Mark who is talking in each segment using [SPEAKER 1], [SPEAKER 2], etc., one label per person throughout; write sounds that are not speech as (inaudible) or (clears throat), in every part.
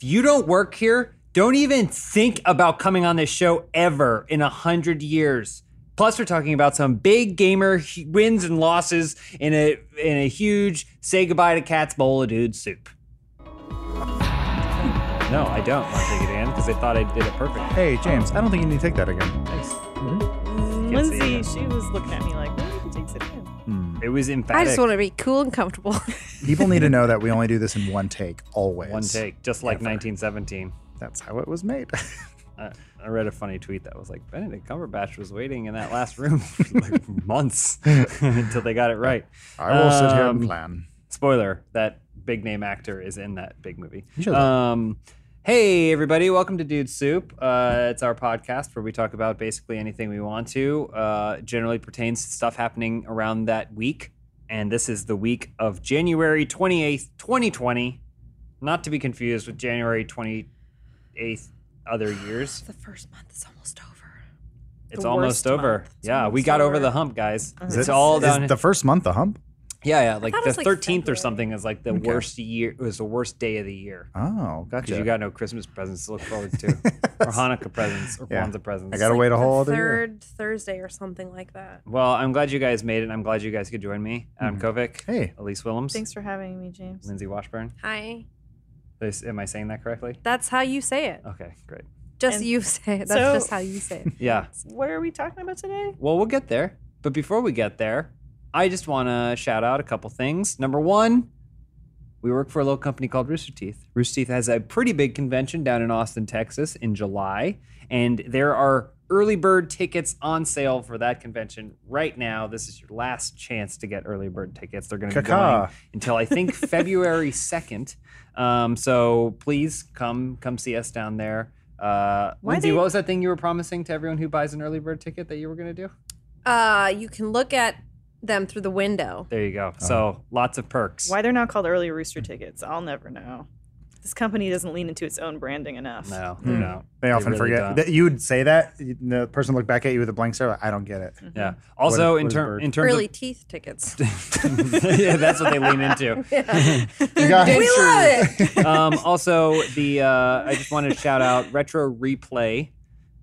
[SPEAKER 1] you don't work here, don't even think about coming on this show ever in a hundred years. Plus, we're talking about some big gamer hu- wins and losses in a in a huge say goodbye to cat's bowl of dude soup. No, I don't want to take it in because I thought I did it perfect.
[SPEAKER 2] Hey, James, I don't think you need to take that again.
[SPEAKER 1] Nice. Can't see
[SPEAKER 3] Lindsay,
[SPEAKER 1] it.
[SPEAKER 3] she was looking at me like, "Well, you takes it in."
[SPEAKER 1] It was emphatic.
[SPEAKER 4] I just want to be cool and comfortable.
[SPEAKER 2] People need to know that we only do this in one take, always.
[SPEAKER 1] one take, just like 1917.
[SPEAKER 2] That's how it was made.
[SPEAKER 1] I- I read a funny tweet that was like Benedict Cumberbatch was waiting in that last room (laughs) for like months (laughs) until they got it right.
[SPEAKER 2] I will sit here and
[SPEAKER 1] Um,
[SPEAKER 2] plan.
[SPEAKER 1] Spoiler: that big name actor is in that big movie.
[SPEAKER 2] Sure.
[SPEAKER 1] Um, hey everybody, welcome to Dude Soup. Uh, it's our podcast where we talk about basically anything we want to. Uh, generally pertains to stuff happening around that week, and this is the week of January twenty eighth, twenty twenty. Not to be confused with January twenty eighth other years.
[SPEAKER 4] (laughs) the first month is almost over.
[SPEAKER 1] It's
[SPEAKER 3] the
[SPEAKER 1] almost
[SPEAKER 3] worst
[SPEAKER 1] over.
[SPEAKER 3] month. It's
[SPEAKER 1] yeah, we
[SPEAKER 3] almost
[SPEAKER 1] got over
[SPEAKER 3] over.
[SPEAKER 1] the hump, guys.
[SPEAKER 3] Uh-huh.
[SPEAKER 2] Is
[SPEAKER 1] It's
[SPEAKER 2] it-
[SPEAKER 1] all
[SPEAKER 2] is
[SPEAKER 1] down.
[SPEAKER 2] the first month a hump?
[SPEAKER 1] yeah, yeah. Like
[SPEAKER 4] thought it
[SPEAKER 1] the
[SPEAKER 4] was, like,
[SPEAKER 1] thirteenth or
[SPEAKER 4] February.
[SPEAKER 1] something is like the
[SPEAKER 2] Okay.
[SPEAKER 1] worst year. It was the worst day of the year because
[SPEAKER 2] Oh, gotcha.
[SPEAKER 1] you got no Christmas presents to look forward
[SPEAKER 2] (laughs)
[SPEAKER 1] to, or Hanukkah presents, or
[SPEAKER 2] Yeah.
[SPEAKER 1] Kwanzaa presents.
[SPEAKER 2] I gotta wait a whole
[SPEAKER 4] the
[SPEAKER 2] other year.
[SPEAKER 4] third Thursday or something like that.
[SPEAKER 1] Well, I'm glad you guys made it. I'm glad you guys could join me. Adam Kovic,
[SPEAKER 2] Mm-hmm. Hey.
[SPEAKER 1] Elise Willems,
[SPEAKER 3] Thanks for having me, James.
[SPEAKER 1] Lindsay Washburn.
[SPEAKER 4] Hi.
[SPEAKER 1] This, am I saying that correctly?
[SPEAKER 4] That's how you say it.
[SPEAKER 2] Uh,
[SPEAKER 1] Okay, great.
[SPEAKER 4] Just
[SPEAKER 3] And
[SPEAKER 4] you say it. That's
[SPEAKER 3] so-
[SPEAKER 4] just how you say
[SPEAKER 2] (laughs)
[SPEAKER 4] it.
[SPEAKER 1] Yeah.
[SPEAKER 3] What are we talking about today?
[SPEAKER 1] Well, we'll get there. But before we get there, I just want to shout out a couple things. Number one, we work for a little company called Rooster Teeth. Rooster Teeth has a pretty big convention down in Austin, Texas in July, and there are early bird tickets on sale for that convention right now. This is your last chance to get early bird tickets. They're going to be
[SPEAKER 2] Caca.
[SPEAKER 1] going until I think February 2nd. Um, so please come come see us down there. Uh,
[SPEAKER 3] Why
[SPEAKER 1] Lindsay,
[SPEAKER 3] they-
[SPEAKER 1] what was that thing you were promising to everyone who buys an early bird ticket that you were going to do?
[SPEAKER 4] Uh, you can look at them through the window.
[SPEAKER 1] There you
[SPEAKER 2] Uh-huh.
[SPEAKER 1] go. So lots of perks.
[SPEAKER 3] Why they're not called early rooster tickets, I'll never know. This company doesn't lean into its own branding enough.
[SPEAKER 1] No, they
[SPEAKER 4] Mm.
[SPEAKER 1] don't.
[SPEAKER 2] They often
[SPEAKER 1] really
[SPEAKER 2] forget
[SPEAKER 1] don't.
[SPEAKER 2] that you would say that. you- The person looked back at you with a blank stare. Like, I don't get it.
[SPEAKER 4] (laughs)
[SPEAKER 3] Mm-hmm.
[SPEAKER 1] Yeah. Also,
[SPEAKER 2] What-
[SPEAKER 1] in,
[SPEAKER 2] what is
[SPEAKER 1] ter-
[SPEAKER 2] bird?
[SPEAKER 1] in terms
[SPEAKER 4] Early teeth
[SPEAKER 2] (laughs)
[SPEAKER 4] tickets. (laughs)
[SPEAKER 1] of. (laughs) yeah, that's what they lean
[SPEAKER 3] (laughs)
[SPEAKER 1] into.
[SPEAKER 2] You got
[SPEAKER 4] we love
[SPEAKER 2] (laughs)
[SPEAKER 4] it.
[SPEAKER 1] Um, also, the uh, I just wanted to shout out Retro Replay.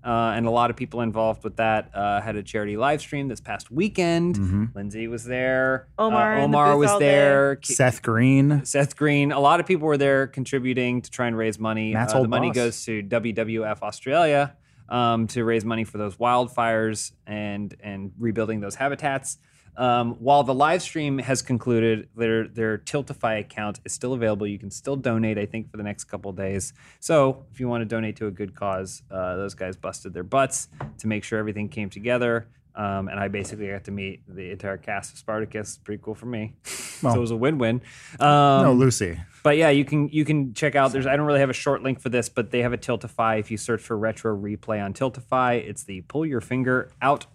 [SPEAKER 1] Uh, and a lot of people involved with that uh, had a charity live stream this past weekend.
[SPEAKER 2] Mm. Mm-hmm.
[SPEAKER 1] Lindsay was there. Uh,
[SPEAKER 3] Omar in the
[SPEAKER 1] Omar
[SPEAKER 3] booth
[SPEAKER 1] was
[SPEAKER 3] all day.
[SPEAKER 1] there. Ki-
[SPEAKER 2] Seth Green.
[SPEAKER 1] Seth Green. A lot of people were there contributing to try and raise money. Uh,
[SPEAKER 2] Matt's
[SPEAKER 1] the
[SPEAKER 2] old
[SPEAKER 1] money
[SPEAKER 2] boss.
[SPEAKER 1] goes to WWF Australia um, to raise money for those wildfires and and rebuilding those habitats. Um, while the live stream has concluded, their their Tiltify account is still available. You can still donate, I think, for the next couple of days. So if you want to donate to a good cause, uh, those guys busted their butts to make sure everything came together. Um, and I basically got to meet the entire cast of Spartacus. Pretty cool for me. (laughs) so it was a win-win. Um,
[SPEAKER 2] No,
[SPEAKER 1] (laughs)
[SPEAKER 2] Lucy.
[SPEAKER 1] but yeah, you can you can check out. There's I don't really have a short link for this, but they have a Tiltify. If you search for retro replay on Tiltify, it's the pull your finger out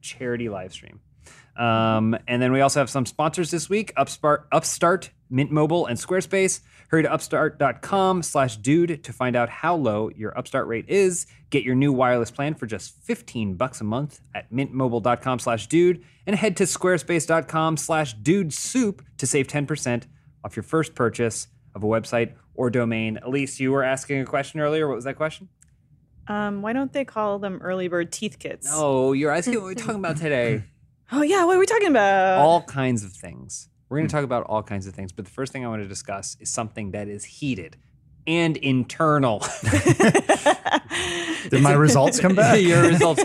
[SPEAKER 1] charity live stream. Um, and then we also have some sponsors this week: Upstart, Upstart, Mint Mobile, and Squarespace. Hurry to upstart.com/dude to find out how low your Upstart rate is. Get your new wireless plan for just 15 bucks a month at mintmobile.com/dude, and head to squarespace.com/dude soup to save 10% off your first purchase of a website or domain. Elise, you were asking a question earlier. What was that question?
[SPEAKER 3] Um, why don't they call them early bird teeth kits?
[SPEAKER 1] Oh, you're asking what we're talking about today.
[SPEAKER 3] Oh yeah, what are we talking
[SPEAKER 1] (laughs)
[SPEAKER 3] about?
[SPEAKER 1] all kinds of things. We're going to talk about all kinds of things, but the first thing I want to discuss is something that is heated and internal.
[SPEAKER 2] Did my results
[SPEAKER 1] (laughs)
[SPEAKER 2] come back?
[SPEAKER 1] (laughs) Your results,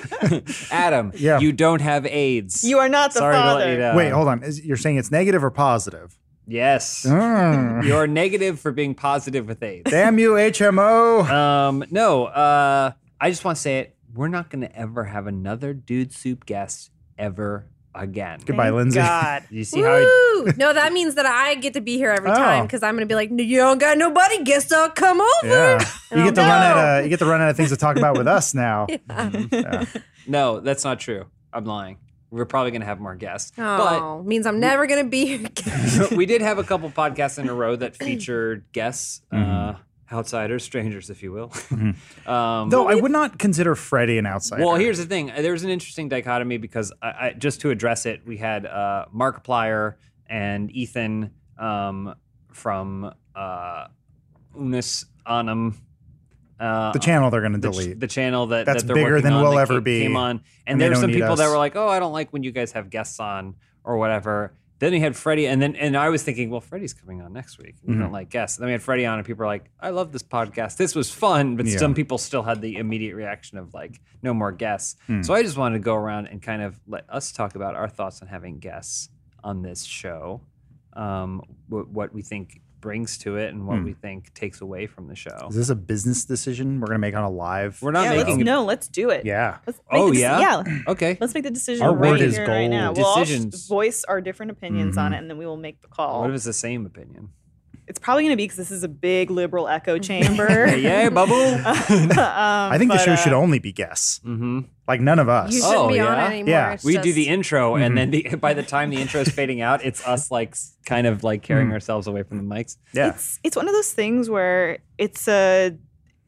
[SPEAKER 1] Adam.
[SPEAKER 2] Yeah.
[SPEAKER 1] you don't have AIDS.
[SPEAKER 3] (laughs) you are not the
[SPEAKER 1] Sorry
[SPEAKER 3] father.
[SPEAKER 1] to let you down.
[SPEAKER 2] Wait, hold on. Is, you're saying it's negative
[SPEAKER 1] (laughs)
[SPEAKER 2] or positive?
[SPEAKER 1] Yes,
[SPEAKER 2] Mm.
[SPEAKER 1] you're negative for being positive with AIDS.
[SPEAKER 2] Damn you, HMO.
[SPEAKER 1] Um, no, uh, I just want to say it. We're not going to ever have another dude soup guest ever again.
[SPEAKER 2] Goodbye. By
[SPEAKER 3] Thank
[SPEAKER 2] Lindsay.
[SPEAKER 3] God.
[SPEAKER 1] You see how I
[SPEAKER 4] Woo! No, that means that I get to be here every
[SPEAKER 2] Oh.
[SPEAKER 4] time because I'm gonna be like, "No, you don't got nobody. Guess I'll come over.
[SPEAKER 2] Yeah.
[SPEAKER 4] (laughs)
[SPEAKER 2] You get to
[SPEAKER 4] Oh,
[SPEAKER 2] run out
[SPEAKER 4] no.
[SPEAKER 2] of you get to run out of things to talk about with
[SPEAKER 3] (laughs)
[SPEAKER 2] us now. Mm-hmm.
[SPEAKER 1] (laughs) No, that's not true. I'm lying. We're probably going to have more guests.
[SPEAKER 4] Oh, means I'm never gonna be
[SPEAKER 2] (laughs)
[SPEAKER 4] here. again.
[SPEAKER 1] But (laughs) we did have a couple podcasts in a row that featured guests, uh, outsiders, strangers, if you will. um,
[SPEAKER 2] Though I would not consider Freddie an outsider.
[SPEAKER 1] well, here's the thing. There was an interesting dichotomy because I, I, just to address it, we had uh, Markiplier and Ethan um, from uh, Unis on them. Uh,
[SPEAKER 2] The channel they're going to
[SPEAKER 1] the ch-
[SPEAKER 2] delete.
[SPEAKER 1] the channel that
[SPEAKER 2] That's
[SPEAKER 1] that they're
[SPEAKER 2] bigger
[SPEAKER 1] working
[SPEAKER 2] than
[SPEAKER 1] on
[SPEAKER 2] we'll
[SPEAKER 1] that
[SPEAKER 2] ever
[SPEAKER 1] ca-
[SPEAKER 2] be,
[SPEAKER 1] Came on, and
[SPEAKER 2] and they
[SPEAKER 1] there's
[SPEAKER 2] don't
[SPEAKER 1] some
[SPEAKER 2] need
[SPEAKER 1] people that
[SPEAKER 2] us.
[SPEAKER 1] were like, "Oh, I don't like when you guys have guests on or whatever." Then you had Freddie, and then and I was thinking, "Well, Freddie's coming on next week. We
[SPEAKER 2] Mm-hmm.
[SPEAKER 1] don't like guests." And then we had Freddie on, and people are like, "I love this podcast. This was fun," but
[SPEAKER 2] Yeah.
[SPEAKER 1] some people still had the immediate reaction of like, "No more guests."
[SPEAKER 2] Hmm.
[SPEAKER 1] So I just wanted to go around and kind of let us talk about our thoughts on having guests on this show, um, wh- what we think brings to it, and what we think takes away from the show.
[SPEAKER 2] Hmm. Is this a business decision we're going to make on a live?
[SPEAKER 1] We're (laughs) not
[SPEAKER 3] yeah,
[SPEAKER 1] making
[SPEAKER 3] let's,
[SPEAKER 1] a-
[SPEAKER 3] no, let's do it.
[SPEAKER 2] Yeah.
[SPEAKER 3] Let's make
[SPEAKER 1] Oh,
[SPEAKER 3] the deci-
[SPEAKER 1] yeah?
[SPEAKER 3] yeah.
[SPEAKER 1] okay.
[SPEAKER 3] Let's make the decision
[SPEAKER 2] Our
[SPEAKER 3] right
[SPEAKER 2] word is
[SPEAKER 3] here, right now.
[SPEAKER 2] gold.
[SPEAKER 3] We'll all s-
[SPEAKER 1] Decisions.
[SPEAKER 3] voice our different opinions on
[SPEAKER 2] Mhm.
[SPEAKER 3] it, and then we will make the call.
[SPEAKER 1] Mm-hmm. What if it's the same opinion?
[SPEAKER 3] it's probably going to be because this is a big
[SPEAKER 2] (laughs)
[SPEAKER 3] liberal echo chamber. Um,
[SPEAKER 1] Hey, (laughs) yeah, bubble. (laughs)
[SPEAKER 3] (laughs)
[SPEAKER 2] I think the
[SPEAKER 3] uh,
[SPEAKER 2] show should only be guests.
[SPEAKER 1] hmm
[SPEAKER 2] Like none of us.
[SPEAKER 4] You shouldn't
[SPEAKER 1] Oh,
[SPEAKER 4] be on
[SPEAKER 1] yeah?
[SPEAKER 4] it anymore.
[SPEAKER 2] Yeah.
[SPEAKER 4] It's
[SPEAKER 1] We do
[SPEAKER 4] just-
[SPEAKER 1] the intro, and then the, (laughs) by the time the intro is fading out, it's us like s- kind of like carrying ourselves away from the mics.
[SPEAKER 2] yeah.
[SPEAKER 3] It's it's one of those things where it's a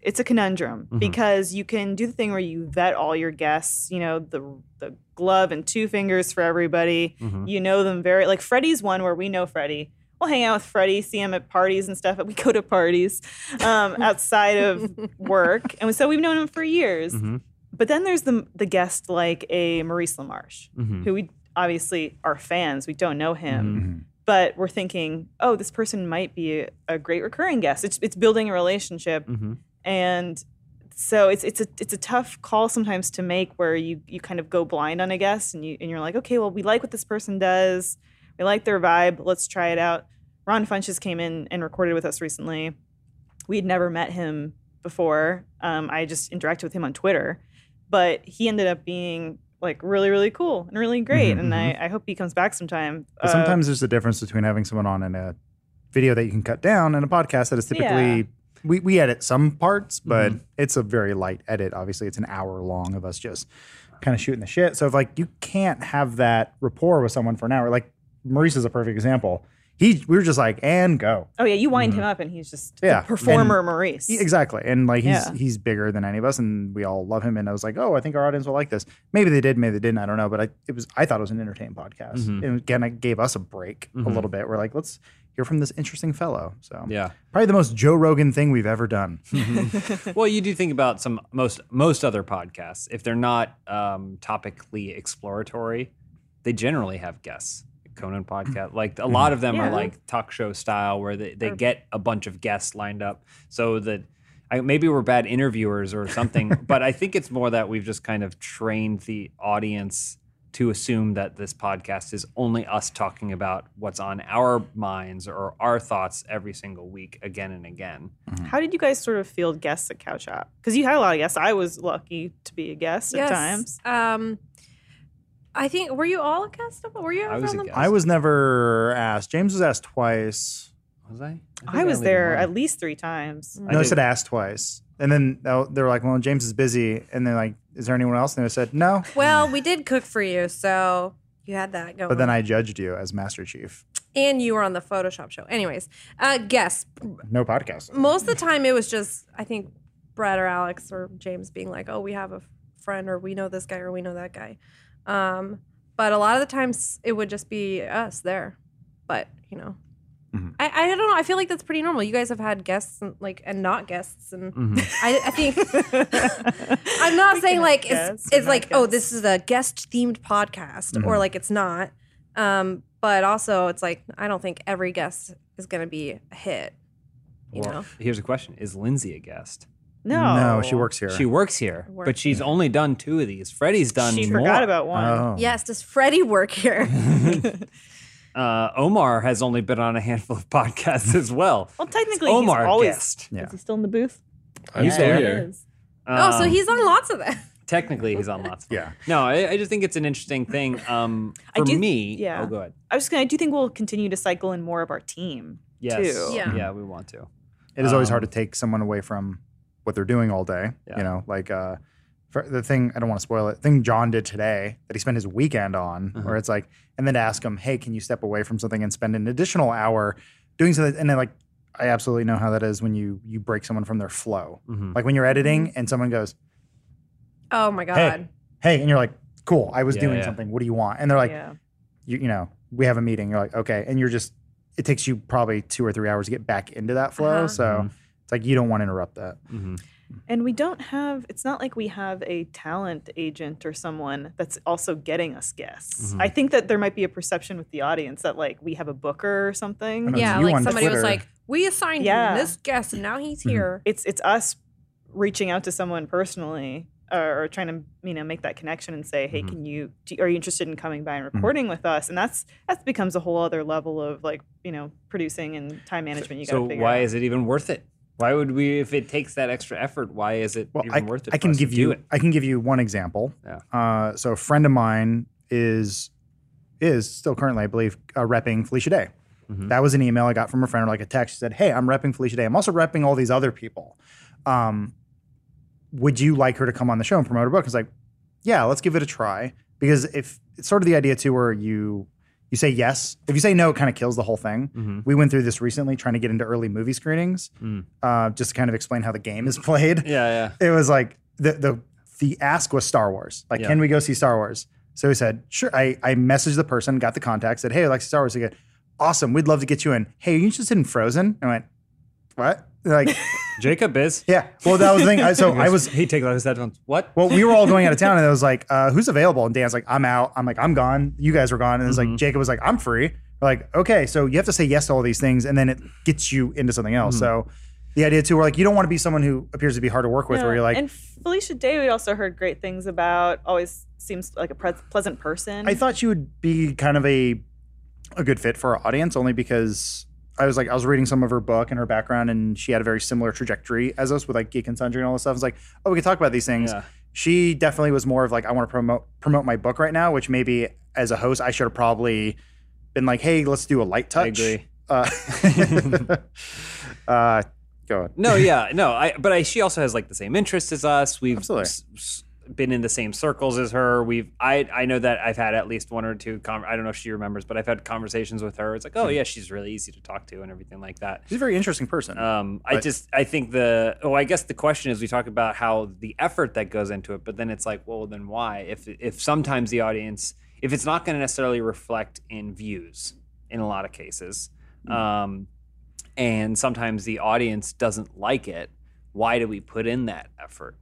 [SPEAKER 3] it's a conundrum
[SPEAKER 2] Mm-hmm.
[SPEAKER 1] Mhm.
[SPEAKER 3] because you can do the thing where you vet all your guests, you know, the the glove and two fingers for everybody.
[SPEAKER 2] Mm-hmm.
[SPEAKER 1] Mhm.
[SPEAKER 3] You know them very like Freddie's one where we know Freddie. We'll hang out with Freddie, see him at parties and stuff. But we go to parties
[SPEAKER 2] (laughs)
[SPEAKER 3] um, outside of work, and so we've known him for years.
[SPEAKER 2] Mm-hmm.
[SPEAKER 1] Mhm.
[SPEAKER 3] But then there's the the guest like a Maurice LaMarche,
[SPEAKER 1] Mhm.
[SPEAKER 3] who we obviously are fans. We don't know him,
[SPEAKER 1] Mhm.
[SPEAKER 2] Mhm.
[SPEAKER 3] but we're thinking, oh, this person might be a, a great recurring guest. It's it's building a relationship,
[SPEAKER 1] Mhm.
[SPEAKER 3] and so it's it's a it's a tough call sometimes to make where you you kind of go blind on a guest and you and you're like, okay, well, we like what this person does, we like their vibe, let's try it out. Ron Funches came in and recorded with us recently. We had never met him before. Um, I just interacted with him on Twitter, but he ended up being like really really cool and really great
[SPEAKER 2] Mhm,
[SPEAKER 3] and I, I hope he comes back sometime
[SPEAKER 2] But
[SPEAKER 3] Uh,
[SPEAKER 2] sometimes there's a difference between having someone on in a video that you can cut down and a podcast that is typically.
[SPEAKER 3] Yeah. Mm-hmm.
[SPEAKER 2] We, we edit some parts, but it's a very light edit. Obviously, it's an hour long of us just kind of shooting the shit. So, if like you can't have that rapport with someone for an hour, like Maurice is a perfect example. He, we were just like, and go.
[SPEAKER 3] Oh yeah, you wind him up and he's just the
[SPEAKER 2] Mm-hmm. Yeah, e,
[SPEAKER 3] performer Maurice.
[SPEAKER 2] He- exactly. And like he's
[SPEAKER 3] Yeah.
[SPEAKER 2] he's bigger than any of us and we all love him. And I was like, oh, I think our audience will like this. Maybe they did, maybe they didn't. I don't know. But I it was I thought it was an entertaining podcast.
[SPEAKER 1] Mhm.
[SPEAKER 2] And again, it gave us a break a
[SPEAKER 1] Mhm.
[SPEAKER 2] little bit. We're like, let's hear from this interesting fellow. So
[SPEAKER 1] Yeah.
[SPEAKER 2] probably the most Joe Rogan thing we've ever done.
[SPEAKER 1] Well, you do think about some most most other podcasts if they're not um, topically exploratory, they generally have guests. Conan podcast, like a lot of them are
[SPEAKER 3] Mm. Mm-hmm. Yeah.
[SPEAKER 1] like talk show style where they, they
[SPEAKER 3] Or-
[SPEAKER 1] get a bunch of guests lined up so that I, maybe we're bad interviewers or
[SPEAKER 3] (laughs)
[SPEAKER 1] something, but I think it's more that we've just kind of trained the audience to assume that this podcast is only us talking about what's on our minds or our thoughts every single week again and again.
[SPEAKER 3] How did you guys sort of field guests at Cow Shop? Because you had a lot of guests. I was lucky to be a guest
[SPEAKER 4] yes.
[SPEAKER 3] at times.
[SPEAKER 4] Um, I think were you all a customer? Were you
[SPEAKER 1] I
[SPEAKER 4] ever
[SPEAKER 1] was
[SPEAKER 4] on
[SPEAKER 1] a
[SPEAKER 4] the
[SPEAKER 1] guest.
[SPEAKER 2] I was never asked. James was asked twice.
[SPEAKER 1] Was I?
[SPEAKER 3] I, was there at least three
[SPEAKER 4] (laughs)
[SPEAKER 3] times.
[SPEAKER 1] I
[SPEAKER 2] No, I,
[SPEAKER 1] did-
[SPEAKER 2] said asked twice. And then uh, they were like, well, James is busy. And they're like, is there anyone else? And I said, no.
[SPEAKER 4] Well, we did cook for you, so you had that going.
[SPEAKER 2] But then I judged you as Master Chief.
[SPEAKER 4] and you were on the Photoshop show. Anyways, uh, guess
[SPEAKER 2] No podcast.
[SPEAKER 4] most of the time it was just I think Brad or Alex or James being like, "Oh, we have a friend, or we know this guy, or we know that guy." Um, but a lot of the times it would just be us there. But you know,
[SPEAKER 1] Mm-hmm.
[SPEAKER 2] Mhm.
[SPEAKER 4] I, I don't know. I feel like that's pretty normal. You guys have had guests and like and not guests, and
[SPEAKER 1] Mm-hmm.
[SPEAKER 4] I,
[SPEAKER 1] (laughs)
[SPEAKER 4] I think. I'm not
[SPEAKER 3] We
[SPEAKER 4] saying
[SPEAKER 3] can
[SPEAKER 4] like
[SPEAKER 3] guess,
[SPEAKER 4] it's, it's
[SPEAKER 3] not
[SPEAKER 4] like oh
[SPEAKER 3] guess.
[SPEAKER 4] this is a guest themed podcast
[SPEAKER 2] Mm-hmm.
[SPEAKER 4] or like it's not, um, but also it's like I don't think every guest is going to be a hit. You
[SPEAKER 1] Well,
[SPEAKER 4] know,
[SPEAKER 1] Here's a question: Is Lindsay a guest?
[SPEAKER 3] No.
[SPEAKER 2] No, she works here.
[SPEAKER 1] She works here,
[SPEAKER 4] Work.
[SPEAKER 1] but she's only done two of these. Freddie's done.
[SPEAKER 3] She
[SPEAKER 1] more.
[SPEAKER 3] forgot about one.
[SPEAKER 2] Oh.
[SPEAKER 4] yes. Does Freddie
[SPEAKER 2] (laughs)
[SPEAKER 4] work here?
[SPEAKER 1] (laughs) Uh, Omar has only been on a handful of podcasts as well.
[SPEAKER 3] Well, technically,
[SPEAKER 1] Omar
[SPEAKER 3] he's always.
[SPEAKER 1] guest.
[SPEAKER 2] Yeah.
[SPEAKER 3] Is he still in the booth?
[SPEAKER 1] He's there.
[SPEAKER 3] He is.
[SPEAKER 4] oh, so
[SPEAKER 1] Um,
[SPEAKER 4] he's on lots of them.
[SPEAKER 1] technically he's on lots. Of
[SPEAKER 2] (laughs) Yeah.
[SPEAKER 1] No, I, I just think it's an interesting thing. Um,
[SPEAKER 3] I
[SPEAKER 1] for
[SPEAKER 3] do-
[SPEAKER 1] me,
[SPEAKER 3] yeah.
[SPEAKER 1] Oh, go ahead.
[SPEAKER 3] I was just gonna. I do think we'll continue to cycle in more of our team.
[SPEAKER 1] Yes.
[SPEAKER 3] Too.
[SPEAKER 1] Yeah.
[SPEAKER 4] Yeah.
[SPEAKER 1] we want to.
[SPEAKER 2] It is always hard
[SPEAKER 1] Um,
[SPEAKER 2] to take someone away from what they're doing all day.
[SPEAKER 1] Yeah.
[SPEAKER 2] You know, like uh, for the thing I don't want to spoil it. Thing John did today that he spent his weekend on,
[SPEAKER 1] Uh-huh.
[SPEAKER 2] where it's like, and then to ask him, hey, can you step away from something and spend an additional hour doing something? And then like, I absolutely know how that is when you you break someone from their flow.
[SPEAKER 1] Mhm.
[SPEAKER 2] Like when you're editing and someone goes,
[SPEAKER 4] Oh my god.
[SPEAKER 2] hey, and you're like, cool, I was
[SPEAKER 1] Yeah,
[SPEAKER 2] doing
[SPEAKER 1] yeah.
[SPEAKER 2] something. What do you want? And they're like,
[SPEAKER 3] yeah.
[SPEAKER 2] you, you know, we have a meeting. You're like, okay. And you're just, it takes you probably two or three hours to get back into that flow.
[SPEAKER 1] Mm-hmm.
[SPEAKER 2] So
[SPEAKER 4] Uh-huh.
[SPEAKER 2] It's like you don't want to interrupt that.
[SPEAKER 1] Mhm.
[SPEAKER 3] And we don't have, it's not like we have a talent agent or someone that's also getting us guests.
[SPEAKER 1] Mhm.
[SPEAKER 3] I think that there might be a perception with the audience that like we have a booker or
[SPEAKER 2] I
[SPEAKER 3] something.
[SPEAKER 2] know.
[SPEAKER 4] yeah,
[SPEAKER 2] you
[SPEAKER 4] like
[SPEAKER 2] on
[SPEAKER 4] somebody was
[SPEAKER 2] Twitter.
[SPEAKER 4] like, we assigned
[SPEAKER 3] Yeah.
[SPEAKER 4] him this guest, and now he's
[SPEAKER 2] Mhm.
[SPEAKER 4] here.
[SPEAKER 3] It's it's us reaching out to someone personally uh, or, or trying to, you know, make that connection and say, hey,
[SPEAKER 1] Mhm.
[SPEAKER 3] can you, do, are you interested in coming by and
[SPEAKER 1] Mm-hmm.
[SPEAKER 3] recording with us? And that's, that becomes a whole other level of like, you know, producing and time management you got to
[SPEAKER 1] So
[SPEAKER 3] figure
[SPEAKER 1] why
[SPEAKER 3] out.
[SPEAKER 1] is it even worth it? Why would we, if it takes that extra effort, why is it
[SPEAKER 2] Well,
[SPEAKER 1] even
[SPEAKER 2] I,
[SPEAKER 1] worth it?
[SPEAKER 2] I
[SPEAKER 1] for
[SPEAKER 2] can
[SPEAKER 1] us to
[SPEAKER 2] give you.
[SPEAKER 1] do it.
[SPEAKER 2] I can give you one example.
[SPEAKER 1] Yeah.
[SPEAKER 2] Uh, so a friend of mine is is still currently, I believe, uh, repping Felicia Day.
[SPEAKER 1] Mhm.
[SPEAKER 2] That was an email I got from a friend or like a text. She said, "Hey, I'm repping Felicia Day. I'm also repping all these other people. Um, would you like her to come on the show and promote her book?" It's like, yeah, let's give it a try because if it's sort of the idea too, where you you say yes, if you say no, it kind of kills the whole thing.
[SPEAKER 1] Mhm.
[SPEAKER 2] We went through this recently, trying to get into early movie screenings,
[SPEAKER 1] Mm.
[SPEAKER 2] uh, just to kind of explain how the game
[SPEAKER 1] (laughs)
[SPEAKER 2] is played
[SPEAKER 1] Yeah, yeah.
[SPEAKER 2] it was like the the the ask was Star Wars. Like,
[SPEAKER 1] Yeah.
[SPEAKER 2] can we go see Star Wars? So he said, sure. I I messaged the person, got the contact, said, hey, I like Star Wars. He go, awesome. We'd love to get you in. Hey, are you interested in Frozen? I went, what? They're like,
[SPEAKER 1] Jacob is.
[SPEAKER 2] yeah. Well, that was the thing. I, so
[SPEAKER 1] He
[SPEAKER 2] I
[SPEAKER 1] goes- (laughs)
[SPEAKER 2] was.
[SPEAKER 1] He takes out his headphones. What?
[SPEAKER 2] Well, we were all going out of town, and it was like, uh, "Who's available?" And Dan's like, "I'm out." I'm like, "I'm gone." You guys were gone, and it's like Jacob was like, "I'm free." We're like, okay, so you have to say yes to all these things, and then it gets you into something else. So, the idea too, we're like, you don't want to be someone who appears to be hard to work with, where
[SPEAKER 3] Yeah,
[SPEAKER 2] you're like,
[SPEAKER 3] and Felicia Day, we also heard great things about. Always seems like a pre- pleasant person.
[SPEAKER 2] I thought you would be kind of a a good fit for our audience only because I was like I was reading some of her book and her background and she had a very similar trajectory as us with like Geek and Sundry and all this stuff. It's like, oh, we could talk about these things.
[SPEAKER 1] Yeah.
[SPEAKER 2] She definitely was more of like, I want to promote promote my book right now, which maybe as a host I should have probably been like, hey, let's do a light touch.
[SPEAKER 1] I agree.
[SPEAKER 2] Uh, (laughs) uh, go on.
[SPEAKER 1] No, yeah, no. I but I, she also has like the same interests as us. We've
[SPEAKER 2] Absolutely.
[SPEAKER 1] s- s- been in the same circles as her. We've I I know that I've had at least one or two. Con- I don't know if she remembers, but I've had conversations with her. It's like,
[SPEAKER 2] Hmm.
[SPEAKER 1] oh yeah, she's really easy to talk to and everything like that.
[SPEAKER 2] She's a very interesting person.
[SPEAKER 1] Um, I
[SPEAKER 2] But-
[SPEAKER 1] just I think the oh I guess the question is we talk about how the effort that goes into it, but then it's like well then why if if sometimes the audience if it's not going to necessarily reflect in views in a lot of cases, um, and sometimes the audience doesn't like it, why do we put in that effort?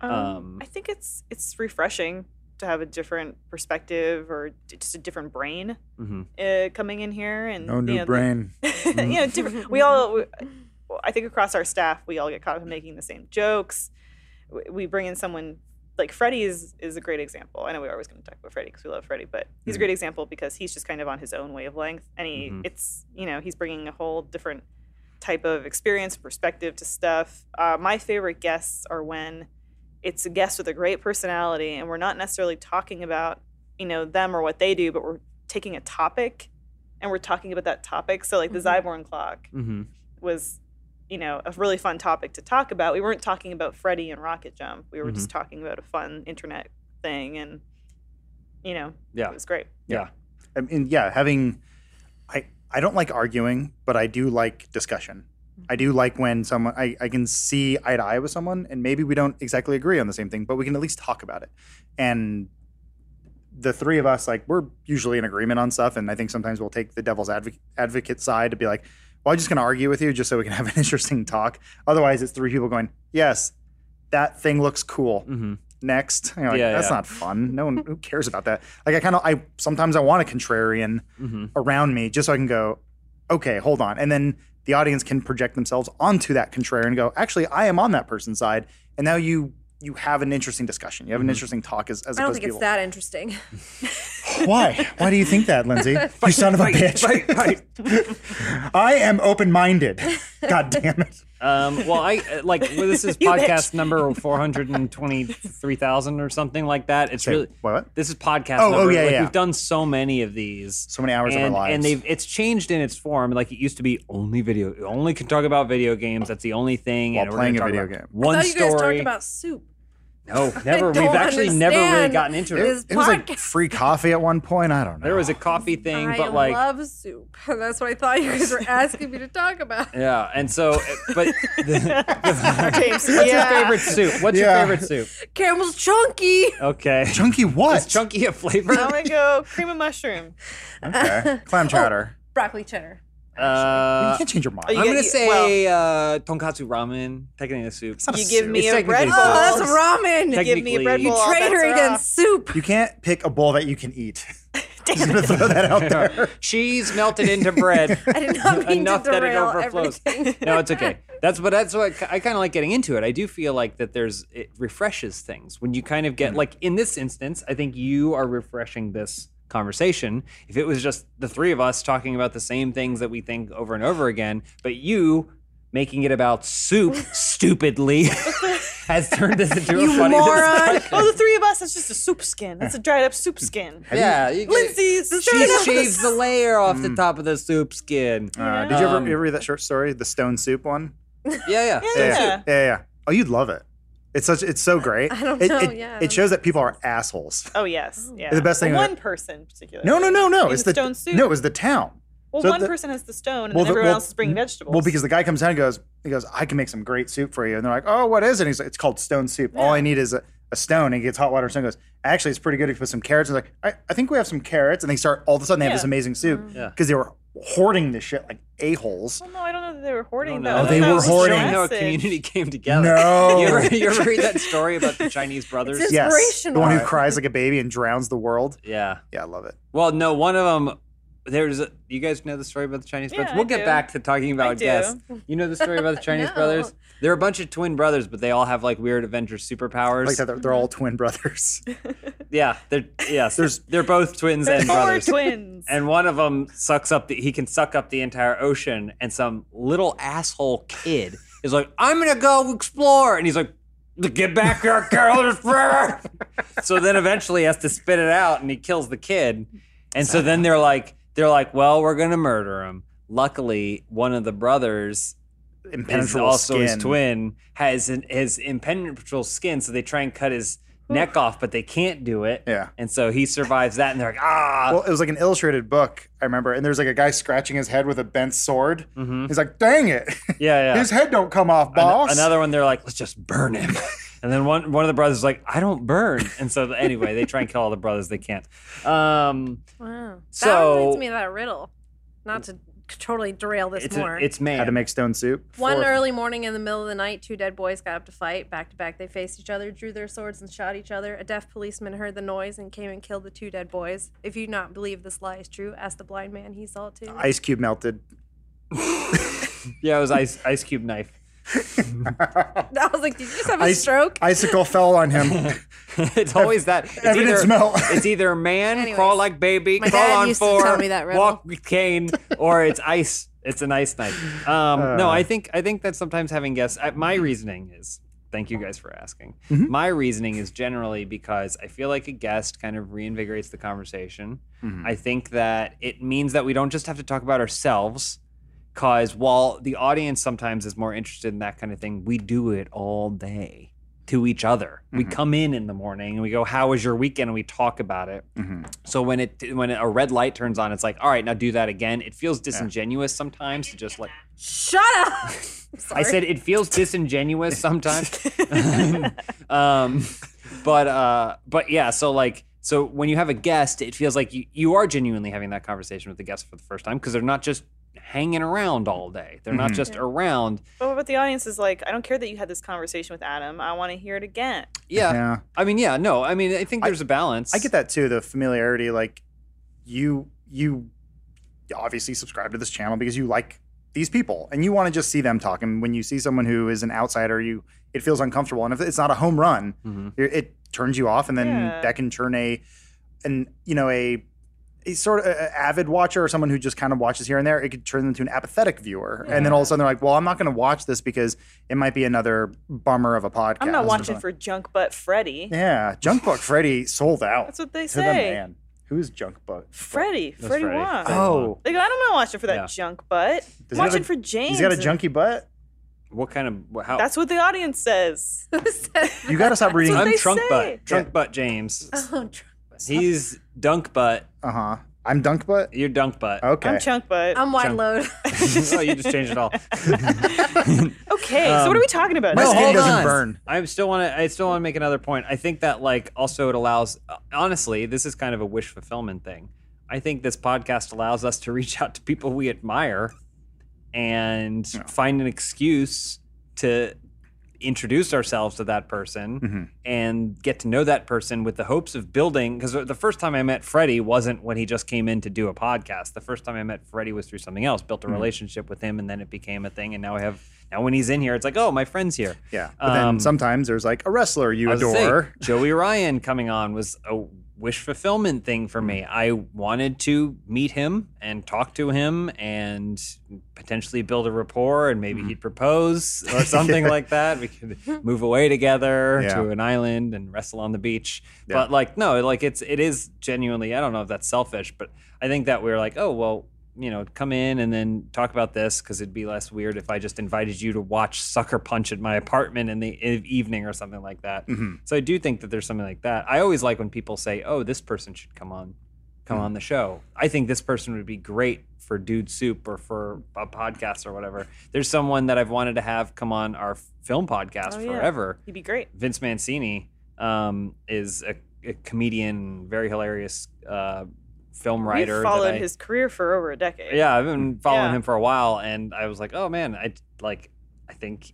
[SPEAKER 3] Um,
[SPEAKER 1] um,
[SPEAKER 3] I think it's it's refreshing to have a different perspective or d- just a different brain
[SPEAKER 1] Mm-hmm.
[SPEAKER 3] uh, coming in here. And
[SPEAKER 2] no
[SPEAKER 3] you
[SPEAKER 2] new
[SPEAKER 3] know,
[SPEAKER 2] brain.
[SPEAKER 3] (laughs) you know, different. We all. We, well, I think across our staff, we all get caught up in making the same jokes. W- We bring in someone like Freddie is is a great example. I know we're always going to talk about Freddie because we love Freddie, but he's a great example because he's just kind of on his own wavelength, and he
[SPEAKER 1] Mhm.
[SPEAKER 3] it's you know he's bringing a whole different type of experience perspective to stuff. Uh, my favorite guests are when it's a guest with a great personality, and we're not necessarily talking about you know them or what they do, but we're taking a topic and we're talking about that topic. So like the
[SPEAKER 4] Mhm.
[SPEAKER 3] Zyborn clock
[SPEAKER 1] Mm-hmm.
[SPEAKER 3] was you know a really fun topic to talk about we weren't talking about freddy and rocket jump we were just talking about a fun internet thing and you know
[SPEAKER 1] Yeah.
[SPEAKER 3] it was (laughs) great
[SPEAKER 1] Yeah.
[SPEAKER 2] I mean, yeah, having I I don't like arguing, but I do like discussion. I do like when someone I, I can see eye to eye with someone and maybe we don't exactly agree on the same thing, but we can at least talk about it. And the three of us, like, we're usually in agreement on stuff. And I think sometimes we'll take the devil's advocate, advocate side to be like, well, I'm just going to argue with you just so we can have an (laughs) interesting talk. Otherwise, it's three people going, yes, that thing looks cool
[SPEAKER 1] Mm-hmm.
[SPEAKER 2] next. (laughs) And you're like,
[SPEAKER 1] Yeah,
[SPEAKER 2] that's
[SPEAKER 1] yeah.
[SPEAKER 2] not fun. No one who cares about that. Like I kind of I sometimes I want a contrarian
[SPEAKER 1] Mhm.
[SPEAKER 2] around me just so I can go, okay, hold on. And then the audience can project themselves onto that contrarian and go, actually, I am on that person's side. And now you you have an interesting discussion. You
[SPEAKER 1] Mm-hmm.
[SPEAKER 2] have an interesting talk as, as
[SPEAKER 4] I don't
[SPEAKER 2] opposed
[SPEAKER 4] think
[SPEAKER 2] to
[SPEAKER 4] it's
[SPEAKER 2] people.
[SPEAKER 4] that interesting. (laughs)
[SPEAKER 2] Why? Why do you think that, Lindsay? you son of a bitch. (laughs) I am open
[SPEAKER 4] (laughs)
[SPEAKER 2] minded. God damn it.
[SPEAKER 1] Um, well, I uh, like well, this is
[SPEAKER 4] You bitch.
[SPEAKER 1] podcast number four hundred and twenty-three thousand or something like that. It's
[SPEAKER 2] Say
[SPEAKER 1] really
[SPEAKER 2] what?
[SPEAKER 1] This is podcast.
[SPEAKER 2] Oh, oh,
[SPEAKER 1] number.
[SPEAKER 2] yeah,
[SPEAKER 1] like,
[SPEAKER 2] yeah.
[SPEAKER 1] We've done so many of these.
[SPEAKER 2] So many hours
[SPEAKER 1] and,
[SPEAKER 2] of our lives.
[SPEAKER 1] and they've it's changed in its form. Like it used to be only video, you only can talk about video games. That's the only thing.
[SPEAKER 2] While
[SPEAKER 1] and
[SPEAKER 2] playing
[SPEAKER 1] we're
[SPEAKER 2] a
[SPEAKER 1] gonna
[SPEAKER 2] video
[SPEAKER 1] talk about
[SPEAKER 2] game.
[SPEAKER 1] One
[SPEAKER 4] I thought you
[SPEAKER 1] story.
[SPEAKER 4] guys talked about soup. (laughs)
[SPEAKER 1] no, never. We've
[SPEAKER 4] don't
[SPEAKER 1] actually never really
[SPEAKER 4] understand.
[SPEAKER 1] gotten into it.
[SPEAKER 4] It- this
[SPEAKER 2] it was like
[SPEAKER 4] podcast.
[SPEAKER 2] free coffee at one point. I don't know.
[SPEAKER 1] There was a coffee thing,
[SPEAKER 4] I
[SPEAKER 1] but like
[SPEAKER 4] love soup. (laughs) That's what I thought you guys were asking me to talk about. (laughs)
[SPEAKER 1] yeah. And so, but (laughs)
[SPEAKER 3] (laughs) James,
[SPEAKER 1] what's your
[SPEAKER 3] yeah.
[SPEAKER 1] favorite soup? What's
[SPEAKER 2] Yeah.
[SPEAKER 1] your favorite soup?
[SPEAKER 4] Camel's chunky.
[SPEAKER 2] (laughs)
[SPEAKER 1] Okay,
[SPEAKER 2] chunky what?
[SPEAKER 1] is chunky a flavor?
[SPEAKER 3] (laughs) i'm gonna go cream of mushroom
[SPEAKER 4] (laughs) Oh.
[SPEAKER 2] Okay. Clam chowder.
[SPEAKER 4] Broccoli cheddar.
[SPEAKER 2] you
[SPEAKER 1] Uh,
[SPEAKER 2] can't change your mind.
[SPEAKER 3] Are you
[SPEAKER 1] I'm
[SPEAKER 3] get-
[SPEAKER 1] gonna
[SPEAKER 3] you-
[SPEAKER 1] say uh, tonkatsu ramen, technically a soup.
[SPEAKER 2] It's not a
[SPEAKER 3] You give
[SPEAKER 2] soup.
[SPEAKER 3] me
[SPEAKER 1] It's
[SPEAKER 3] a
[SPEAKER 1] technically
[SPEAKER 3] Red
[SPEAKER 1] a
[SPEAKER 3] Bull.
[SPEAKER 1] soup.
[SPEAKER 4] Oh, that's
[SPEAKER 1] Balls.
[SPEAKER 4] ramen.
[SPEAKER 3] Give me
[SPEAKER 1] Technically-
[SPEAKER 3] Red
[SPEAKER 1] You
[SPEAKER 3] Bull.
[SPEAKER 4] You
[SPEAKER 3] all
[SPEAKER 4] traitor
[SPEAKER 3] bets are
[SPEAKER 4] against
[SPEAKER 1] (laughs)
[SPEAKER 4] soup.
[SPEAKER 2] You can't pick a bowl that you can eat.
[SPEAKER 3] off.
[SPEAKER 2] I'm
[SPEAKER 3] Damn
[SPEAKER 2] gonna
[SPEAKER 3] it.
[SPEAKER 2] throw that out (laughs) there.
[SPEAKER 1] Cheese melted into bread.
[SPEAKER 2] (laughs)
[SPEAKER 4] I did not mean
[SPEAKER 1] Enough
[SPEAKER 4] to
[SPEAKER 1] that it
[SPEAKER 4] derail
[SPEAKER 1] overflows.
[SPEAKER 4] everything.
[SPEAKER 1] (laughs) no,
[SPEAKER 4] (laughs)
[SPEAKER 1] it's okay. That's but that's what I kind of like getting into it. I do feel like that there's it refreshes things when you kind of get like in this instance. I think you are refreshing this conversation. If it was just the three of us talking about the same things that we think over and over again, but you making it about soup stupidly has turned this into
[SPEAKER 4] You
[SPEAKER 1] a funny
[SPEAKER 3] (laughs)
[SPEAKER 4] moron.
[SPEAKER 1] discussion.
[SPEAKER 3] Well, the three of us, that's just a soup skin. That's a dried up (laughs) soup skin.
[SPEAKER 1] Yeah, you get-
[SPEAKER 3] Lindsay's
[SPEAKER 1] she shaves the layer off the top of the soup skin.
[SPEAKER 2] Uh, did you ever,
[SPEAKER 1] Um,
[SPEAKER 2] you ever read that short story, the Stone Soup one?
[SPEAKER 1] Yeah, yeah.
[SPEAKER 3] Yeah.
[SPEAKER 2] yeah, yeah. yeah. Oh, you'd love it. It's such. It's so great.
[SPEAKER 4] I don't
[SPEAKER 2] it,
[SPEAKER 4] know,
[SPEAKER 2] It,
[SPEAKER 4] yeah, I
[SPEAKER 2] it
[SPEAKER 4] don't
[SPEAKER 2] shows that people are assholes.
[SPEAKER 3] Oh yes, yeah.
[SPEAKER 2] The best thing
[SPEAKER 3] Well,
[SPEAKER 2] that-
[SPEAKER 3] one person particularly.
[SPEAKER 2] No, no, no, no.
[SPEAKER 3] In
[SPEAKER 2] It's
[SPEAKER 3] the
[SPEAKER 2] the
[SPEAKER 3] stone soup.
[SPEAKER 2] No, it was the town.
[SPEAKER 3] Well,
[SPEAKER 2] So
[SPEAKER 3] one
[SPEAKER 2] the-
[SPEAKER 3] person has the stone, and
[SPEAKER 2] Well,
[SPEAKER 3] then
[SPEAKER 2] the-
[SPEAKER 3] everyone
[SPEAKER 2] well, mm,
[SPEAKER 3] else is bringing vegetables.
[SPEAKER 2] Well, because the guy comes down and goes, he goes, I can make some great soup for you. And they're like, oh, what is it? And he's like, it's called stone soup. All I need is a, a stone. And he gets hot water and stone goes, actually, it's pretty good if you put some carrots. And like, I, I think we have some carrots. And they start, all of a sudden, they have
[SPEAKER 3] Yeah.
[SPEAKER 2] this amazing soup
[SPEAKER 1] Yeah.
[SPEAKER 2] because they were hoarding this shit like a-holes.
[SPEAKER 3] well, no, I don't know that they were hoarding
[SPEAKER 1] No,
[SPEAKER 3] though.
[SPEAKER 2] Oh, they
[SPEAKER 3] That
[SPEAKER 2] were
[SPEAKER 3] was
[SPEAKER 2] hoarding.
[SPEAKER 3] just a
[SPEAKER 1] Showing how a
[SPEAKER 3] message.
[SPEAKER 1] community came
[SPEAKER 4] (laughs)
[SPEAKER 1] together. (laughs) You
[SPEAKER 2] No.
[SPEAKER 3] Oh.
[SPEAKER 1] ever, you ever read
[SPEAKER 3] (laughs)
[SPEAKER 1] that story about the Chinese brothers?
[SPEAKER 4] It's
[SPEAKER 2] yes. The
[SPEAKER 4] Inspirational.
[SPEAKER 2] one who cries like a baby and drowns the world.
[SPEAKER 1] Yeah.
[SPEAKER 2] Yeah, I love it.
[SPEAKER 1] Well, no, one of them. There's a, you guys know the story about the Chinese
[SPEAKER 3] Yeah,
[SPEAKER 1] brothers.
[SPEAKER 3] I
[SPEAKER 1] We'll get
[SPEAKER 3] do.
[SPEAKER 1] back to talking about
[SPEAKER 3] do.
[SPEAKER 1] guests. You know the story
[SPEAKER 3] (laughs)
[SPEAKER 1] about the Chinese
[SPEAKER 4] No.
[SPEAKER 1] brothers? They're a bunch of twin brothers, but they all have like weird adventure superpowers.
[SPEAKER 2] Like that, they're, they're all twin
[SPEAKER 4] (laughs)
[SPEAKER 2] brothers.
[SPEAKER 1] Yeah, they're yes.
[SPEAKER 2] There's-
[SPEAKER 1] they're both twins
[SPEAKER 3] There's
[SPEAKER 1] and
[SPEAKER 3] four
[SPEAKER 1] brothers. (laughs)
[SPEAKER 3] twins.
[SPEAKER 1] and one of them sucks up the he can suck up the entire ocean and some little asshole kid is like i'm gonna go explore and he's like get back here girl there's forever (laughs) so then eventually he has to spit it out and he kills the kid and so then they're like they're like well we're gonna murder him luckily one of the brothers is
[SPEAKER 2] (laughs) Impenetrable
[SPEAKER 1] also
[SPEAKER 2] skin.
[SPEAKER 1] his twin has an, his impenetrable skin so they try and cut his neck off but they can't do it
[SPEAKER 2] Yeah.
[SPEAKER 1] and so he survives that and they're like ah
[SPEAKER 2] Well, it was like an illustrated book, I remember. And there's like a guy scratching his head with a bent sword.
[SPEAKER 1] Mhm.
[SPEAKER 2] He's like, dang it.
[SPEAKER 1] yeah yeah
[SPEAKER 2] His head don't come off,
[SPEAKER 1] An-
[SPEAKER 2] boss. (laughs)
[SPEAKER 1] another one, they're like, let's just burn him. (laughs) And then one one of the brothers is like, I don't burn. And so anyway, they try and kill all the brothers they can't. Um,
[SPEAKER 4] Mm, Wow. that
[SPEAKER 1] So-
[SPEAKER 4] reminds me of that riddle. Not to totally derail this
[SPEAKER 1] it's
[SPEAKER 4] more.
[SPEAKER 1] a, it's man.
[SPEAKER 2] How to make stone soup.
[SPEAKER 4] One
[SPEAKER 2] Fourth.
[SPEAKER 4] early morning in the middle of the night, two dead boys got up to fight. Back to back, they faced each other, drew their swords, and shot each other. A deaf policeman heard the noise and came and killed the two dead boys. If you not believe this lie is true, ask the blind man he saw it too.
[SPEAKER 2] Ice cube melted. (laughs)
[SPEAKER 1] yeah, it was ice ice cube knife.
[SPEAKER 4] (laughs)
[SPEAKER 1] (laughs)
[SPEAKER 4] I was like, did you just have a
[SPEAKER 2] Ice-
[SPEAKER 4] stroke?
[SPEAKER 2] Icicle fell
[SPEAKER 1] (laughs)
[SPEAKER 2] on him.
[SPEAKER 1] it's always that. It's
[SPEAKER 2] Evidence
[SPEAKER 1] either, (laughs)
[SPEAKER 2] melt. (laughs)
[SPEAKER 1] It's either man
[SPEAKER 4] Anyways,
[SPEAKER 1] crawl like baby,
[SPEAKER 4] my
[SPEAKER 1] crawl
[SPEAKER 4] dad
[SPEAKER 1] on
[SPEAKER 4] used to
[SPEAKER 1] four,
[SPEAKER 4] tell me that riddle.
[SPEAKER 1] walk with cane, or it's ice. It's an ice knife. Um, no, I think I think that sometimes having guests. I, my reasoning is. Thank you guys for asking. My reasoning is generally because I feel like a guest kind of reinvigorates the conversation. I think that it means that we don't just have to talk about ourselves. Because while the audience sometimes is more interested in that kind of thing, we do it all day to each other. We come in in the morning and we go, "How was your weekend?" and we talk about it.
[SPEAKER 2] Mm-hmm.
[SPEAKER 1] So when it when a red light turns on, it's like, "All right, now do that again." It feels disingenuous sometimes to just like
[SPEAKER 4] Shut up! (laughs)
[SPEAKER 1] I said it feels disingenuous sometimes.
[SPEAKER 3] (laughs)
[SPEAKER 1] (laughs) um, but uh, but yeah, so like so when you have a guest, it feels like you, you are genuinely having that conversation with the guest for the first time because they're not just hanging around all day. They're
[SPEAKER 2] Mm-hmm.
[SPEAKER 1] not just around.
[SPEAKER 3] But what about the audience is like, I don't care that you had this conversation with Adam. I want to hear it again.
[SPEAKER 1] Yeah. I mean, yeah, no. I mean, I think
[SPEAKER 2] Uh-huh. I-
[SPEAKER 1] there's a balance.
[SPEAKER 2] I get that too. The familiarity, like you, you obviously subscribe to this channel because you like these people and you want to just see them talk. And when you see someone who is an outsider, you it feels uncomfortable. And if it's not a home run,
[SPEAKER 1] Mhm.
[SPEAKER 2] it, it turns you off, and then
[SPEAKER 3] Yeah.
[SPEAKER 2] that can turn a, an you know a. A sort of a- a avid watcher or someone who just kind of watches here and there, it could turn them to an apathetic viewer. And then all of a sudden they're like, well, I'm not going to watch this because it might be another bummer of a podcast.
[SPEAKER 3] I'm not
[SPEAKER 2] or
[SPEAKER 3] watching
[SPEAKER 2] something.
[SPEAKER 3] for Junk Butt Freddy.
[SPEAKER 2] Yeah, Junk Buck Freddy sold out.
[SPEAKER 3] That's what they
[SPEAKER 2] to the
[SPEAKER 3] say.
[SPEAKER 2] man. Who is Junk Buck?
[SPEAKER 3] Freddy.
[SPEAKER 1] That's
[SPEAKER 3] Freddy
[SPEAKER 1] Freddy.
[SPEAKER 3] Wong.
[SPEAKER 1] Oh.
[SPEAKER 3] Like, I don't know watching for that
[SPEAKER 1] Yeah.
[SPEAKER 3] junk butt.
[SPEAKER 2] he have
[SPEAKER 3] I'm watching
[SPEAKER 2] a-
[SPEAKER 3] for James.
[SPEAKER 2] He's got a
[SPEAKER 3] and-
[SPEAKER 2] junky butt.
[SPEAKER 1] What kind of wha- how?
[SPEAKER 3] That's what the audience says.
[SPEAKER 4] Who said
[SPEAKER 2] You got to stop reading.
[SPEAKER 1] I'm
[SPEAKER 3] they
[SPEAKER 1] trunk
[SPEAKER 3] say. Uh-huh.
[SPEAKER 1] butt. Trunk butt James.
[SPEAKER 4] (laughs) Oh, tr-
[SPEAKER 1] He's dunk butt.
[SPEAKER 2] Uh huh. I'm Dunk Butt.
[SPEAKER 1] You're dunk butt.
[SPEAKER 2] Okay.
[SPEAKER 3] I'm chunk butt.
[SPEAKER 4] (laughs) I'm wide
[SPEAKER 1] Chunk.
[SPEAKER 4] load.
[SPEAKER 1] (laughs) oh, you just changed it (laughs) all.
[SPEAKER 3] okay, so what are we talking
[SPEAKER 2] Um,
[SPEAKER 3] about?
[SPEAKER 2] My
[SPEAKER 1] No,
[SPEAKER 3] now?
[SPEAKER 2] skin
[SPEAKER 1] hold
[SPEAKER 2] doesn't
[SPEAKER 1] on.
[SPEAKER 2] burn.
[SPEAKER 1] I still want to. I still want to make another point. I think that like also it allows. Honestly, this is kind of a wish fulfillment thing. I think this podcast allows us to reach out to people we admire and
[SPEAKER 2] No.
[SPEAKER 1] find an excuse to introduce ourselves to that person
[SPEAKER 2] Mhm.
[SPEAKER 1] and get to know that person with the hopes of building. Because the first time I met Freddie wasn't when he just came in to do a podcast. The first time I met Freddie was through something else, built a relationship with him, and then it became a thing. And now I have, now when he's in here, it's like, oh, my friend's here.
[SPEAKER 2] Yeah. But
[SPEAKER 1] Um,
[SPEAKER 2] then sometimes there's like a wrestler you
[SPEAKER 1] I was gonna say,
[SPEAKER 2] adore.
[SPEAKER 1] Joey Ryan coming on was a wish fulfillment thing for
[SPEAKER 2] Mm.
[SPEAKER 1] me. I wanted to meet him and talk to him and potentially build a rapport and
[SPEAKER 2] Mm.
[SPEAKER 1] maybe he'd propose
[SPEAKER 2] (laughs)
[SPEAKER 1] or something like that. We could move away together
[SPEAKER 2] Yeah.
[SPEAKER 1] to an island and wrestle on the beach.
[SPEAKER 2] Yeah.
[SPEAKER 1] But like no, like it's it is genuinely I don't know if that's selfish, but I think that we're like, oh well, you know, come in and then talk about this because it'd be less weird if I just invited you to watch Sucker Punch at my apartment in the e- evening or something like that.
[SPEAKER 2] Mhm.
[SPEAKER 1] So I do think that there's something like that. I always like when people say, "Oh, this person should come on, come
[SPEAKER 3] Hmm.
[SPEAKER 1] on the show." I think this person would be great for Dude Soup or for a podcast or whatever. There's someone that I've wanted to have come on our film podcast
[SPEAKER 3] Oh, yeah.
[SPEAKER 1] forever.
[SPEAKER 3] He'd be great.
[SPEAKER 1] Vince Mancini um, is a, a comedian, very hilarious uh, film writer.
[SPEAKER 3] We've
[SPEAKER 1] that
[SPEAKER 3] followed
[SPEAKER 1] I-
[SPEAKER 3] his career for over a decade.
[SPEAKER 1] yeah, I've been following
[SPEAKER 3] Yeah.
[SPEAKER 1] him for a while, and I was like, oh man, I like, I think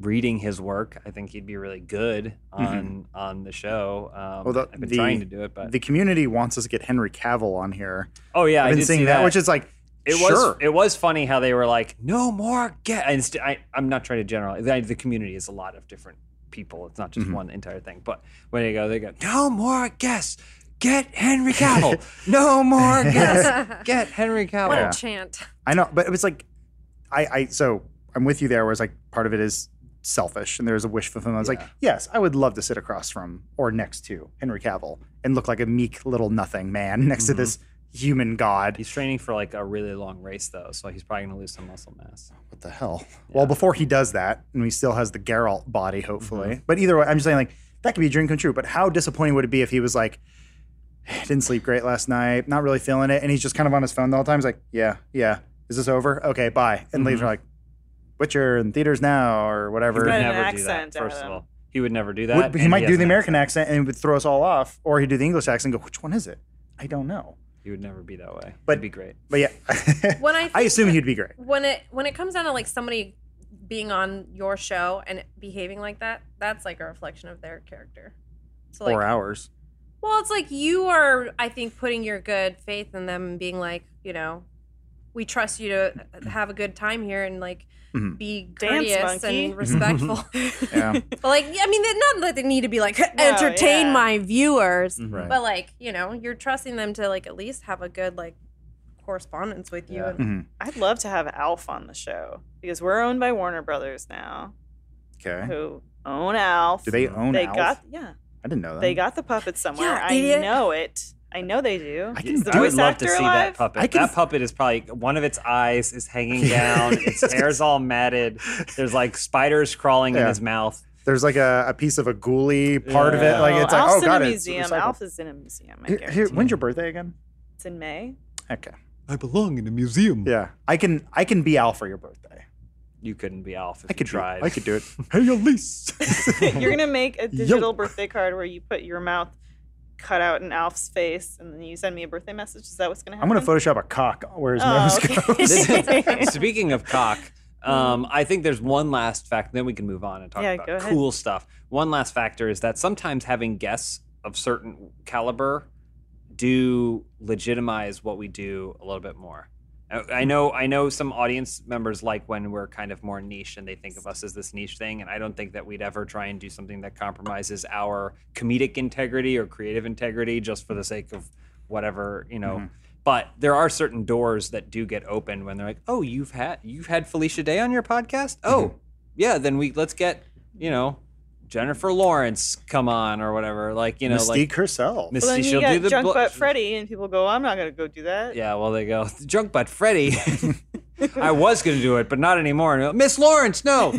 [SPEAKER 1] reading his work, I think he'd be really good on on the show. Um,
[SPEAKER 2] Mm-hmm. Well, the-
[SPEAKER 1] I've been
[SPEAKER 2] the-
[SPEAKER 1] trying to do it, but
[SPEAKER 2] The community wants us to get Henry Cavill on here.
[SPEAKER 1] oh yeah,
[SPEAKER 2] I've
[SPEAKER 1] I
[SPEAKER 2] been
[SPEAKER 1] did
[SPEAKER 2] seeing
[SPEAKER 1] see
[SPEAKER 2] that, which is like,
[SPEAKER 1] it
[SPEAKER 2] sure.
[SPEAKER 1] was it was funny how they were like, no more get. And st- I, I'm not trying to generalize. The, the community is a lot of different people. It's not just
[SPEAKER 2] Mhm.
[SPEAKER 1] one entire thing. But when they go, they go, no more guests. Get Henry Cavill.
[SPEAKER 2] (laughs)
[SPEAKER 1] no more guests.
[SPEAKER 4] (laughs) what
[SPEAKER 1] Get Henry Cavill.
[SPEAKER 2] Yeah.
[SPEAKER 4] a chant.
[SPEAKER 2] I know, but it was like, I, I, so I'm with you there. Where it's like part of it is selfish, and there's a wish fulfillment. It's
[SPEAKER 1] Yeah.
[SPEAKER 2] like, yes, I would love to sit across from or next to Henry Cavill and look like a meek little nothing man (laughs) next
[SPEAKER 1] Mhm.
[SPEAKER 2] to this human god.
[SPEAKER 1] He's training for like a really long race though, so he's probably gonna lose some muscle mass.
[SPEAKER 2] What the hell? Well, before he does that, and he still has the Geralt body, hopefully. But either way, I'm just saying like that could be a dream come true. But how disappointing would it be if he was like. Didn't sleep great last night. Not really feeling it, and he's just kind of on his phone the whole time. He's like, "Yeah, yeah, is this over? Okay, bye," and leaves.
[SPEAKER 1] Mhm.
[SPEAKER 2] We're like, "Witcher in theaters now or
[SPEAKER 1] He
[SPEAKER 2] whatever."
[SPEAKER 1] would
[SPEAKER 3] Right. an
[SPEAKER 1] never do that.
[SPEAKER 3] accent out of
[SPEAKER 1] First of
[SPEAKER 3] them.
[SPEAKER 1] all, he would never do that.
[SPEAKER 2] Would, he
[SPEAKER 1] and
[SPEAKER 2] might
[SPEAKER 1] has
[SPEAKER 2] do the
[SPEAKER 1] an
[SPEAKER 2] American accent and it would throw us all off, or he'd do the English accent and go, "Which one is it? I don't know."
[SPEAKER 1] He would never be that way.
[SPEAKER 2] But-
[SPEAKER 1] It'd be great.
[SPEAKER 2] But yeah, (laughs)
[SPEAKER 4] When I,
[SPEAKER 2] I
[SPEAKER 4] think
[SPEAKER 2] assume he'd be great.
[SPEAKER 4] when it when it comes down to like somebody being on your show and behaving like that, that's like a reflection of their character. So like,
[SPEAKER 2] Four hours.
[SPEAKER 4] well, it's like you are, I think, putting your good faith in them and being like, you know, we trust you to have a good time here and like
[SPEAKER 2] Mhm.
[SPEAKER 4] be
[SPEAKER 3] Dance
[SPEAKER 4] courteous
[SPEAKER 3] monkey. (laughs)
[SPEAKER 4] and respectful. (laughs)
[SPEAKER 2] Yeah,
[SPEAKER 4] But like, I mean, they're not that they need to be like entertain
[SPEAKER 3] yeah.
[SPEAKER 4] my viewers,
[SPEAKER 2] Right.
[SPEAKER 4] but like, you know, you're trusting them to like at least have a good like correspondence with you.
[SPEAKER 1] Yeah.
[SPEAKER 4] And
[SPEAKER 2] Mhm.
[SPEAKER 3] I'd love to have Alf on the show because we're owned by Warner Brothers now,
[SPEAKER 2] okay.
[SPEAKER 3] who own Alf.
[SPEAKER 2] Do they own?
[SPEAKER 3] They
[SPEAKER 2] Alf?
[SPEAKER 3] got yeah.
[SPEAKER 2] I didn't know that.
[SPEAKER 3] They got the puppet somewhere.
[SPEAKER 4] Yeah,
[SPEAKER 3] I
[SPEAKER 4] idiot.
[SPEAKER 3] know it. I know they do.
[SPEAKER 2] I can
[SPEAKER 3] Is the
[SPEAKER 2] do it.
[SPEAKER 1] I would
[SPEAKER 3] voice
[SPEAKER 1] love to
[SPEAKER 3] actor
[SPEAKER 1] see
[SPEAKER 3] alive?
[SPEAKER 1] that puppet.
[SPEAKER 2] I can-
[SPEAKER 1] that puppet is probably one of its eyes is hanging
[SPEAKER 2] (laughs)
[SPEAKER 1] down. its hair's all matted. There's like spiders crawling in
[SPEAKER 2] Yeah.
[SPEAKER 1] his mouth.
[SPEAKER 2] There's like a, a piece of a ghoulie part of
[SPEAKER 1] Yeah.
[SPEAKER 2] it. Like it's
[SPEAKER 3] Oh,
[SPEAKER 2] like,
[SPEAKER 3] Alf's
[SPEAKER 2] oh god,
[SPEAKER 3] in a
[SPEAKER 2] it's
[SPEAKER 3] museum.
[SPEAKER 2] recycled.
[SPEAKER 3] Alf is in a museum. I
[SPEAKER 2] Here-
[SPEAKER 3] guarantee.
[SPEAKER 2] here- when's your birthday again?
[SPEAKER 3] It's
[SPEAKER 2] (laughs)
[SPEAKER 3] in May. (laughs)
[SPEAKER 2] Okay.
[SPEAKER 1] I belong in a museum.
[SPEAKER 2] Yeah, I can I can be Al for your birthday.
[SPEAKER 1] You couldn't be Alf if
[SPEAKER 2] I could
[SPEAKER 1] you
[SPEAKER 2] try.
[SPEAKER 1] tried.
[SPEAKER 2] I could do it. (laughs) hey, Elise.
[SPEAKER 3] You're gonna make a digital birthday card where you put your mouth cut out in Alf's face, and then you send me a birthday message. Is that what's gonna
[SPEAKER 2] I'm
[SPEAKER 3] happen?
[SPEAKER 2] gonna Photoshop a cock where his
[SPEAKER 3] Oh,
[SPEAKER 2] nose
[SPEAKER 3] (laughs) okay.
[SPEAKER 2] (laughs) goes.
[SPEAKER 1] This- speaking of cock, um, I think there's one last fact. Then we can move on and talk
[SPEAKER 3] Mm. Yeah, go
[SPEAKER 1] about
[SPEAKER 3] ahead.
[SPEAKER 1] cool stuff. One last factor is that sometimes having guests of certain caliber do legitimize what we do a little bit more. I Uh, I know, I know. Some audience members like when we're kind of more niche, and they think of us as this niche thing. And I don't think that we'd ever try and do something that compromises our comedic integrity or creative integrity just for the sake of whatever you know. But there are certain doors that do get open when they're like, "Oh, you've had you've had Felicia Day on your podcast. Oh, yeah, then we let's get you know Jennifer Lawrence come on or whatever. Like you know,
[SPEAKER 2] Mystique
[SPEAKER 1] like
[SPEAKER 2] herself.
[SPEAKER 1] Mystique,
[SPEAKER 3] Well, then you
[SPEAKER 1] she'll do
[SPEAKER 3] got
[SPEAKER 1] the
[SPEAKER 3] Junk
[SPEAKER 1] blo-
[SPEAKER 3] Butt Freddy, and people go, "I'm not gonna go do that."
[SPEAKER 1] yeah, well, they go, (laughs) drunk butt Freddy. (laughs) I was going to do it, but not anymore. And, uh, Miss Lawrence, no.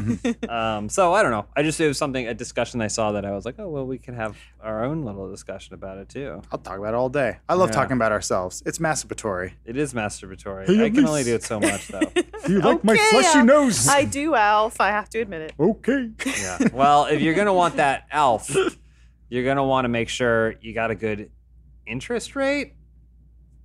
[SPEAKER 1] um, so I don't know. I just, it was something, a discussion I saw that I was like, oh, well, we could have our own little discussion about it too.
[SPEAKER 2] I'll talk about it all day. I love
[SPEAKER 1] Yeah.
[SPEAKER 2] talking about ourselves. It's masturbatory.
[SPEAKER 1] It is masturbatory.
[SPEAKER 2] Hey,
[SPEAKER 1] I can
[SPEAKER 2] Elise.
[SPEAKER 1] only do it so much though.
[SPEAKER 2] Do you like my
[SPEAKER 3] Okay,
[SPEAKER 2] fleshy
[SPEAKER 3] Al.
[SPEAKER 2] nose?
[SPEAKER 3] I do, Alf. I have to admit it.
[SPEAKER 2] okay.
[SPEAKER 1] yeah. Well, if you're going to want that ALF, you're going to want to make sure you got a good interest rate.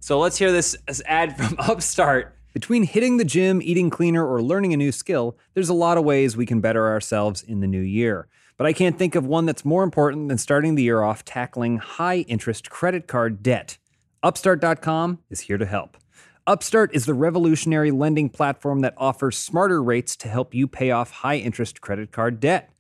[SPEAKER 1] So let's hear this as ad from (laughs) Upstart Between hitting the gym, eating cleaner, or learning a new skill, there's a lot of ways we can better ourselves in the new year. But I can't think of one that's more important than starting the year off tackling high interest credit card debt. Upstart.com is here to help. Upstart is the revolutionary lending platform that offers smarter rates to help you pay off high interest credit card debt.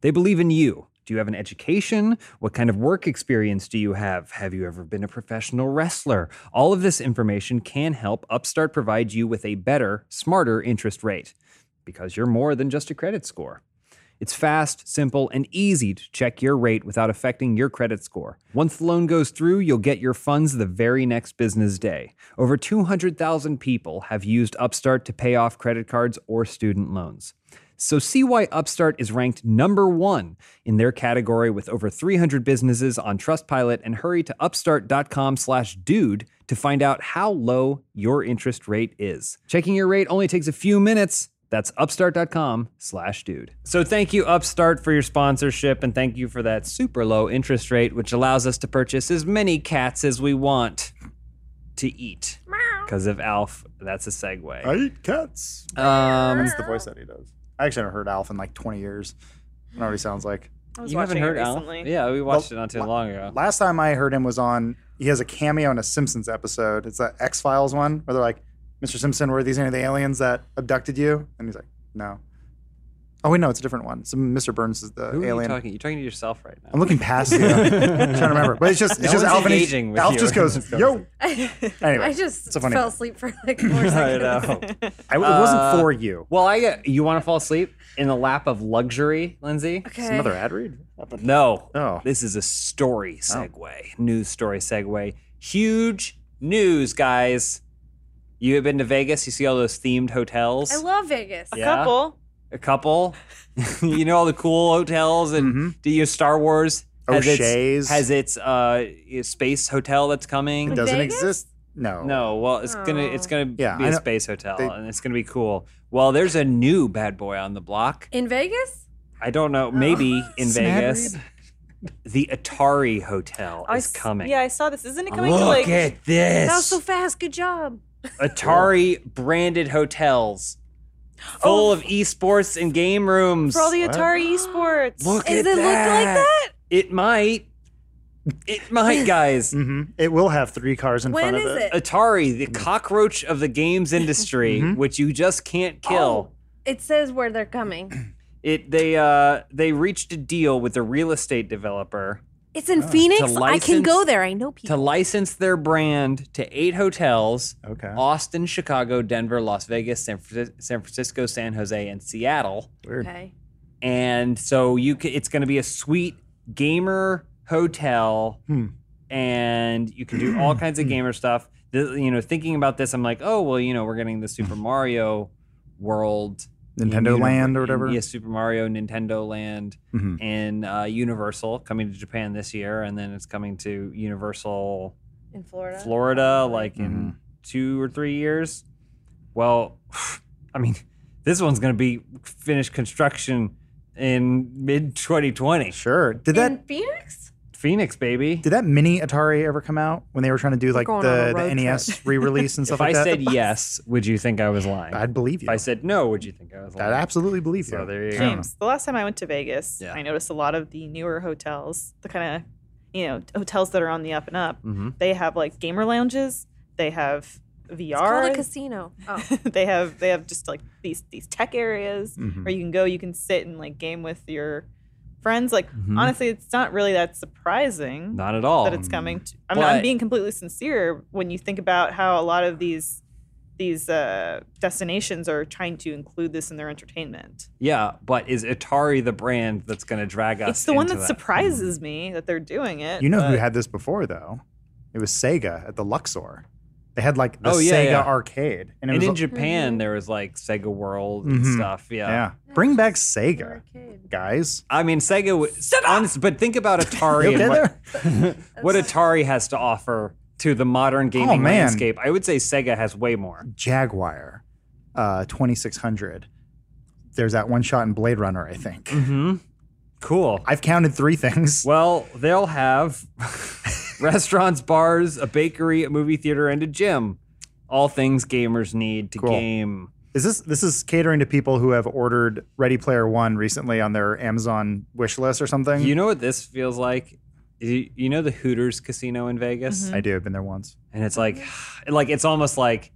[SPEAKER 1] They believe in you. Do you have an education? What kind of work experience do you have? Have you ever been a professional wrestler? All of this information can help Upstart provide you with a better, smarter interest rate because you're more than just a credit score. It's fast, simple, and easy to check your rate without affecting your credit score. Once the loan goes through, you'll get your funds the very next business day. Over 200,000 people have used Upstart to pay off credit cards or student loans. So see why Upstart is ranked number one in their category with over 300 businesses on Trustpilot and hurry to upstart.com slash dude to find out how low your interest rate is. Checking your rate only takes a few minutes. That's upstart.com slash dude. So thank you, Upstart, for your sponsorship, and thank you for that super low interest rate, which allows us to purchase as many cats as we want to eat. Because of Alf, that's a
[SPEAKER 2] I
[SPEAKER 1] segue.
[SPEAKER 2] eat cats.
[SPEAKER 1] Um,
[SPEAKER 2] That's the voice that he does. I actually haven't heard Alf in like 20 years. I know what he sounds like.
[SPEAKER 3] I was
[SPEAKER 1] you
[SPEAKER 3] watching
[SPEAKER 1] haven't heard
[SPEAKER 3] it
[SPEAKER 1] Alf?
[SPEAKER 3] recently.
[SPEAKER 1] Yeah, we watched
[SPEAKER 2] Well,
[SPEAKER 1] it not too
[SPEAKER 2] la-
[SPEAKER 1] long ago.
[SPEAKER 2] Last time I heard him was on, he has a cameo in a Simpsons episode. It's that X Files one where they're like, Mr. Simpson, were these any of the aliens that abducted you? And he's like, no. Oh, wait, no, it's a different one. So Mr. Burns is the
[SPEAKER 1] Who are you
[SPEAKER 2] alien.
[SPEAKER 1] talking? You're talking to yourself right now.
[SPEAKER 2] I'm looking
[SPEAKER 1] (laughs)
[SPEAKER 2] past you. I'm trying to remember. But it's just,
[SPEAKER 1] No
[SPEAKER 2] it's just
[SPEAKER 1] one's
[SPEAKER 2] Alf. and he-
[SPEAKER 1] engaging with
[SPEAKER 2] Alf
[SPEAKER 1] you.
[SPEAKER 2] just
[SPEAKER 1] (laughs)
[SPEAKER 2] goes, yo. Anyway,
[SPEAKER 4] (laughs) I just
[SPEAKER 2] it's a funny
[SPEAKER 4] fell
[SPEAKER 2] one.
[SPEAKER 4] asleep for like
[SPEAKER 2] (laughs)
[SPEAKER 4] four seconds.
[SPEAKER 2] (laughs) I, it wasn't
[SPEAKER 1] Uh,
[SPEAKER 2] for you.
[SPEAKER 1] (laughs) Well, I get, you want to fall asleep in the lap of luxury, Lindsay?
[SPEAKER 2] It's
[SPEAKER 4] Okay.
[SPEAKER 2] another ad read? Happened.
[SPEAKER 1] No.
[SPEAKER 2] Oh.
[SPEAKER 1] This is a story segue, news story segue. Huge news, guys. You have been to Vegas. You see all those themed hotels.
[SPEAKER 2] (laughs)
[SPEAKER 4] I love Vegas.
[SPEAKER 1] Yeah.
[SPEAKER 3] Couple.
[SPEAKER 1] a couple. (laughs) you know all the cool hotels and
[SPEAKER 2] Mhm.
[SPEAKER 1] do you Star Wars has
[SPEAKER 2] O'Shea's.
[SPEAKER 1] its has its uh, space hotel that's coming.
[SPEAKER 2] It doesn't
[SPEAKER 4] Vegas?
[SPEAKER 2] exist. No.
[SPEAKER 1] No, well, it's gonna
[SPEAKER 4] Oh.
[SPEAKER 1] it's gonna
[SPEAKER 2] Yeah,
[SPEAKER 1] be
[SPEAKER 2] I
[SPEAKER 1] a
[SPEAKER 2] know-
[SPEAKER 1] space hotel,
[SPEAKER 2] they-
[SPEAKER 1] and it's gonna be cool. Well, there's a new bad boy on the block.
[SPEAKER 4] In Vegas?
[SPEAKER 1] I don't
[SPEAKER 3] (gasps)
[SPEAKER 1] know, maybe in
[SPEAKER 2] Isn't that
[SPEAKER 1] Vegas, the Atari Hotel
[SPEAKER 3] I
[SPEAKER 1] is
[SPEAKER 3] s-
[SPEAKER 1] coming.
[SPEAKER 3] Yeah, I saw this. Isn't it coming
[SPEAKER 1] Look
[SPEAKER 3] to like
[SPEAKER 1] at this
[SPEAKER 4] That was so fast. Good job.
[SPEAKER 1] Atari branded hotels, full of esports and game rooms.
[SPEAKER 3] Oh. for all the
[SPEAKER 2] What?
[SPEAKER 3] Atari esports?
[SPEAKER 1] Look
[SPEAKER 4] Does
[SPEAKER 1] at
[SPEAKER 4] it look like that?
[SPEAKER 1] It might. It
[SPEAKER 3] (laughs)
[SPEAKER 1] might, guys.
[SPEAKER 2] hmm It will have three cars in
[SPEAKER 4] When
[SPEAKER 2] front of
[SPEAKER 4] is
[SPEAKER 2] it.
[SPEAKER 4] it?
[SPEAKER 1] Atari, the
[SPEAKER 2] Mm-hmm.
[SPEAKER 1] cockroach of the
[SPEAKER 3] (laughs)
[SPEAKER 1] games industry,
[SPEAKER 2] Mhm.
[SPEAKER 1] which you just can't
[SPEAKER 3] Oh.
[SPEAKER 1] kill.
[SPEAKER 4] It says where they're
[SPEAKER 2] (clears throat)
[SPEAKER 4] coming.
[SPEAKER 1] It they uh they reached a deal with a real estate developer
[SPEAKER 4] It's
[SPEAKER 2] Oh,
[SPEAKER 4] in Phoenix.
[SPEAKER 1] To
[SPEAKER 4] I can go
[SPEAKER 1] license-
[SPEAKER 4] there. I know
[SPEAKER 1] to
[SPEAKER 4] people.
[SPEAKER 1] license their brand to eight hotels:
[SPEAKER 2] Okay.
[SPEAKER 1] Austin, Chicago, Denver, Las Vegas, San, Fran- San Francisco, San Jose, and Seattle.
[SPEAKER 2] Weird.
[SPEAKER 4] okay.
[SPEAKER 1] And so you can, it's going to be a sweet gamer hotel,
[SPEAKER 2] Hmm.
[SPEAKER 1] and you can
[SPEAKER 2] (clears throat)
[SPEAKER 1] do all kinds of gamer stuff. The, you know, thinking about this, I'm like, oh well, you know, we're getting the
[SPEAKER 2] (laughs)
[SPEAKER 1] Super Mario World
[SPEAKER 2] Nintendo
[SPEAKER 1] Univer-
[SPEAKER 2] Land or whatever.
[SPEAKER 1] Yeah, Super Mario, Nintendo Land.
[SPEAKER 2] Mhm.
[SPEAKER 1] and uh, Universal coming to Japan this year, and then it's coming to Universal
[SPEAKER 4] In Florida. Oh,
[SPEAKER 1] Florida like
[SPEAKER 2] Mm-hmm.
[SPEAKER 1] in two or three years. Well, (sighs) I mean, this one's going to be finished construction in mid 2020.
[SPEAKER 2] Sure. Did
[SPEAKER 4] in
[SPEAKER 2] that
[SPEAKER 4] Phoenix?
[SPEAKER 1] Phoenix, baby.
[SPEAKER 2] did that mini Atari ever come out when they were trying to do like
[SPEAKER 4] going on a
[SPEAKER 2] the,
[SPEAKER 4] road
[SPEAKER 2] the
[SPEAKER 4] trip.
[SPEAKER 2] NES re-release and
[SPEAKER 1] if
[SPEAKER 2] stuff
[SPEAKER 1] I
[SPEAKER 2] like that?
[SPEAKER 1] said yes, would you think I was lying?
[SPEAKER 2] I'd believe
[SPEAKER 1] if
[SPEAKER 2] you.
[SPEAKER 1] I said no, would you think I was
[SPEAKER 2] I'd
[SPEAKER 1] lying?
[SPEAKER 2] absolutely believe
[SPEAKER 1] So
[SPEAKER 2] you.
[SPEAKER 1] there you go.
[SPEAKER 3] James, the last time I went to Vegas,
[SPEAKER 1] Yeah.
[SPEAKER 3] I noticed a lot of the newer hotels, the kind of you know hotels that are on the up and up.
[SPEAKER 1] Mhm.
[SPEAKER 2] Mm-hmm.
[SPEAKER 3] They have like gamer lounges. They have
[SPEAKER 4] It's called
[SPEAKER 3] VR.
[SPEAKER 4] a
[SPEAKER 2] (laughs)
[SPEAKER 4] casino. Oh.
[SPEAKER 3] (laughs) they have they have just like these these tech areas
[SPEAKER 2] Mhm.
[SPEAKER 3] where you can go. You can sit and like game with your friends. Like
[SPEAKER 1] Mhm.
[SPEAKER 2] Mm-hmm.
[SPEAKER 3] honestly, it's not really that surprising
[SPEAKER 1] Not at all.
[SPEAKER 3] that it's coming. To, I'm, I'm
[SPEAKER 1] But-
[SPEAKER 3] being completely sincere when you think about how a lot of these these uh, destinations are trying to include this in their entertainment.
[SPEAKER 1] yeah, but is Atari the brand that's going to drag us?
[SPEAKER 3] It's the one
[SPEAKER 1] into
[SPEAKER 3] that, surprises me that they're doing it.
[SPEAKER 2] Mm-hmm. You know who
[SPEAKER 1] but-
[SPEAKER 2] had this before though? It was Sega at the Luxor. They had like the
[SPEAKER 1] Oh, yeah,
[SPEAKER 2] Sega
[SPEAKER 1] yeah.
[SPEAKER 2] arcade, and it
[SPEAKER 1] And
[SPEAKER 2] was
[SPEAKER 1] in Japan,
[SPEAKER 4] Mhm.
[SPEAKER 1] there was like Sega World and
[SPEAKER 2] Mhm.
[SPEAKER 1] stuff. Yeah.
[SPEAKER 2] yeah. Bring back Sega,
[SPEAKER 4] Arcade.
[SPEAKER 2] guys.
[SPEAKER 1] I mean, Sega. W- honest, but think about Atari
[SPEAKER 2] You okay
[SPEAKER 1] and
[SPEAKER 2] there?
[SPEAKER 1] what, what Atari has to offer to the modern gaming
[SPEAKER 2] Oh, man.
[SPEAKER 1] landscape. I would say Sega has way more.
[SPEAKER 2] Jaguar, uh, 2600. There's that one shot in Blade Runner, I think.
[SPEAKER 1] Mm-hmm. Cool.
[SPEAKER 2] I've counted three things.
[SPEAKER 1] Well, they'll (laughs) have restaurants, bars, a bakery, a movie theater, and a gym. all things gamers need to
[SPEAKER 2] Cool.
[SPEAKER 1] game.
[SPEAKER 2] Is this this is catering to people who have ordered Ready Player One recently on their Amazon wish list or something?
[SPEAKER 1] You know what this feels like? You, you know the Hooters casino in Vegas,
[SPEAKER 3] Mhm.
[SPEAKER 2] I do. I've been there once.
[SPEAKER 1] and it's like, (sighs) like it's almost like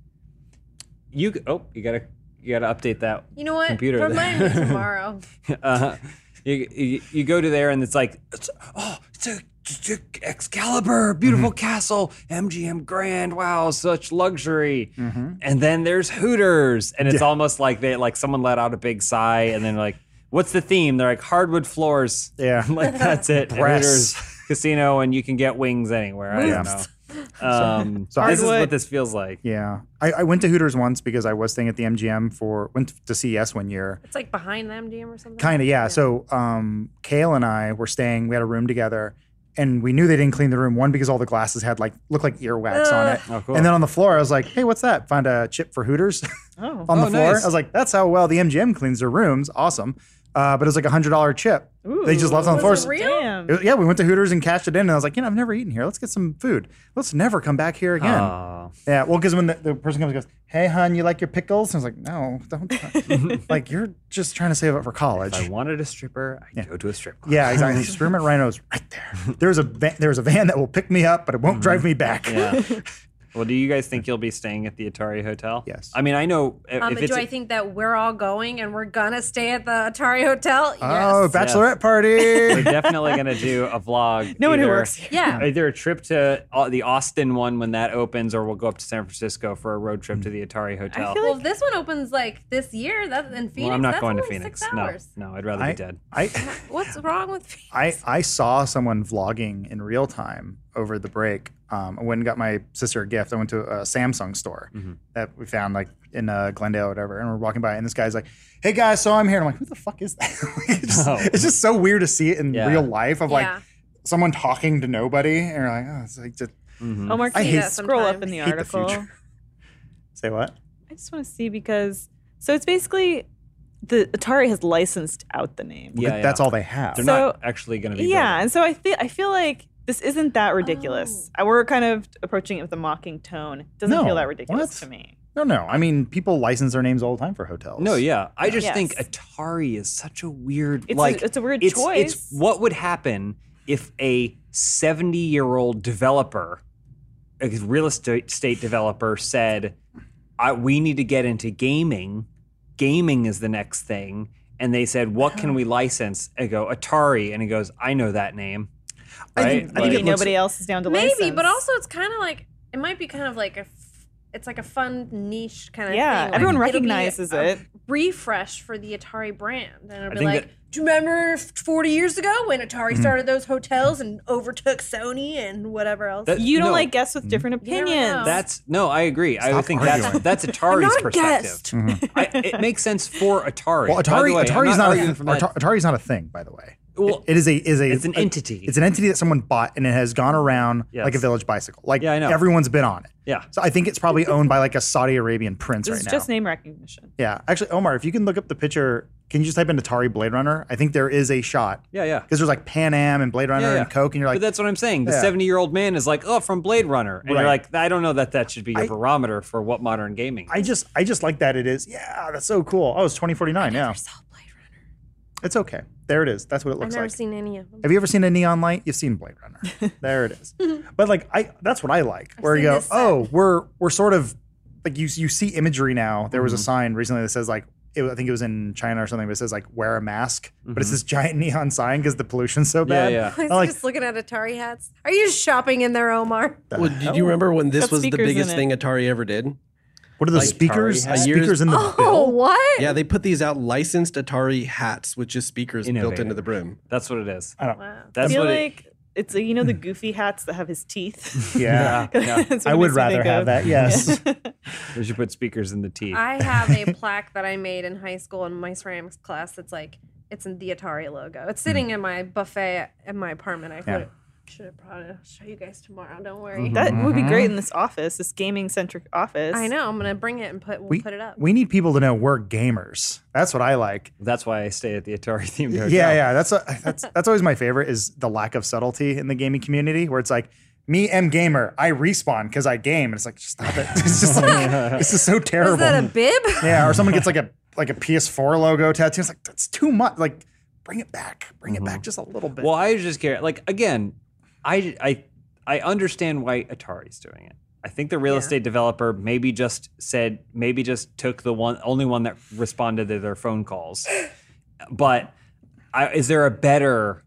[SPEAKER 1] you. Oh, you gotta you gotta update that
[SPEAKER 4] You know what?
[SPEAKER 1] Computer.
[SPEAKER 2] (laughs)
[SPEAKER 4] Remind me tomorrow.
[SPEAKER 1] uh, you, you you go to there and it's like it's, oh it's a, it's a Excalibur beautiful
[SPEAKER 2] Mm-hmm.
[SPEAKER 1] castle MGM Grand wow such luxury and then there's Hooters and it's almost like they like someone let out a big sigh and then like what's the theme they're like hardwood floors (laughs)
[SPEAKER 2] Yeah.
[SPEAKER 1] like that's
[SPEAKER 2] (laughs)
[SPEAKER 1] it And
[SPEAKER 2] Breasts.
[SPEAKER 1] Hooters casino and you can get wings anywhere I don't know
[SPEAKER 2] Boobs. (laughs)
[SPEAKER 1] um,
[SPEAKER 2] So-
[SPEAKER 1] this is what
[SPEAKER 3] Hardwood.
[SPEAKER 1] this feels like
[SPEAKER 2] Yeah. I, I went to Hooters once because I was staying at the MGM for went to CES one year.
[SPEAKER 4] It's like behind the MGM or something.
[SPEAKER 2] Kind of, yeah. So um, Kale and I were staying. We had a room together, and we knew they didn't clean the room. One because all the glasses had like looked like earwax on it.
[SPEAKER 1] oh cool
[SPEAKER 2] And then on the floor, I was like, "Hey, what's that?" Found a chip for Hooters (laughs)
[SPEAKER 3] Oh,
[SPEAKER 2] on
[SPEAKER 1] Oh,
[SPEAKER 2] the floor.
[SPEAKER 1] nice.
[SPEAKER 2] I was like, "That's how well the MGM cleans their rooms. Awesome." Uh, but it was like a hundred dollar chip.
[SPEAKER 3] oh,
[SPEAKER 2] They just left it on the floor.
[SPEAKER 4] Was it real?
[SPEAKER 3] Damn.
[SPEAKER 2] It was- yeah, we went to Hooters and cashed it in, and I was like, "You know, I've never eaten here. Let's get some food. Let's never come back here again."
[SPEAKER 1] Aw.
[SPEAKER 2] Yeah, well, because when the, the person comes and goes, "Hey, hun, you like your pickles?" And I was like, "No,
[SPEAKER 1] (laughs)
[SPEAKER 2] don't." like you're just trying to save up for college.
[SPEAKER 1] if I wanted a stripper I'd go to a strip club (laughs)
[SPEAKER 2] Yeah, exactly. Spearmint Rhino's right there. There's a van, there's a van that will pick me up, but it won't drive me back.
[SPEAKER 1] Mm-hmm.
[SPEAKER 3] (laughs)
[SPEAKER 1] Yeah. well, do you guys think you'll be staying at the Atari Hotel?
[SPEAKER 2] Yes.
[SPEAKER 1] I mean, I know i-
[SPEAKER 4] Um,
[SPEAKER 1] if
[SPEAKER 4] but
[SPEAKER 1] it's
[SPEAKER 4] do I think that we're all going and we're gonna stay at the Atari Hotel?
[SPEAKER 2] (laughs) Oh,
[SPEAKER 4] yes.
[SPEAKER 1] (laughs)
[SPEAKER 2] bachelorette
[SPEAKER 1] we're (laughs)
[SPEAKER 2] party.
[SPEAKER 1] definitely going to do a vlog.
[SPEAKER 3] No one who
[SPEAKER 1] either-
[SPEAKER 3] works here.
[SPEAKER 4] yeah.
[SPEAKER 1] Either a trip to uh, the Austin one when that opens, or we'll go up to San Francisco for a road trip to the Atari Hotel.
[SPEAKER 3] feel
[SPEAKER 4] Well, if this one opens like this year. That's in Phoenix.
[SPEAKER 1] well, I'm not
[SPEAKER 4] that's
[SPEAKER 1] going to
[SPEAKER 4] only
[SPEAKER 1] Phoenix.
[SPEAKER 4] Six
[SPEAKER 1] No, (laughs)
[SPEAKER 4] hours.
[SPEAKER 1] no, I'd rather
[SPEAKER 2] I-
[SPEAKER 1] be dead.
[SPEAKER 2] I,
[SPEAKER 4] What's wrong with Phoenix?
[SPEAKER 2] I I saw someone vlogging in real time over the break. Um, I went and got my sister a gift. I went to a Samsung store
[SPEAKER 1] Mm-hmm.
[SPEAKER 2] that we found like in uh, Glendale or whatever, and we're walking by, and this guy's like, "Hey guys, so I'm here." And I'm like, "Who the fuck is that?" (laughs) Like, it's, just,
[SPEAKER 1] No.
[SPEAKER 2] it's just so weird to see it in
[SPEAKER 1] Oh. Yeah.
[SPEAKER 2] real life of
[SPEAKER 4] Yeah.
[SPEAKER 2] like someone talking to nobody, and you're like, "Oh, it's like just
[SPEAKER 1] Mhm.
[SPEAKER 3] Oh, Mark,
[SPEAKER 2] I
[SPEAKER 3] can
[SPEAKER 2] hate-
[SPEAKER 3] you scroll up in the
[SPEAKER 2] hate the
[SPEAKER 3] article.
[SPEAKER 2] future. (laughs) say what?"
[SPEAKER 3] I just want to see because so it's basically the Atari has licensed out the name.
[SPEAKER 1] Yeah,
[SPEAKER 2] That's
[SPEAKER 1] yeah.
[SPEAKER 2] all they have.
[SPEAKER 1] They're
[SPEAKER 3] So-
[SPEAKER 1] not actually going to be.
[SPEAKER 3] Yeah,
[SPEAKER 1] building.
[SPEAKER 3] and so I feel I feel like this isn't that ridiculous.
[SPEAKER 4] Oh.
[SPEAKER 3] I- We're kind of approaching it with a mocking tone. It doesn't
[SPEAKER 2] No,
[SPEAKER 3] feel that ridiculous
[SPEAKER 2] what?
[SPEAKER 3] to me.
[SPEAKER 2] No, no. I mean, people license their names all the time for hotels.
[SPEAKER 1] No, yeah. I just
[SPEAKER 3] Yes.
[SPEAKER 1] think Atari is such a weird,
[SPEAKER 3] It's a-
[SPEAKER 1] like,
[SPEAKER 3] it's a weird
[SPEAKER 1] it's,
[SPEAKER 3] choice.
[SPEAKER 1] It's what would happen if a 70 year old developer, a real estate estate developer, said, I, We need to get into gaming. Gaming is the next thing. And they said, What can we license? I go, Atari. And he goes, I know that name.
[SPEAKER 2] I
[SPEAKER 1] Right?
[SPEAKER 2] think- I think
[SPEAKER 3] Maybe
[SPEAKER 2] it looks-
[SPEAKER 3] nobody else is down to
[SPEAKER 4] Maybe,
[SPEAKER 3] license.
[SPEAKER 4] but also it's kind of like it might be kind of like a. f- It's like a fun niche kind of
[SPEAKER 3] Yeah,
[SPEAKER 4] thing. like,
[SPEAKER 3] everyone
[SPEAKER 4] it'll be
[SPEAKER 3] recognizes
[SPEAKER 4] a (laughs)
[SPEAKER 3] it.
[SPEAKER 4] Refresh for the Atari brand, and it'll be
[SPEAKER 1] think Mm-hmm.
[SPEAKER 4] like, do you remember f- 40 years ago when Atari started those hotels and overtook Sony and whatever else?
[SPEAKER 1] That-
[SPEAKER 3] you
[SPEAKER 1] no,
[SPEAKER 3] don't
[SPEAKER 1] Mm-hmm.
[SPEAKER 3] like guests with different
[SPEAKER 4] never
[SPEAKER 3] opinions.
[SPEAKER 4] know.
[SPEAKER 1] That's no, I agree. I
[SPEAKER 2] Stop
[SPEAKER 1] think
[SPEAKER 2] arguing.
[SPEAKER 4] (laughs)
[SPEAKER 1] that's that's Atari's
[SPEAKER 4] not a
[SPEAKER 1] perspective. Mm-hmm.
[SPEAKER 4] guest.
[SPEAKER 1] I, it makes sense
[SPEAKER 2] (laughs)
[SPEAKER 1] for Atari.
[SPEAKER 2] Well,
[SPEAKER 1] By the
[SPEAKER 2] Atari,
[SPEAKER 1] way, I'm
[SPEAKER 2] Atari's not,
[SPEAKER 1] arguing
[SPEAKER 2] a,
[SPEAKER 1] from that-
[SPEAKER 2] Atar- Atari's not a thing, by the way.
[SPEAKER 1] Well,
[SPEAKER 2] It is a is a
[SPEAKER 1] It's an
[SPEAKER 2] a-
[SPEAKER 1] entity.
[SPEAKER 2] It's an entity that someone bought and it has gone around
[SPEAKER 1] Yes.
[SPEAKER 2] like a village bicycle. Like
[SPEAKER 1] Yeah, I know.
[SPEAKER 2] everyone's been on it.
[SPEAKER 1] yeah.
[SPEAKER 2] So I think it's probably owned by like a Saudi Arabian prince
[SPEAKER 3] This
[SPEAKER 2] right
[SPEAKER 3] is
[SPEAKER 2] now.
[SPEAKER 3] just name recognition.
[SPEAKER 2] yeah, actually, Omar, if you can look up the picture, can you just type in Atari Blade Runner? I think there is a shot
[SPEAKER 1] Yeah, yeah.
[SPEAKER 2] because there's like Pan Am and Blade Runner
[SPEAKER 1] Yeah, yeah.
[SPEAKER 2] and Coke, and you're
[SPEAKER 1] but
[SPEAKER 2] like,
[SPEAKER 1] that's what I'm saying. The
[SPEAKER 2] Yeah.
[SPEAKER 1] 70 year old man is like, oh, from Blade Runner. And you're
[SPEAKER 2] Right.
[SPEAKER 1] like, I don't know that that should be your
[SPEAKER 2] I-
[SPEAKER 1] barometer for what modern gaming
[SPEAKER 2] I just I just like that. It is. Yeah, that's so cool. Oh, it's 2049. Yeah,
[SPEAKER 4] saw Blade Runner.
[SPEAKER 2] it's okay. There it is. That's what it
[SPEAKER 4] I've
[SPEAKER 2] looks
[SPEAKER 4] never
[SPEAKER 2] like.
[SPEAKER 4] seen any of them.
[SPEAKER 2] Have you ever seen a neon light? You've seen Blade
[SPEAKER 4] (laughs)
[SPEAKER 2] Runner. there it is. But like I that's what I like. where you
[SPEAKER 4] seen
[SPEAKER 2] go,
[SPEAKER 4] this set.
[SPEAKER 2] "Oh, we're we're sort of like you you see imagery now. There
[SPEAKER 4] Mm-hmm.
[SPEAKER 2] was a sign recently that says like it, I think it was in China or something, but it says like wear a mask, but it's
[SPEAKER 4] Mm-hmm.
[SPEAKER 2] this giant (laughs) neon sign because the pollution's so
[SPEAKER 1] Yeah,
[SPEAKER 2] bad.
[SPEAKER 1] yeah.
[SPEAKER 4] I was
[SPEAKER 2] I like-
[SPEAKER 4] just looking at Atari hats. Are you shopping in there, Omar?
[SPEAKER 5] Well, did you remember when this
[SPEAKER 3] Got
[SPEAKER 5] was the
[SPEAKER 3] speakers in
[SPEAKER 5] biggest
[SPEAKER 3] it.
[SPEAKER 5] thing Atari ever did?
[SPEAKER 2] What are the
[SPEAKER 5] Like
[SPEAKER 2] speakers?
[SPEAKER 5] Atari had-
[SPEAKER 2] Speakers in the
[SPEAKER 4] (laughs) Oh,
[SPEAKER 2] bill?
[SPEAKER 4] what?
[SPEAKER 5] Yeah, they put these out licensed Atari hats with just speakers built into
[SPEAKER 1] Innovative.
[SPEAKER 5] the brim.
[SPEAKER 1] That's what it is.
[SPEAKER 2] I don't.
[SPEAKER 4] Wow.
[SPEAKER 3] I
[SPEAKER 1] That's
[SPEAKER 3] feel
[SPEAKER 1] what it,
[SPEAKER 3] like it's you
[SPEAKER 1] (laughs)
[SPEAKER 3] know the goofy hats that have his teeth. (laughs)
[SPEAKER 2] Yeah.
[SPEAKER 1] yeah.
[SPEAKER 3] That's what
[SPEAKER 2] I
[SPEAKER 3] it
[SPEAKER 2] would
[SPEAKER 3] makes me
[SPEAKER 2] rather
[SPEAKER 3] think
[SPEAKER 2] have
[SPEAKER 3] of.
[SPEAKER 2] that. Yes.
[SPEAKER 4] (laughs)
[SPEAKER 1] We should put speakers in the T.
[SPEAKER 4] I have a plaque that I made in high school in my ceramics class that's like, it's in the Atari logo. It's sitting in my buffet in my apartment. I
[SPEAKER 2] Yeah.
[SPEAKER 4] should have brought it. I'll show you guys tomorrow. Don't worry.
[SPEAKER 3] (laughs) That would be
[SPEAKER 1] Mm-hmm.
[SPEAKER 3] great in this office, this gaming centric office.
[SPEAKER 4] I know. I'm going to bring it and put, we'll
[SPEAKER 2] we
[SPEAKER 4] put it up.
[SPEAKER 2] we need people to know we're gamers. That's what I like.
[SPEAKER 1] That's why I stay at the Atari themed hotel.
[SPEAKER 3] (laughs)
[SPEAKER 2] Yeah, yeah. That's a, that's that's always my favorite is the lack of subtlety in the gaming community, where it's like me M gamer, I respawn because I game. And it's like, stop it. (laughs) It's just
[SPEAKER 3] (laughs)
[SPEAKER 2] like, this is so terrible.
[SPEAKER 4] Is that a bib?
[SPEAKER 2] yeah, or someone gets like a like a PS4 logo tattoo. It's like that's too much. Like, bring it back. Bring it
[SPEAKER 3] Mm-hmm.
[SPEAKER 2] back just a little bit.
[SPEAKER 1] Well, I was just curious. Like again, I I I understand why Atari's doing it. I think the real
[SPEAKER 4] Yeah.
[SPEAKER 1] estate developer maybe just said maybe just took the one only one that responded to their phone calls. But I, is there a better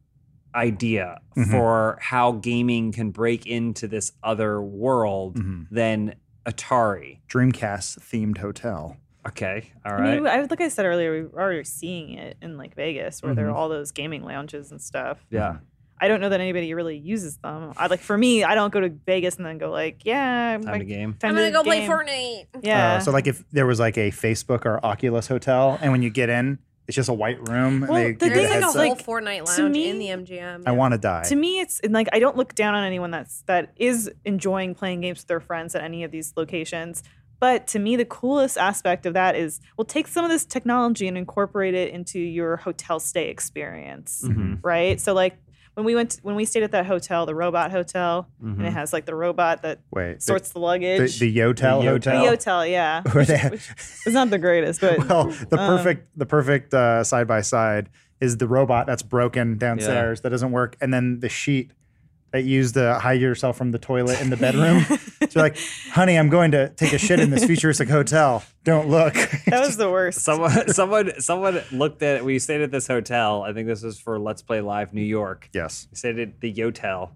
[SPEAKER 1] idea
[SPEAKER 2] Mhm.
[SPEAKER 1] for how gaming can break into this other world
[SPEAKER 2] Mhm.
[SPEAKER 1] than Atari?
[SPEAKER 2] Dreamcast themed hotel.
[SPEAKER 1] Okay, all
[SPEAKER 3] I mean,
[SPEAKER 1] right.
[SPEAKER 3] I, like I said earlier, we we're already seeing it in like Vegas, where there are all those gaming lounges and stuff.
[SPEAKER 1] Mm-hmm.
[SPEAKER 2] Uh,
[SPEAKER 1] Yeah,
[SPEAKER 3] I don't know that anybody really uses them. I like for me, I don't go to Vegas and then go like, yeah, I'm,
[SPEAKER 1] time to game.
[SPEAKER 4] I'm gonna go play Fortnite.
[SPEAKER 3] Yeah.
[SPEAKER 2] Uh, so like if there was like a Facebook or Oculus hotel, and when you get in, it's just a white room.
[SPEAKER 3] Well,
[SPEAKER 2] and they
[SPEAKER 3] the
[SPEAKER 4] There's
[SPEAKER 2] give you the
[SPEAKER 3] thing
[SPEAKER 4] like a
[SPEAKER 3] is,
[SPEAKER 2] headset.
[SPEAKER 4] whole
[SPEAKER 3] like,
[SPEAKER 4] Fortnite
[SPEAKER 3] to
[SPEAKER 4] lounge
[SPEAKER 3] me-
[SPEAKER 4] in the MGM.
[SPEAKER 2] I want to die.
[SPEAKER 3] to me, it's and like I don't look down on anyone that's that is enjoying playing games with their friends at any of these locations. But to me, the coolest aspect of that is, well, take some of this technology and incorporate it into your hotel stay experience,
[SPEAKER 1] Mhm,
[SPEAKER 3] right? So like when we went when we stayed at that hotel, the Robot Hotel, and
[SPEAKER 1] mhm.
[SPEAKER 3] it has like the robot that
[SPEAKER 2] Wait, the,
[SPEAKER 3] sorts the luggage.
[SPEAKER 2] the, the Yotel
[SPEAKER 1] The Yotel.
[SPEAKER 3] The
[SPEAKER 2] hotel. (laughs)
[SPEAKER 1] (laughs)
[SPEAKER 3] Yotel, yeah.
[SPEAKER 2] Where they have-
[SPEAKER 3] Which is not the greatest, but
[SPEAKER 2] (laughs) well, the
[SPEAKER 3] Um,
[SPEAKER 2] perfect the perfect uh, side by side is the robot that's broken downstairs that doesn't work, and then the sheet that you use to hide yourself from the toilet in the bedroom.
[SPEAKER 1] (laughs)
[SPEAKER 2] so you're like, honey, I'm going to take a shit in this futuristic hotel. Don't look. (laughs)
[SPEAKER 3] that was the worst.
[SPEAKER 1] Someone, (laughs) someone, someone looked at. We stayed at this hotel. I think this was for Let's Play Live New York.
[SPEAKER 2] yes.
[SPEAKER 1] We stayed at the Yotel,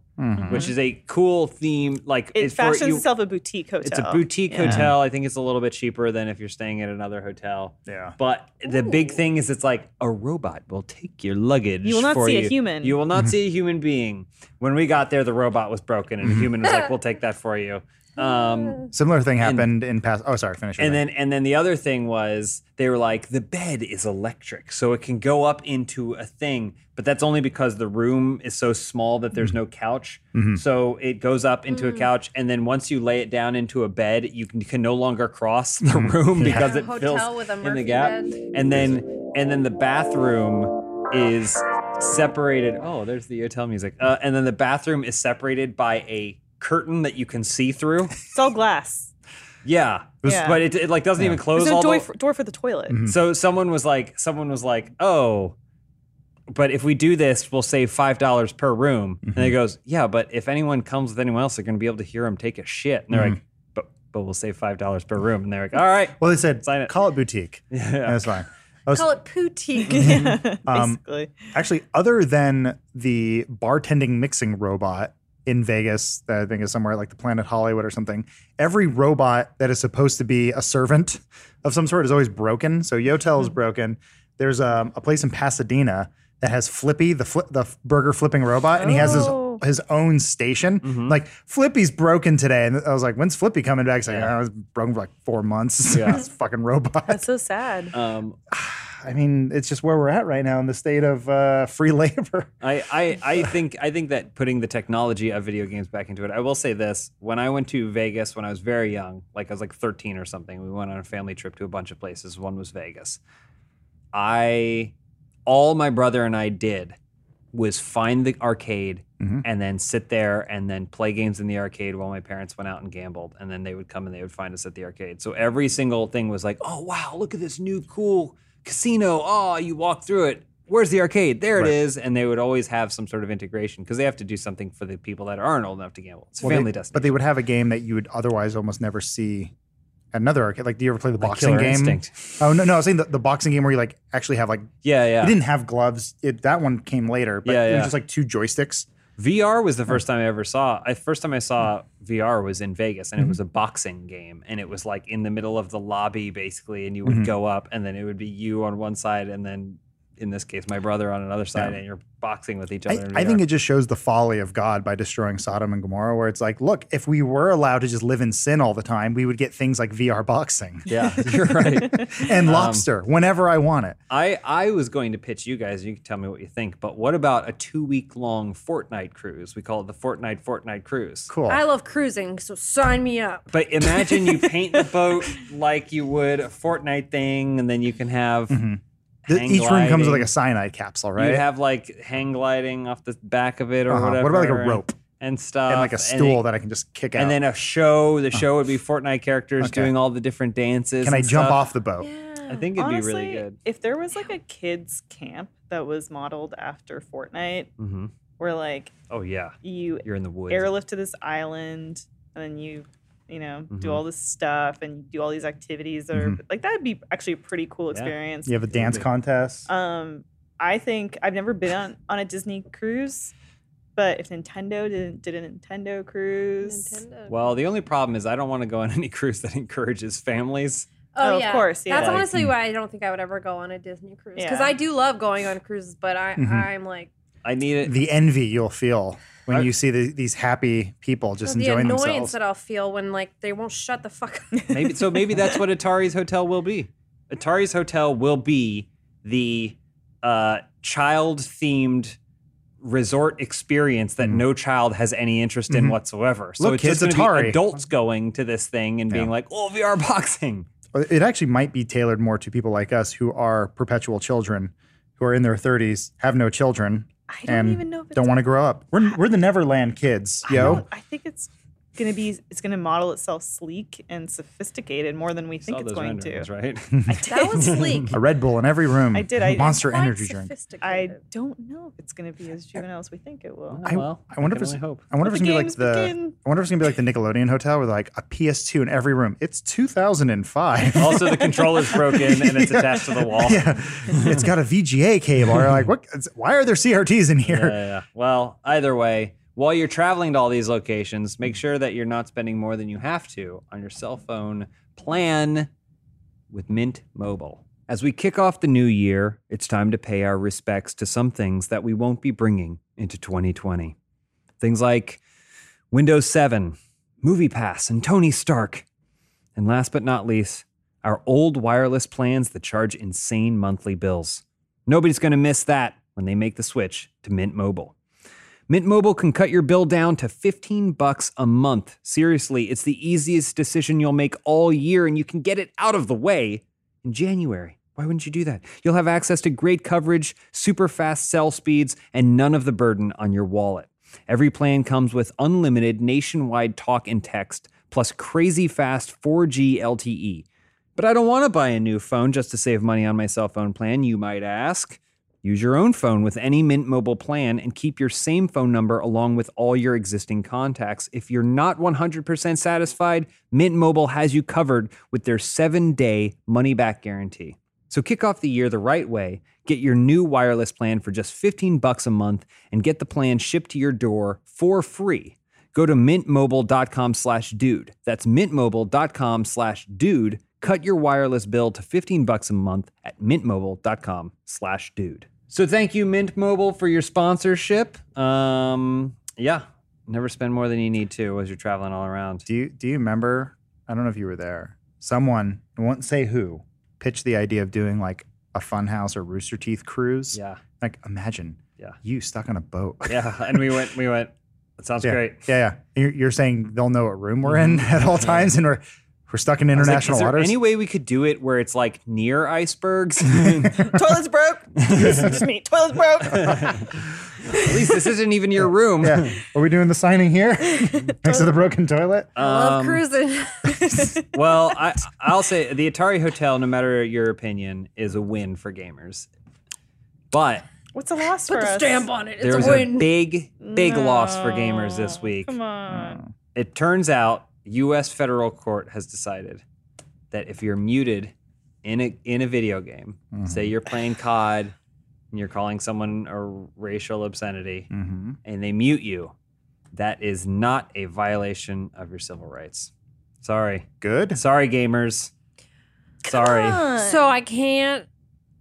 [SPEAKER 1] which is a cool theme. Like
[SPEAKER 3] it
[SPEAKER 1] it's for
[SPEAKER 3] fashions
[SPEAKER 1] you-
[SPEAKER 3] itself a boutique hotel.
[SPEAKER 1] It's a boutique
[SPEAKER 3] Yeah.
[SPEAKER 1] hotel. I think it's a little bit cheaper than if you're staying at another hotel.
[SPEAKER 2] Yeah.
[SPEAKER 1] But the big thing is, it's like a robot will take your luggage.
[SPEAKER 3] You will not
[SPEAKER 1] for
[SPEAKER 3] see a
[SPEAKER 1] you.
[SPEAKER 3] human.
[SPEAKER 1] You will not see a human being. When we got there, the robot was broken, and the human was
[SPEAKER 3] (laughs)
[SPEAKER 1] like, "We'll take that for you." Um,
[SPEAKER 2] Similar thing happened in past. Oh, sorry. Finish. your
[SPEAKER 1] and
[SPEAKER 2] thing.
[SPEAKER 1] then and then the other thing was they were like the bed is electric, so it can go up into a thing, but that's only because the room is so small that there's no couch. So it goes up into
[SPEAKER 4] Mm.
[SPEAKER 1] a couch, and then once you lay it down into a bed, you can, can no longer cross the room because
[SPEAKER 4] A
[SPEAKER 1] it
[SPEAKER 4] hotel
[SPEAKER 1] fills
[SPEAKER 4] with a
[SPEAKER 1] in the
[SPEAKER 4] Murphy
[SPEAKER 1] gap.
[SPEAKER 4] bed.
[SPEAKER 1] And then and then the bathroom is separated. Oh, there's the hotel music. Uh, and then the bathroom is separated by a curtain that you can see through.
[SPEAKER 3] It's all glass.
[SPEAKER 1] Yeah.
[SPEAKER 3] Yeah.
[SPEAKER 1] But it, it like doesn't even close
[SPEAKER 3] There's no
[SPEAKER 1] all
[SPEAKER 3] door
[SPEAKER 1] the Mm-hmm.
[SPEAKER 3] for, door for the toilet. (laughs)
[SPEAKER 1] so someone was like, someone was like, oh, but if we do this, we'll save five dollars per room. And he goes, yeah, but if anyone comes with anyone else, they're going to be able to hear him take a shit. And they're like, but but we'll save five dollars per room. And they're like, all right,
[SPEAKER 2] well, they said
[SPEAKER 1] Sign it.
[SPEAKER 2] call it boutique.
[SPEAKER 1] (laughs) yeah,
[SPEAKER 2] That's fine.
[SPEAKER 4] Call it boutique.
[SPEAKER 1] Mm-hmm.
[SPEAKER 2] Um,
[SPEAKER 3] Basically,
[SPEAKER 2] Actually, other than the bartending mixing robot in Vegas, that I think is somewhere like the Planet Hollywood or something, every robot that is supposed to be a servant (laughs) of some sort is always broken. So Yotel is broken. There's um, a place in Pasadena that has Flippy, the fli- the f- burger flipping robot, and he has his
[SPEAKER 3] Oh.
[SPEAKER 2] his own station.
[SPEAKER 1] Mm-hmm.
[SPEAKER 2] Like Flippy's broken today, and I was like, "When's Flippy coming back?" It's like,
[SPEAKER 1] Yeah.
[SPEAKER 2] "Oh, it's broken for like four months." (laughs)
[SPEAKER 1] Yeah.
[SPEAKER 2] this fucking robot. (laughs)
[SPEAKER 3] that's
[SPEAKER 1] (laughs)
[SPEAKER 3] so sad.
[SPEAKER 1] um,
[SPEAKER 2] I mean, it's just where we're at right now in the state of uh, free (laughs) labor.
[SPEAKER 1] I, I I think I think that putting the technology of video games back into it. I will say this: when I went to Vegas when I was very young, like I was like 13 or something, we went on a family trip to a bunch of places. One was Vegas. I, all my brother and I did was find the arcade
[SPEAKER 2] Mhm.
[SPEAKER 1] and then sit there and then play games in the arcade while my parents went out and gambled and then they would come and they would find us at the arcade. So every single thing was like, "Oh wow, look at this new cool casino. Oh, you walk through it. Where's the arcade? There
[SPEAKER 2] Right.
[SPEAKER 1] it is." And they would always have some sort of integration because they have to do something for the people that aren't old enough to gamble. It's a
[SPEAKER 2] Well,
[SPEAKER 1] family
[SPEAKER 2] they,
[SPEAKER 1] destination.
[SPEAKER 2] But they would have a game that you would otherwise almost never see at another arcade. Like, do you ever play the boxing
[SPEAKER 1] Killer
[SPEAKER 2] game?
[SPEAKER 1] Instinct.
[SPEAKER 2] Oh no, no, I was saying the, the boxing game where you like actually have like
[SPEAKER 1] Yeah, yeah.
[SPEAKER 2] we didn't have gloves. It, that one came later, but
[SPEAKER 1] Yeah,
[SPEAKER 2] it
[SPEAKER 1] yeah.
[SPEAKER 2] was just like two joysticks.
[SPEAKER 1] VR was the first time I ever saw. I first time I saw
[SPEAKER 2] Hmm.
[SPEAKER 1] VR was in Vegas, and it
[SPEAKER 2] Mm-hmm.
[SPEAKER 1] was a boxing game, and it was like in the middle of the lobby basically, and you would
[SPEAKER 2] Mhm.
[SPEAKER 1] go up, and then it would be you on one side, and then in this case my brother on another side,
[SPEAKER 2] Yeah.
[SPEAKER 1] and you're boxing with each
[SPEAKER 2] I,
[SPEAKER 1] other.
[SPEAKER 2] I think it just shows the folly of God by destroying Sodom and Gomorrah, where it's like, look, if we were allowed to just live in sin all the time, we would get things like VR boxing
[SPEAKER 1] (laughs) yeah, Um, you're right.
[SPEAKER 2] (laughs) and lobster whenever I want it.
[SPEAKER 1] I I was going to pitch you guys, and you can tell me what you think. But what about a two week long Fortnite cruise? We call it the Fortnite Fortnite cruise.
[SPEAKER 2] Cool.
[SPEAKER 4] I love cruising, so sign me up.
[SPEAKER 1] But imagine you paint
[SPEAKER 2] (laughs)
[SPEAKER 1] the boat like you would a Fortnite thing, and then you can have.
[SPEAKER 2] Mm-hmm. The-
[SPEAKER 1] hang
[SPEAKER 2] each room comes with
[SPEAKER 1] gliding.
[SPEAKER 2] like a cyanide capsule, right?
[SPEAKER 1] You'd have like hang gliding off the back of it or
[SPEAKER 2] Uh-huh.
[SPEAKER 1] whatever.
[SPEAKER 2] What about like a rope?
[SPEAKER 1] and stuff,
[SPEAKER 2] and like a
[SPEAKER 1] they-
[SPEAKER 2] stool that I can just kick out.
[SPEAKER 1] and then a show. The show would be Fortnite characters
[SPEAKER 2] Okay.
[SPEAKER 1] doing all the different dances.
[SPEAKER 2] can I
[SPEAKER 1] and
[SPEAKER 2] jump
[SPEAKER 1] stuff.
[SPEAKER 2] off the boat?
[SPEAKER 4] Yeah.
[SPEAKER 1] I think it'd
[SPEAKER 3] Honestly,
[SPEAKER 1] be really good.
[SPEAKER 3] if there was like a kids camp that was modeled after Fortnite,
[SPEAKER 1] hmm
[SPEAKER 3] where like
[SPEAKER 1] Oh yeah,
[SPEAKER 3] you
[SPEAKER 1] you're in the woods.
[SPEAKER 3] airlift to this island and then you you know
[SPEAKER 1] Mhm.
[SPEAKER 3] do all this stuff and do all these activities that
[SPEAKER 1] Mm-hmm.
[SPEAKER 3] are like that'd be actually a pretty cool experience
[SPEAKER 2] You have a dance
[SPEAKER 1] Absolutely.
[SPEAKER 2] contest.
[SPEAKER 3] um i think i've never been on on a disney cruise but if nintendo did, did a nintendo cruise
[SPEAKER 4] Nintendo.
[SPEAKER 1] Well, the only problem is I don't want to go on any (laughs) cruise that encourages families.
[SPEAKER 3] Oh, of course, yeah.
[SPEAKER 4] That's
[SPEAKER 1] Like,
[SPEAKER 4] honestly why I don't think I would ever go on a Disney cruise because
[SPEAKER 3] Yeah.
[SPEAKER 4] I do love going on cruises, but I,
[SPEAKER 2] Mhm.
[SPEAKER 4] I'm like
[SPEAKER 1] I need it.
[SPEAKER 2] the envy you'll feel when
[SPEAKER 1] I-
[SPEAKER 2] you see the, these happy people just
[SPEAKER 4] the
[SPEAKER 2] enjoying
[SPEAKER 4] annoyance
[SPEAKER 2] themselves.
[SPEAKER 4] that I'll feel when like they won't shut the fuck
[SPEAKER 1] (laughs)
[SPEAKER 4] up. (laughs)
[SPEAKER 1] Maybe so. Maybe that's what Atari's hotel will be. Atari's hotel will be the uh, child-themed resort experience that
[SPEAKER 2] Mhm.
[SPEAKER 1] no child has any interest in
[SPEAKER 2] Mhm.
[SPEAKER 1] whatsoever. So
[SPEAKER 2] Look,
[SPEAKER 1] it's just
[SPEAKER 2] kids,
[SPEAKER 1] gonna be
[SPEAKER 2] Atari.
[SPEAKER 1] adults going to this thing and being
[SPEAKER 2] Yeah.
[SPEAKER 1] like, "Oh, VR boxing."
[SPEAKER 2] Uh, It actually might be tailored more to people like us who are perpetual children, who are in their 30s, have no children,
[SPEAKER 3] i don't
[SPEAKER 2] and
[SPEAKER 3] even know if it's
[SPEAKER 2] don't want to grow up. We're, we're the Neverland kids,
[SPEAKER 3] I
[SPEAKER 2] yo.
[SPEAKER 3] don't- I, think it's gonna be it's gonna model itself sleek and sophisticated more than we think
[SPEAKER 1] Saw
[SPEAKER 3] it's
[SPEAKER 1] those
[SPEAKER 3] going to
[SPEAKER 1] renderings, right?
[SPEAKER 3] I did.
[SPEAKER 4] That was sleek.
[SPEAKER 2] A Red Bull in every room.
[SPEAKER 3] I did, I-
[SPEAKER 2] Monster
[SPEAKER 4] Quite
[SPEAKER 2] energy drink.
[SPEAKER 3] i
[SPEAKER 4] sophisticated.
[SPEAKER 3] don't know if it's gonna be as juvenile as we think it will
[SPEAKER 2] (laughs) I-
[SPEAKER 1] Oh, well,
[SPEAKER 2] I wonder
[SPEAKER 1] can
[SPEAKER 2] if it's-
[SPEAKER 1] only hope.
[SPEAKER 2] I wonder
[SPEAKER 3] Let
[SPEAKER 2] if
[SPEAKER 3] the
[SPEAKER 2] it's gonna be like
[SPEAKER 3] games
[SPEAKER 2] the.
[SPEAKER 3] begin.
[SPEAKER 2] I wonder if it's gonna be like the Nickelodeon hotel with like a PS2 in every room. It's 2005.
[SPEAKER 1] Also, the controller's broken and
[SPEAKER 2] (laughs)
[SPEAKER 1] it's
[SPEAKER 2] Yeah.
[SPEAKER 1] attached to the wall.
[SPEAKER 2] yeah, it's got a VGA cable. You're like, what? it's- Why are there CRTs
[SPEAKER 1] (laughs)
[SPEAKER 2] in
[SPEAKER 1] Yeah,
[SPEAKER 2] here?
[SPEAKER 1] yeah, yeah. Well, either way, while you're traveling to all these locations, make sure that you're not spending more than you have to on your cell phone plan with Mint Mobile. As we kick off the new year, it's time to pay our respects to some things that we won't be bringing into 2020. Things like Windows 7, Movie Pass, and Tony Stark. And last but not least, our old wireless plans that charge insane monthly bills. Nobody's going to miss that when they make the switch to Mint Mobile. Mint Mobile can cut your bill down to 15 bucks a month. Seriously, it's the easiest decision you'll make all year and you can get it out of the way in January. Why wouldn't you do that? You'll have access to great coverage, super fast cell speeds, and none of the burden on your wallet. Every plan comes with unlimited nationwide talk and text, plus crazy fast 4G LTE. But I don't want to buy a new phone just to save money on my cell phone plan, you might ask. Use your own phone with any Mint Mobile plan and keep your same phone number along with all your existing contacts. If you're not 100% satisfied, Mint Mobile has you covered with their seven day money back guarantee. So kick off the year the right way. Get your new wireless plan for just 15 bucks a month and get the plan shipped to your door for free. Go to mintmobile.com slash dude. That's mintmobile.com slash dude. Cut your wireless bill to 15 bucks a month at mintmobile.com slash dude. So thank you, Mint Mobile, for your sponsorship. Um, yeah, never spend more than you need to as you're traveling all around.
[SPEAKER 2] Do you do you remember? I don't know if you were there. Someone I won't say who pitched the idea of doing like a Funhouse or Rooster Teeth cruise.
[SPEAKER 1] Yeah,
[SPEAKER 2] Like imagine,
[SPEAKER 1] Yeah.
[SPEAKER 2] you stuck on a boat.
[SPEAKER 1] yeah. And we went, we went, that sounds
[SPEAKER 2] Yeah.
[SPEAKER 1] great.
[SPEAKER 2] (laughs) Yeah, yeah. You're, you're saying they'll know what room we're in (laughs) at all times, and we're we're stuck in
[SPEAKER 1] Mm-hmm. I was like,
[SPEAKER 2] international
[SPEAKER 1] is there
[SPEAKER 2] waters.
[SPEAKER 1] Any way we could do it where it's like near icebergs?
[SPEAKER 3] (laughs)
[SPEAKER 1] (laughs)
[SPEAKER 3] toilet's broke It's just me toilet's broke
[SPEAKER 1] At least this isn't even your room.
[SPEAKER 2] (laughs) yeah. Are we doing the
[SPEAKER 1] (laughs)
[SPEAKER 2] signing here (laughs) next to the broken toilet?
[SPEAKER 4] I love
[SPEAKER 1] Um,
[SPEAKER 4] cruising. (laughs)
[SPEAKER 1] well, I, I'll say the Atari Hotel, no matter your opinion, is a win for gamers. But
[SPEAKER 3] what's a loss for
[SPEAKER 4] Put the
[SPEAKER 3] us
[SPEAKER 4] stamp on it. It's
[SPEAKER 1] there was
[SPEAKER 4] a
[SPEAKER 1] a
[SPEAKER 4] win.
[SPEAKER 1] big, big loss for
[SPEAKER 3] No,
[SPEAKER 1] gamers this week. Mm.
[SPEAKER 3] come on
[SPEAKER 1] It turns out U.S. federal court has decided that if you're muted in a in a video game,
[SPEAKER 2] Oh, mm-hmm.
[SPEAKER 1] say you're playing COD and you're calling someone a racial obscenity,
[SPEAKER 2] Mm-hmm.
[SPEAKER 1] and they mute you, that is not a violation of your civil rights. Sorry,
[SPEAKER 2] Good.
[SPEAKER 1] sorry, gamers. Sorry.
[SPEAKER 4] So I can't.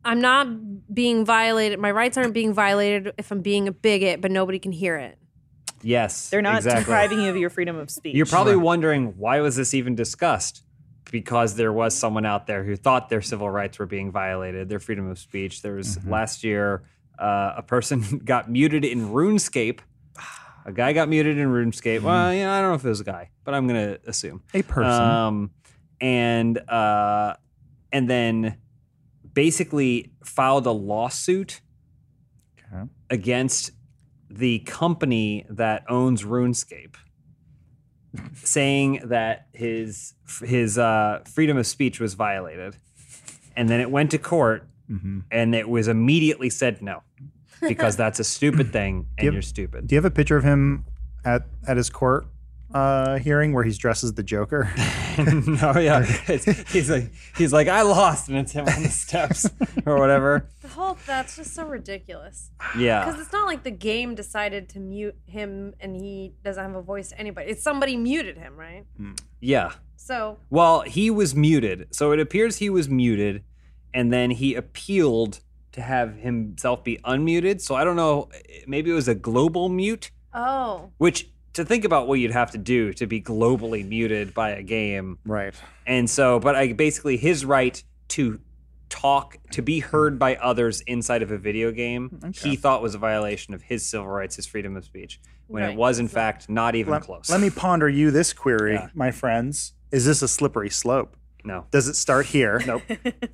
[SPEAKER 4] I'm not being violated. My rights aren't being violated if I'm being a bigot, but nobody can hear it.
[SPEAKER 1] Yes.
[SPEAKER 3] they're not
[SPEAKER 1] exactly.
[SPEAKER 3] depriving you of your freedom of speech
[SPEAKER 1] You're probably
[SPEAKER 3] (laughs)
[SPEAKER 1] (laughs) wondering why was this even discussed? Because there was someone out there who thought their civil rights were being violated, their freedom of speech. There was last year uh, a person (laughs) got muted in RuneScape. A guy got muted in RuneScape. Well, you know, I don't know if it was a guy, but I'm gonna assume
[SPEAKER 2] A person.
[SPEAKER 1] Um, and uh, and then basically filed a lawsuit
[SPEAKER 2] Okay.
[SPEAKER 1] against the company that owns RuneScape saying that his his uh, freedom of speech was violated, and then it went to court,
[SPEAKER 2] Mm-hmm.
[SPEAKER 1] and it was immediately said no because that's a stupid thing, and
[SPEAKER 2] Yep.
[SPEAKER 1] you're stupid. (laughs)
[SPEAKER 2] (laughs) Do you have a picture of him at at his court uh, hearing where he's dressed as
[SPEAKER 1] (laughs)
[SPEAKER 2] the Joker?
[SPEAKER 1] no, yeah, It's- he's like he's like I lost, and it's him on the
[SPEAKER 2] (laughs)
[SPEAKER 1] steps or whatever.
[SPEAKER 4] The whole that's just so ridiculous. (laughs)
[SPEAKER 1] Yeah,
[SPEAKER 4] Because it's not like the game decided to mute him and he doesn't have a voice to anybody. It's somebody muted him, right?
[SPEAKER 1] yeah.
[SPEAKER 4] So
[SPEAKER 1] Well, he was muted. So it appears he was muted and then he appealed to have himself be unmuted. So I don't know, maybe it was a global mute, (laughs)
[SPEAKER 4] oh.
[SPEAKER 1] which to think about what you'd have to do to be globally muted by a game.
[SPEAKER 2] right.
[SPEAKER 1] And so, but I basically his right to talk to be heard by others inside of a video game he thought was a violation of his civil rights his freedom of speech when
[SPEAKER 4] Right.
[SPEAKER 1] it was in fact not even
[SPEAKER 2] Let,
[SPEAKER 1] close
[SPEAKER 2] let me ponder you this query,
[SPEAKER 1] Yeah.
[SPEAKER 2] my friends. Is this a slippery slope?
[SPEAKER 1] no
[SPEAKER 2] Does it start here?
[SPEAKER 1] (laughs) Nope.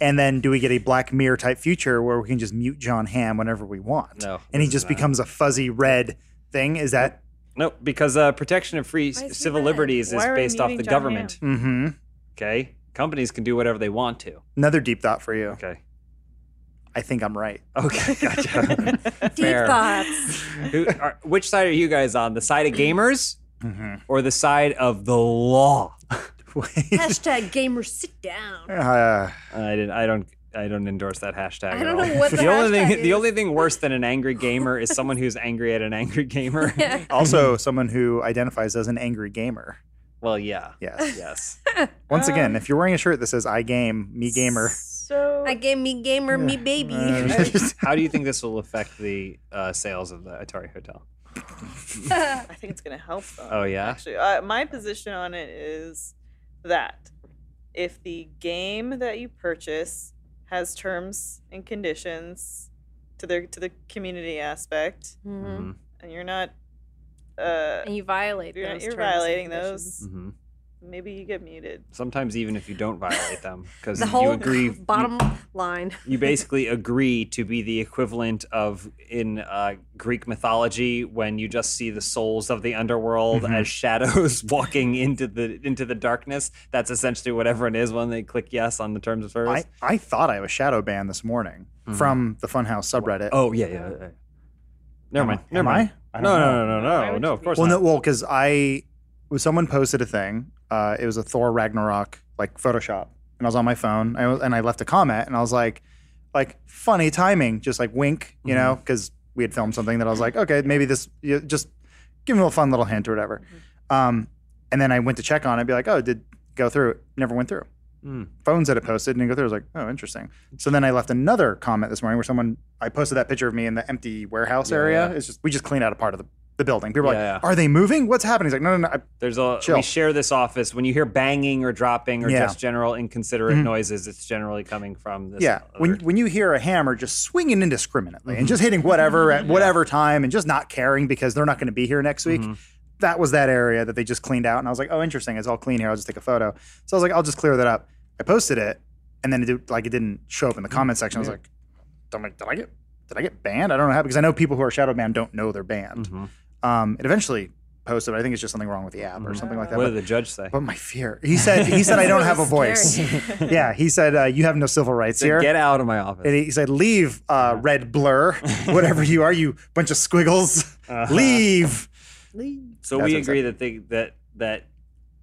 [SPEAKER 2] and then do we get a Black Mirror type future where we can just mute John Hamm whenever we want?
[SPEAKER 1] No,
[SPEAKER 2] And
[SPEAKER 1] this
[SPEAKER 2] he
[SPEAKER 1] is
[SPEAKER 2] just
[SPEAKER 1] not-
[SPEAKER 2] becomes a fuzzy red thing? Is that
[SPEAKER 1] Nope, because uh, protection of free
[SPEAKER 4] Why is he
[SPEAKER 1] civil
[SPEAKER 4] red?
[SPEAKER 1] liberties is
[SPEAKER 3] Why are we
[SPEAKER 1] based off
[SPEAKER 3] muting
[SPEAKER 1] the
[SPEAKER 3] John
[SPEAKER 1] government.
[SPEAKER 2] hmm
[SPEAKER 1] Okay, companies can do whatever they want to.
[SPEAKER 2] another deep thought for you?
[SPEAKER 1] Okay,
[SPEAKER 2] I think I'm right.
[SPEAKER 4] (laughs)
[SPEAKER 1] okay, gotcha.
[SPEAKER 4] Deep
[SPEAKER 1] Fair. (laughs)
[SPEAKER 4] thoughts.
[SPEAKER 1] Who, are, which side are you guys on? The side of gamers
[SPEAKER 2] Mm-hmm.
[SPEAKER 1] or the side of the law? (laughs)
[SPEAKER 4] Hashtag gamers sit down. (laughs)
[SPEAKER 2] uh,
[SPEAKER 1] I didn't. I don't. I don't endorse that hashtag.
[SPEAKER 4] I
[SPEAKER 1] at
[SPEAKER 4] don't
[SPEAKER 1] all. (laughs)
[SPEAKER 4] know what the
[SPEAKER 1] only
[SPEAKER 4] hashtag
[SPEAKER 1] thing. The
[SPEAKER 4] is.
[SPEAKER 1] only thing worse than an angry gamer is someone who's angry at an angry gamer.
[SPEAKER 4] (laughs) Yeah.
[SPEAKER 2] also, (laughs) someone who identifies as an angry gamer.
[SPEAKER 1] Well, (laughs) yeah. Uh,
[SPEAKER 2] Yes.
[SPEAKER 4] (laughs)
[SPEAKER 1] Yes.
[SPEAKER 2] Once again,
[SPEAKER 3] Um,
[SPEAKER 2] if you're wearing a shirt that says "I game," me gamer.
[SPEAKER 3] So
[SPEAKER 4] I gave me gamer me baby. (laughs)
[SPEAKER 2] Uh,
[SPEAKER 1] How do you think this will affect the uh, sales of the Atari Hotel?
[SPEAKER 4] Mm-hmm.
[SPEAKER 3] I think it's going to help them.
[SPEAKER 1] Oh yeah.
[SPEAKER 3] Actually, uh, my position on it is that if the game that you purchase has terms and conditions to their to the community aspect,
[SPEAKER 4] Mhm.
[SPEAKER 1] Mhm,
[SPEAKER 3] and you're not, uh,
[SPEAKER 4] And you violate
[SPEAKER 3] you're,
[SPEAKER 4] those.
[SPEAKER 3] you're
[SPEAKER 4] terms and
[SPEAKER 3] violating
[SPEAKER 4] conditions.
[SPEAKER 3] those,
[SPEAKER 1] mhm.
[SPEAKER 3] maybe you get muted.
[SPEAKER 1] Sometimes even if you don't violate them, because
[SPEAKER 4] The whole
[SPEAKER 1] you agree,
[SPEAKER 4] (laughs) bottom line. (laughs)
[SPEAKER 1] you basically agree to be the equivalent of in uh, Greek mythology when you just see the souls of the underworld
[SPEAKER 2] Mhm.
[SPEAKER 1] as (laughs) shadows walking into the into the darkness. That's essentially what everyone is when they click yes on the terms of service.
[SPEAKER 2] I, I thought I was shadow banned this morning
[SPEAKER 1] Mhm.
[SPEAKER 2] from the Funhouse subreddit.
[SPEAKER 1] oh yeah, yeah. yeah. Never
[SPEAKER 2] Am I-
[SPEAKER 1] mind. Never
[SPEAKER 2] am
[SPEAKER 1] mind.
[SPEAKER 2] I? I
[SPEAKER 1] no,
[SPEAKER 2] don't know.
[SPEAKER 1] no, no,
[SPEAKER 3] Why
[SPEAKER 1] no, no,
[SPEAKER 3] would
[SPEAKER 1] no.
[SPEAKER 3] you
[SPEAKER 1] Of course
[SPEAKER 2] Well, no,
[SPEAKER 1] not.
[SPEAKER 2] well, because I, well, someone posted a thing. Uh, it was a Thor Ragnarok like Photoshop, and I was on my phone, I was, and I left a comment, and I was like, like funny timing, just like wink,
[SPEAKER 1] Mm-hmm.
[SPEAKER 2] you know, because we had filmed something that I was like, okay, maybe this, you just give him a fun little hint or whatever.
[SPEAKER 1] Mm-hmm.
[SPEAKER 2] Um, and then I went to check on it, be like, oh, it did go through? It never went through.
[SPEAKER 1] Mm.
[SPEAKER 2] Phones that it posted and go through. I was like, oh, interesting. So then I left another comment this morning where someone I posted that picture of me in the empty warehouse
[SPEAKER 1] Yeah,
[SPEAKER 2] area.
[SPEAKER 1] yeah.
[SPEAKER 2] It's just we just cleaned out a part of the, the building. People are like,
[SPEAKER 1] Yeah, yeah.
[SPEAKER 2] are they moving? What's happening? He's like, no, no, no. I,
[SPEAKER 1] There's a
[SPEAKER 2] Chill.
[SPEAKER 1] we share this office. When you hear banging or dropping or
[SPEAKER 2] Yeah.
[SPEAKER 1] just general inconsiderate
[SPEAKER 2] Mhm.
[SPEAKER 1] noises, it's generally coming from this.
[SPEAKER 2] yeah. When
[SPEAKER 1] other-
[SPEAKER 2] when you hear a hammer just swinging indiscriminately
[SPEAKER 1] Mm-hmm.
[SPEAKER 2] and just hitting whatever at whatever time and just not caring because they're not going to be here next week.
[SPEAKER 1] Mhm.
[SPEAKER 2] That was that area that they just cleaned out, and I was like, oh, interesting. It's all clean here. I'll just take a photo. So I was like, I'll just clear that up. I posted it, and then it did, like it didn't show up in the comment section. I was
[SPEAKER 1] Mm-hmm. Yeah.
[SPEAKER 2] like, I'm like, did I get did I get banned? I don't know how because I know people who are shadow banned don't know they're banned.
[SPEAKER 1] Mhm.
[SPEAKER 2] Um, it eventually posted. But I think it's just something wrong with the app or
[SPEAKER 1] Mhm.
[SPEAKER 2] something like that.
[SPEAKER 1] What
[SPEAKER 2] But-
[SPEAKER 1] did the judge
[SPEAKER 2] (laughs)
[SPEAKER 1] say?
[SPEAKER 2] But my fear. He said he said I don't have a voice. yeah, he said uh, you have no civil rights
[SPEAKER 1] Said,
[SPEAKER 2] here.
[SPEAKER 1] Get out of my office.
[SPEAKER 2] and he said, "Leave, uh, red blur, whatever you are, you bunch of squiggles,
[SPEAKER 1] Uh-huh.
[SPEAKER 2] leave."
[SPEAKER 1] So
[SPEAKER 2] That's
[SPEAKER 1] we
[SPEAKER 2] what it
[SPEAKER 1] agree that they, that that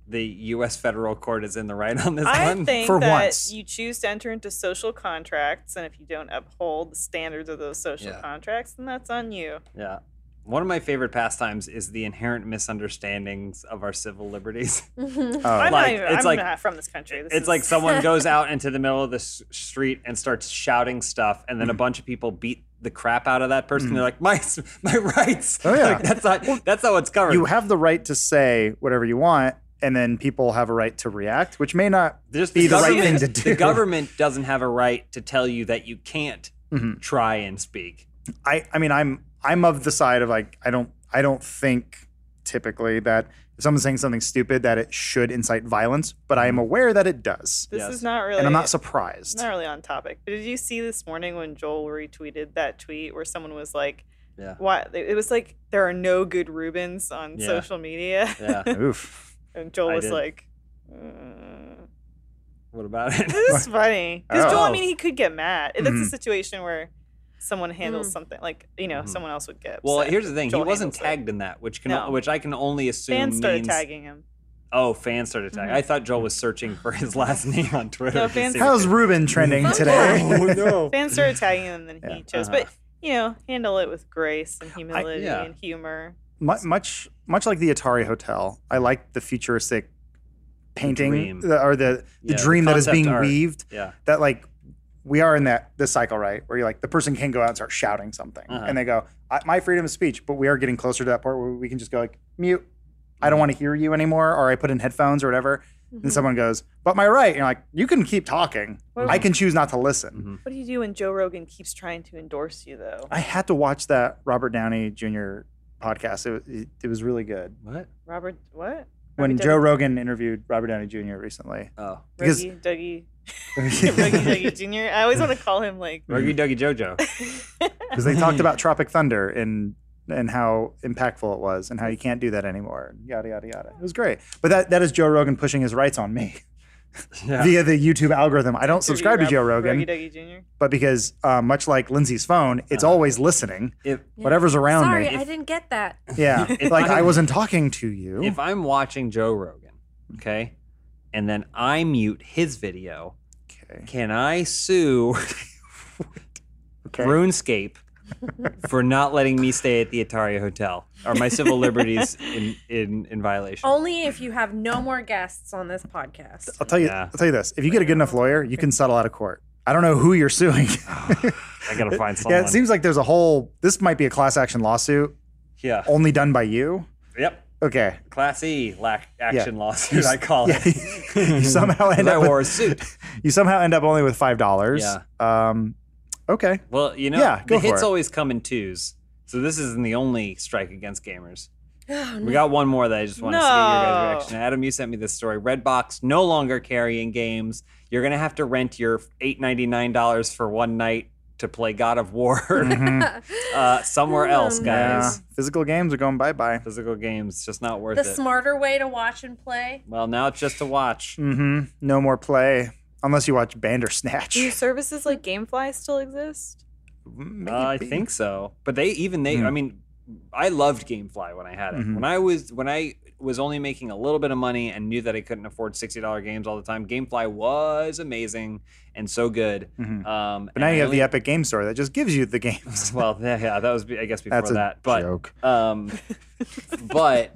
[SPEAKER 1] the U.S. federal court is in the right on this
[SPEAKER 3] I
[SPEAKER 1] one.
[SPEAKER 3] think
[SPEAKER 2] for
[SPEAKER 3] that
[SPEAKER 2] once.
[SPEAKER 3] you choose to enter into social contracts, and if you don't uphold the standards of those social
[SPEAKER 1] Yeah.
[SPEAKER 3] contracts, then that's on you.
[SPEAKER 1] yeah. One of my favorite pastimes is the inherent misunderstandings of our civil liberties.
[SPEAKER 4] Mhm.
[SPEAKER 2] Oh,
[SPEAKER 1] Uh,
[SPEAKER 3] I'm,
[SPEAKER 1] Like,
[SPEAKER 3] not, even,
[SPEAKER 1] it's
[SPEAKER 3] I'm
[SPEAKER 1] like-
[SPEAKER 3] not from this country. (laughs) This
[SPEAKER 1] it's
[SPEAKER 3] is-
[SPEAKER 1] like
[SPEAKER 3] (laughs)
[SPEAKER 1] someone goes out into the middle of the s- street and starts shouting stuff, and then
[SPEAKER 2] Mm-hmm.
[SPEAKER 1] a bunch of people beat the crap out of that person. They're like, "My s- my rights."
[SPEAKER 2] Oh, yeah.
[SPEAKER 1] (laughs) Like, that's not that's not what's covered.
[SPEAKER 2] you have the right to say whatever you want, and then people have a right to react, which may not.
[SPEAKER 1] Just
[SPEAKER 2] be the right
[SPEAKER 1] government-
[SPEAKER 2] thing to
[SPEAKER 1] The
[SPEAKER 2] do.
[SPEAKER 1] government doesn't have a right to tell you that you can't
[SPEAKER 2] Mhm.
[SPEAKER 1] try and speak.
[SPEAKER 2] I, I mean, I'm, I'm of the side of like, I don't, I don't think typically that if someone's saying something stupid that it should incite violence, but I am aware that it does,
[SPEAKER 3] This
[SPEAKER 1] Yes.
[SPEAKER 3] is not really.
[SPEAKER 2] and I'm not
[SPEAKER 3] it's
[SPEAKER 2] surprised.
[SPEAKER 3] not really on topic. But did you see this morning when Joel retweeted that tweet where someone was like,
[SPEAKER 1] Yeah.
[SPEAKER 3] Why it was like there are no good Rubens on
[SPEAKER 1] Yeah.
[SPEAKER 3] social media, (laughs)
[SPEAKER 1] Yeah.
[SPEAKER 2] Oof.
[SPEAKER 3] and Joel
[SPEAKER 1] I
[SPEAKER 3] was
[SPEAKER 1] did.
[SPEAKER 3] like, uh,
[SPEAKER 1] (laughs) What about it?
[SPEAKER 3] "This
[SPEAKER 1] (laughs)
[SPEAKER 3] is funny." Because Joel, I
[SPEAKER 1] Oh. Mm-hmm.
[SPEAKER 3] mean, he could get mad. That's
[SPEAKER 2] Mhm.
[SPEAKER 3] a situation where someone handles
[SPEAKER 4] Mm.
[SPEAKER 3] something like you know
[SPEAKER 1] Mhm.
[SPEAKER 3] someone else would get. Upset.
[SPEAKER 1] well, here's the thing.
[SPEAKER 3] Joel
[SPEAKER 1] he wasn't
[SPEAKER 3] handles it.
[SPEAKER 1] tagged in that, which can
[SPEAKER 3] No.
[SPEAKER 1] which I can only assume
[SPEAKER 3] fans started
[SPEAKER 1] means
[SPEAKER 3] tagging him.
[SPEAKER 1] oh fans started tagging.
[SPEAKER 3] Mhm.
[SPEAKER 1] I thought Joel was searching for his (laughs) last name on Twitter.
[SPEAKER 3] No,
[SPEAKER 1] to
[SPEAKER 3] fans-
[SPEAKER 1] see what
[SPEAKER 2] How's
[SPEAKER 1] it-
[SPEAKER 2] Ruben trending today?
[SPEAKER 1] Oh no.
[SPEAKER 3] Fans started tagging
[SPEAKER 1] (laughs)
[SPEAKER 3] him, and
[SPEAKER 2] Yeah.
[SPEAKER 3] he chose.
[SPEAKER 1] Uh-huh.
[SPEAKER 3] But you know, handle it with grace and humility
[SPEAKER 1] yeah.
[SPEAKER 3] and humor.
[SPEAKER 2] Mu- much much like the Atari Hotel, I like the futuristic painting
[SPEAKER 1] dream.
[SPEAKER 2] the, or the the
[SPEAKER 1] Yeah, the
[SPEAKER 2] dream that is
[SPEAKER 1] concept
[SPEAKER 2] being
[SPEAKER 1] art.
[SPEAKER 2] weaved.
[SPEAKER 1] Yeah.
[SPEAKER 2] That like we are in that this cycle, right? Where you're like the person can go out and start shouting something,
[SPEAKER 1] Uh-huh.
[SPEAKER 2] and they go, I, "My freedom of speech," but we are getting closer to that part where we can just go like mute. I
[SPEAKER 1] Mm-hmm.
[SPEAKER 2] don't want to hear you anymore, or I put in headphones or whatever. And
[SPEAKER 4] Mhm.
[SPEAKER 2] someone goes, "But my right," and you're like, "You can keep talking.
[SPEAKER 3] What-
[SPEAKER 2] I can choose not to listen."
[SPEAKER 1] Mhm.
[SPEAKER 3] What do you do when Joe Rogan keeps trying to endorse you, though?
[SPEAKER 2] I had to watch that Robert Downey Jr. podcast. It, it, it was really good.
[SPEAKER 1] Mm-hmm. What?
[SPEAKER 3] Robert, what?
[SPEAKER 2] When
[SPEAKER 3] Robert
[SPEAKER 2] Joe
[SPEAKER 3] Downey-
[SPEAKER 2] Rogan interviewed Robert Downey Jr. recently,
[SPEAKER 1] Oh.
[SPEAKER 2] because
[SPEAKER 3] Dougie, Dougie,
[SPEAKER 2] (laughs)
[SPEAKER 3] Dougie, Dougie Jr. I always want to call him like.
[SPEAKER 1] Ruggy
[SPEAKER 2] Mm-hmm.
[SPEAKER 1] Dougie
[SPEAKER 2] (laughs)
[SPEAKER 1] Jojo.
[SPEAKER 2] because
[SPEAKER 1] (laughs)
[SPEAKER 2] they talked about Tropic Thunder and and how impactful it was and how you can't do that anymore. Yada yada yada. It was great. But that that is Joe Rogan pushing his rights on me
[SPEAKER 1] Yeah.
[SPEAKER 2] via the YouTube algorithm. I
[SPEAKER 3] (laughs)
[SPEAKER 2] don't subscribe to
[SPEAKER 3] Rob-
[SPEAKER 2] Joe Rogan,
[SPEAKER 3] Dougie, Dougie Jr.
[SPEAKER 2] but because uh, much like Lindsay's phone, it's
[SPEAKER 1] Uh,
[SPEAKER 2] always listening.
[SPEAKER 1] if
[SPEAKER 4] Yeah.
[SPEAKER 2] Whatever's around
[SPEAKER 4] Sorry,
[SPEAKER 2] me.
[SPEAKER 4] I didn't get that.
[SPEAKER 2] (laughs) Yeah.
[SPEAKER 1] If
[SPEAKER 2] like
[SPEAKER 1] I-
[SPEAKER 2] I wasn't talking to you.
[SPEAKER 1] if I'm watching Joe Rogan, okay, and then I mute his video,
[SPEAKER 2] okay.
[SPEAKER 1] can I sue
[SPEAKER 2] Okay. (laughs)
[SPEAKER 1] RuneScape for not letting me stay at the Atari Hotel? Are my civil liberties in in, in violation?
[SPEAKER 2] Oh.
[SPEAKER 4] Only if you have no more guests on this podcast.
[SPEAKER 2] I'll tell you.
[SPEAKER 1] Yeah.
[SPEAKER 2] I'll tell you this. If you get a good enough lawyer, you can settle out of court. I don't know who you're
[SPEAKER 1] (sighs)
[SPEAKER 2] suing. (laughs)
[SPEAKER 1] I gotta find someone.
[SPEAKER 2] yeah, it seems like there's a whole. This might be a class action lawsuit,
[SPEAKER 1] Yeah.
[SPEAKER 2] only done by you.
[SPEAKER 1] Yep. (laughs)
[SPEAKER 2] Okay.
[SPEAKER 1] Class E lack action lawsuit.
[SPEAKER 2] You-
[SPEAKER 1] I call
[SPEAKER 2] yeah.
[SPEAKER 1] it.
[SPEAKER 2] (laughs) You
[SPEAKER 1] (laughs)
[SPEAKER 2] somehow
[SPEAKER 1] 'Cause
[SPEAKER 2] end
[SPEAKER 1] I
[SPEAKER 2] up with-
[SPEAKER 1] wore a suit.
[SPEAKER 2] You somehow end up only with five dollars. Um.
[SPEAKER 1] (laughs)
[SPEAKER 2] Okay.
[SPEAKER 1] Well, you know,
[SPEAKER 2] Yeah, go
[SPEAKER 1] the
[SPEAKER 2] for
[SPEAKER 1] hits
[SPEAKER 2] it.
[SPEAKER 1] always come in twos. So this isn't the only strike against gamers.
[SPEAKER 4] Oh,
[SPEAKER 1] We
[SPEAKER 2] Mm-hmm.
[SPEAKER 4] no.
[SPEAKER 1] got one more that I just want to see your guys'
[SPEAKER 3] No.
[SPEAKER 1] reaction. Adam, you sent me this story. Redbox no longer carrying games. You're gonna have to rent your eight ninety nine dollars for one night to play God of War (laughs)
[SPEAKER 4] (laughs)
[SPEAKER 2] Mhm.
[SPEAKER 1] uh, somewhere else,
[SPEAKER 4] Mm.
[SPEAKER 2] Yeah.
[SPEAKER 1] guys.
[SPEAKER 2] Physical games are going bye bye.
[SPEAKER 1] Physical games just not worth
[SPEAKER 4] the
[SPEAKER 1] it.
[SPEAKER 4] smarter way to watch and play.
[SPEAKER 1] well, now it's just to watch.
[SPEAKER 2] Mm-hmm. No more play unless you watch Bandersnatch.
[SPEAKER 3] Do services like GameFly still exist?
[SPEAKER 1] Uh, I
[SPEAKER 2] Maybe.
[SPEAKER 1] think so. But they even they
[SPEAKER 2] Hmm.
[SPEAKER 1] I mean I loved GameFly when I had it.
[SPEAKER 2] Mhm.
[SPEAKER 1] When I was when I was only making a little bit of money and knew that I couldn't afford $60 games all the time, GameFly was amazing and so good.
[SPEAKER 2] Mhm.
[SPEAKER 1] Um
[SPEAKER 2] But
[SPEAKER 1] and
[SPEAKER 2] now you
[SPEAKER 1] I
[SPEAKER 2] have
[SPEAKER 1] only- (laughs)
[SPEAKER 2] the Epic Game Store that just gives you the games.
[SPEAKER 1] Well, yeah, yeah, that was be- I guess (laughs) before
[SPEAKER 2] That's a
[SPEAKER 1] that. But
[SPEAKER 2] joke.
[SPEAKER 1] um but